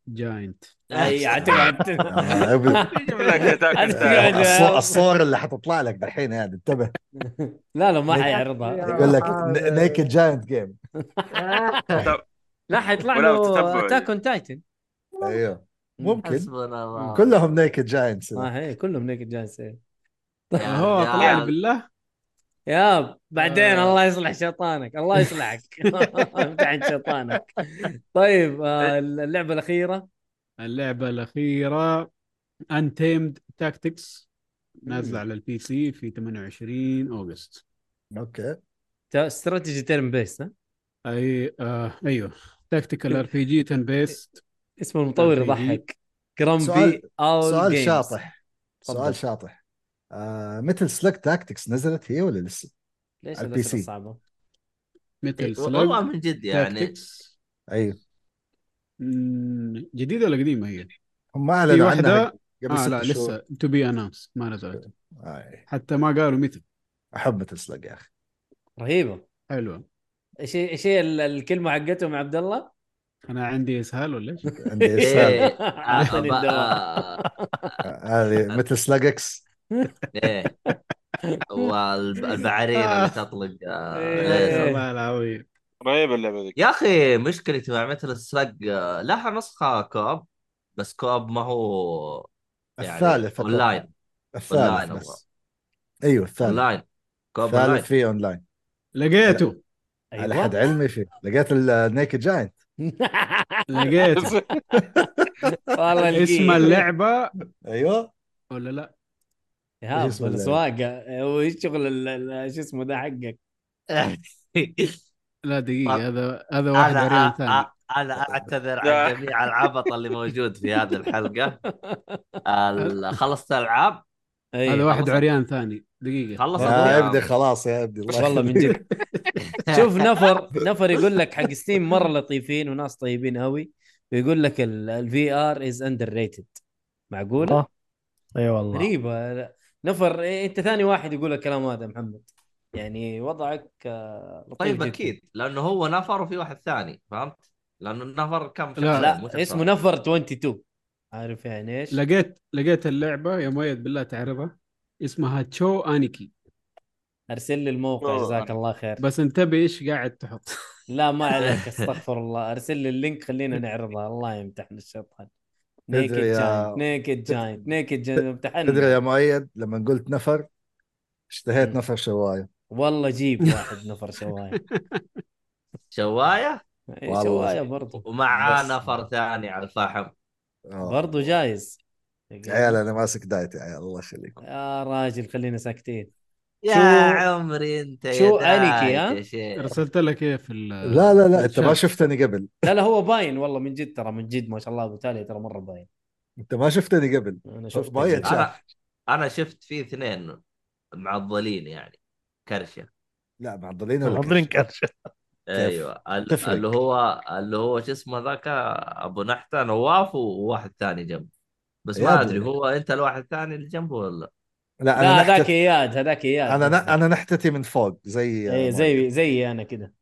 S6: جاينت
S2: اي اعتقد
S1: آه، أبد.
S5: يجيب لك أتاك أون
S2: أتاك.
S5: تايتن.
S1: الصور- الصور اللي حتطلع لك دحين يعني انتبه
S2: لا لا ما حيعرضها
S1: يقول لك نيكد جاينت جيم
S2: لا حيطلع
S5: ولا
S2: له
S5: تتبع.
S2: اتاك اون تايتن
S1: ايوه ممكن
S3: حسبنا الله آه.
S1: كلهم نيكد جاينتس
S2: اه هي كلهم نيكد جاينتس إيه.
S3: يا
S6: اهو
S3: رجال.
S6: آه، طلع لي بالله
S2: ياب بعدين
S6: آه.
S2: الله يصلح شيطانك الله يصلحك امتحن شيطانك طيب آه، اللعبه الاخيره
S6: اللعبه الاخيره انتيمد تاكتكس نازله على البي سي في 28 اوغست
S1: اوكي
S2: تا- استراتيجي تيرن بيست ها
S6: اي آه ايوه تاكتيكال ار بي جي تن بيست
S2: اسم المطور
S6: RPG.
S2: يضحك جرامبي
S1: طيب. سؤال-
S2: اول
S1: سؤال
S2: جيمز.
S1: شاطح
S2: تفضل.
S1: سؤال شاطح آه مثل سلك تاكتكس نزلت هي ولا لسه؟
S2: ليش
S1: على
S2: الأسئلة
S1: البي سي.
S2: صعبه؟
S6: مثل
S3: إيه، والله
S6: سلاج
S3: من جد يعني
S6: تاكتكس
S1: ايوه
S6: جديده ولا قديمه هي؟
S1: هم
S6: في
S1: اعلنوا عنها
S6: واحده
S1: قبل
S6: اه
S1: ست
S6: لا
S1: شهور
S6: لسه تو بي اناونس ما نزلت
S1: آه.
S6: حتى ما قالوا متى
S1: احب مثل سلك يا اخي
S2: رهيبه
S6: حلوه
S2: ايش هي- ايش هي ال- الكلمه حقتهم يا عبد الله؟
S6: انا عندي اسهال ولا ايش؟
S1: عندي اسهال
S3: ايه
S2: أعطني
S3: آه،
S2: الدواء
S3: آه،
S1: هذه مثل سلاجكس
S3: ايه والبعرير اللي تطلق آه،
S2: إيه.
S3: ليزر.
S6: والله العظيم
S5: رهيبه اللعبه ذيك
S3: يا اخي مشكلتي مع مثل السلق آه، لها نسخه كوب بس كوب ما هو يعني
S1: الثالث فقط
S3: اونلاين
S1: الثالث
S3: أونلاين أبغى.
S1: بس ايوه الثالث
S3: اونلاين كوب اونلاين
S1: الثالث فيه اونلاين
S6: لقيته
S1: على
S2: أيوة.
S1: حد علمي فيه لقيت النيكد جاينت
S6: لقيته
S2: والله لقيت.
S6: اسم اللعبه
S1: ايوه
S6: ولا لا؟
S2: يا
S1: إيش اسم اللعبة؟
S2: الاسواق وايش شغل ال- ال- شو اسمه ده حقك؟
S6: لا دقيقه
S3: آه.
S6: هذا هذا واحد
S3: انا
S6: اريان
S2: آه،
S3: أ-
S6: ثاني
S3: أ- انا اعتذر عن جميع العبط اللي موجود في هذه الحلقه ال- خلصت العاب
S2: أي.
S6: هذا واحد
S3: خلصت.
S6: عريان ثاني دقيقه
S3: خلصت
S1: يا
S2: يعني.
S3: الألعاب.
S1: ابدي خلاص يا ابدي الله
S2: والله من
S1: يخليك.
S2: جد شوف نفر نفر يقول لك حق ستيم مره لطيفين وناس طيبين قوي ويقول لك الفي ار از اندر ريتد معقوله؟
S4: الله اي والله
S2: غريبة لا. نفر إيه، انت ثاني واحد يقول الكلام هذا يا محمد يعني وضعك آه، لطيف
S3: طيب
S2: جداً.
S3: اكيد لانه هو نفر وفي واحد ثاني فهمت؟ لانه النفر كم شخص
S6: لا،
S1: طيب،
S3: مو
S2: لا
S3: شخصين.
S2: اسمه نفر 22 عارف يعني ايش؟
S6: لقيت لقيت اللعبه يا مؤيد بالله تعرفها اسمها تشو انيكي
S2: ارسل لي الموقع
S5: أوه.
S2: جزاك الله خير
S6: بس انتبه ايش قاعد تحط
S2: لا ما عليك استغفر الله ارسل لي اللينك خلينا نعرضها الله يمتحنا الشيطان نيكد
S1: تدري يا-
S2: جاينت نيكد جاينت نيكد جاينت
S1: تدري
S2: امتحنا
S1: يا مؤيد لما قلت نفر اشتهيت
S2: مم.
S1: نفر شوايه
S2: والله جيب واحد نفر شوايه
S3: شوايه
S2: إيه،
S1: والله.
S2: شوايه برضو
S3: ومعاه
S1: بس.
S3: نفر ثاني على الفحم
S1: آه.
S2: برضو جايز
S1: يا عيال انا ماسك دايت يا عيال الله يخليكم
S2: يا راجل خلينا ساكتين
S3: يا
S2: شو-
S3: عمري انت يا
S2: شو أنيكي، ها؟
S3: دايت يا شيخ
S6: ارسلت لك ايه في
S2: آه.
S6: ال-
S1: لا لا لا انت
S6: الشات.
S1: ما شفتني قبل
S2: لا لا هو باين والله من جد ترى من جد ما شاء الله ابو تالي ترى مره باين
S1: انت ما شفتني قبل
S2: انا شفت
S1: باين
S2: الفيديو.
S1: شاف
S3: انا انا شفت فيه اثنين معضلين يعني كرشه
S1: لا معضلين ولا
S4: حاضرين
S1: كيف؟
S4: كرشه
S3: ايوه ال-
S1: تفرق.
S3: اللي هو اللي هو شو اسمه ذاك ابو نحته نواف وواحد ثاني جنبه بس
S1: يا
S3: ما
S1: أبو
S3: ادري
S1: نحتة.
S3: هو انت الواحد الثاني اللي جنبه ولا
S1: لا
S2: لا
S1: انا
S2: هذاك
S1: نحتت
S2: اياد هذاك اياد
S1: انا ن...
S2: قصدي.
S1: انا نحتتي من فوق زي
S2: ايه زي زي انا كده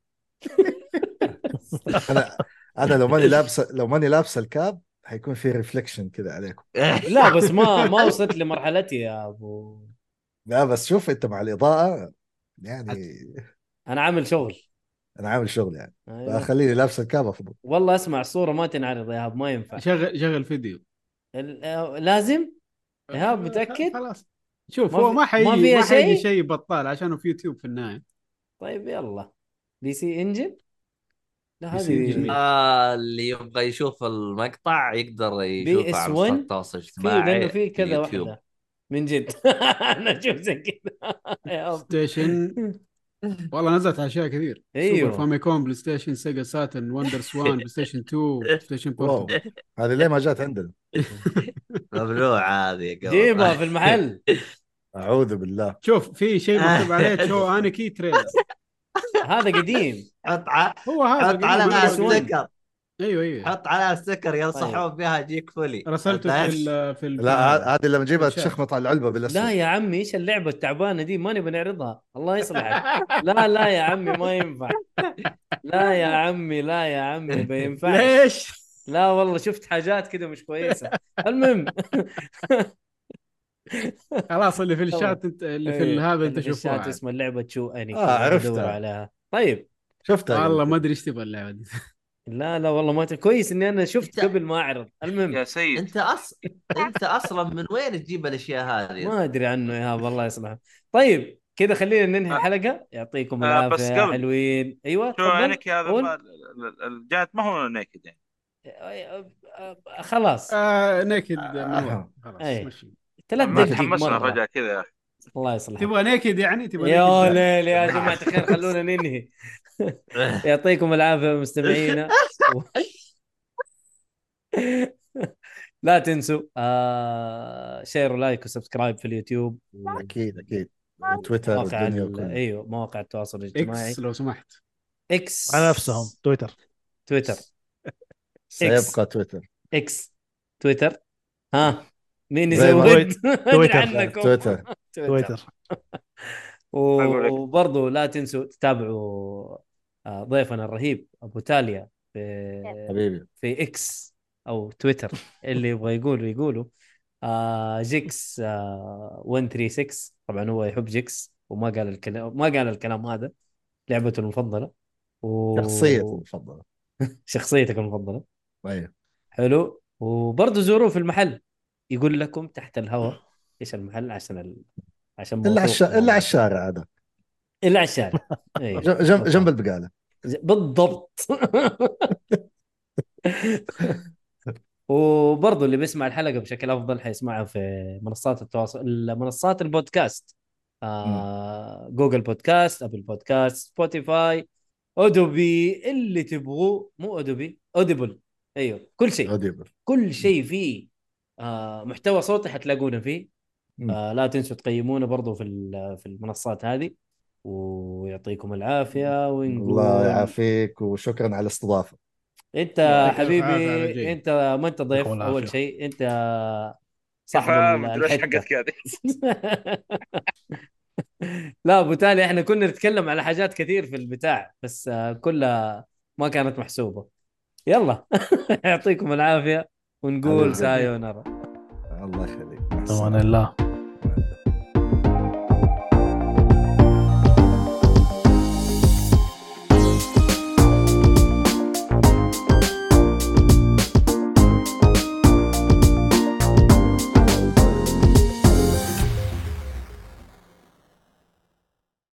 S1: انا انا لو ماني لابسه لو ماني لابسه الكاب حيكون في ريفليكشن كذا عليكم
S2: لا بس ما ما وصلت لمرحلتي يا ابو
S1: لا بس شوف انت مع الاضاءه يعني
S2: انا عامل شغل
S1: انا عامل شغل يعني
S2: أيوة.
S1: فخليني لابس الكاب افضل
S2: والله اسمع الصوره ما تنعرض يا هاب ما ينفع
S6: شغل شغل فيديو
S2: ال- آه، لازم إيهاب، متأكد؟
S6: خلاص شوف
S2: ما
S6: هو
S2: في-
S6: ما حيجي
S2: ما
S6: ما,
S2: فيها
S6: حيجي
S2: شيء؟
S6: شيء بطال عشانه في يوتيوب في النهايه
S2: طيب يلا دي سي انجن لا
S6: دي سي إنجن.
S2: هذه
S3: آه، اللي يبغى يشوف المقطع يقدر يشوفه على
S2: BS1
S3: منصات التواصل
S2: في
S3: الاجتماعي
S2: لانه في كذا
S3: اليوتيوب.
S2: واحده من جد انا اشوف زي كذا يا رب.
S6: ستيشن والله نزلت اشياء كثير
S2: أيوه.
S6: سوبر فاميكون بلاي ستيشن سيجا ساتن وندر سوان بلاي ستيشن 2 بلاي ستيشن
S1: واو
S6: بورتبل
S1: هذه ليه ما جات عندنا
S3: ممنوع هذه يا قبل.
S2: جيبها في المحل
S1: اعوذ بالله
S6: شوف في شيء مكتوب عليه شو انيكي تريلر
S2: هذا قديم
S3: حط ع-
S6: هو هذا
S3: حط على
S2: يقول لك.
S3: ستيكر
S6: ايوه ايوه
S3: حط على ستيكر
S2: طيب.
S3: ينصحون بها جيك فولي
S6: رسلته في ال في ال
S1: لا
S2: آه،
S1: ه- هذه لما جيبها
S6: الشاشة.
S1: تشخمط على العلبه بالاسود
S2: لا يا عمي ايش اللعبه التعبانه دي ما نبي نعرضها الله يصلحك لا لا يا عمي ما ينفع لا يا عمي لا يا عمي ما ينفع
S3: ليش؟
S2: لا والله شفت حاجات كذا مش كويسه المهم
S6: خلاص اللي في الشات انت اللي في
S2: إيه،
S6: هذا انت
S2: اللي في الشات
S6: شوفوها
S2: اسم اللعبه تشو اني
S1: آه،
S2: كذا
S1: عرفتها.
S2: بدور عليها طيب
S1: شفتها
S6: والله ما ادري ايش تبغى اللعبه دي
S2: لا لا والله ما ت- كويس اني انا شفت
S3: إنت-
S2: قبل ما اعرض المهم
S5: يا سيد
S3: انت اصلا انت اصلا من وين تجيب الاشياء هذه؟
S2: ما ادري عنه يا هاب الله يصلحك طيب كذا خلينا ننهي الحلقه يعطيكم
S5: آه،
S2: العافيه
S5: بس
S2: يا
S5: قبل.
S2: حلوين ايوه
S5: شو
S2: تفضل.
S5: عينك يا هذا
S2: قول.
S5: ما- ال- ال- الجات ما هو نيكد يعني
S2: آه، آه، آه، خلاص
S6: آه نيكد من
S1: آه.
S6: ورا خلاص
S2: أي.
S6: مشي
S5: ما
S2: لا تدقق
S5: تحمسنا
S2: مره
S5: فجاه كذا يا اخي
S2: الله يصلحك
S6: تبغى نيكد يعني تبغى
S2: يا
S6: نيكد؟
S2: ليل يا جماعه الخير خلونا ننهي يعطيكم العافيه مستمعينا و- لا تنسوا آه شير ولايك وسبسكرايب في اليوتيوب
S1: اكيد اكيد وتويتر
S2: مواقع
S1: والدنيا
S2: ال-
S1: كلها
S2: ايوه مواقع التواصل الاجتماعي
S6: اكس لو سمحت
S2: اكس
S4: على نفسهم تويتر
S2: تويتر
S1: سيبقى تويتر
S2: اكس تويتر ها مين
S1: زي ما-
S2: يزود؟ ما أدري
S4: تويتر.
S2: عنكم.
S1: تويتر
S4: تويتر
S5: أقول لك.
S2: وبرضه لا تنسوا تتابعوا آه، ضيفنا الرهيب ابو تاليا في
S1: حبيبي
S2: في اكس او تويتر اللي يبغى يقول يقوله آه جيكس آه 136 طبعا هو يحب جيكس وما قال الكلام ما قال الكلام هذا لعبته المفضله و...
S1: شخصيتي المفضله
S2: شخصيتك المفضله
S1: ايوه
S2: حلو وبرضه زوروه في المحل يقول لكم تحت الهواء ايش المحل عشان ال... عشان
S1: الا على
S2: موثوق.
S1: الش- الا على الشارع هذا
S2: الا على الشارع أيوه.
S1: جنب- جنب جنب البقاله
S2: بالضبط وبرضه اللي بيسمع الحلقه بشكل افضل حيسمعها في منصات التواصل منصات البودكاست آه جوجل بودكاست ابل بودكاست سبوتيفاي اودوبي اللي تبغوه مو اودوبي اوديبل ايوه كل شيء
S1: اوديبل
S2: كل شيء فيه آه محتوى صوتي حتلاقونا فيه
S1: مم.
S2: آه لا تنسوا تقيمونا برضو في ال- في المنصات هذه ويعطيكم العافيه ونقول
S1: الله يعافيك وشكرا على الاستضافه
S2: انت
S6: يعطيك العافية على
S2: حبيبي
S6: الجاي.
S2: انت ما انت ضيف
S4: يعطيكم
S2: اول
S4: العافية.
S2: شيء انت صاحب ال-
S5: فاهم ايش
S2: الحته
S5: حقتك هذه
S2: لا ابو تالي احنا كنا نتكلم على حاجات كثير في البتاع بس آه، كلها ما كانت محسوبه يلا يعطيكم العافيه
S1: حبيبي.
S2: ونقول سايونارا
S1: الله يخليك مع السلامة.
S4: امان الله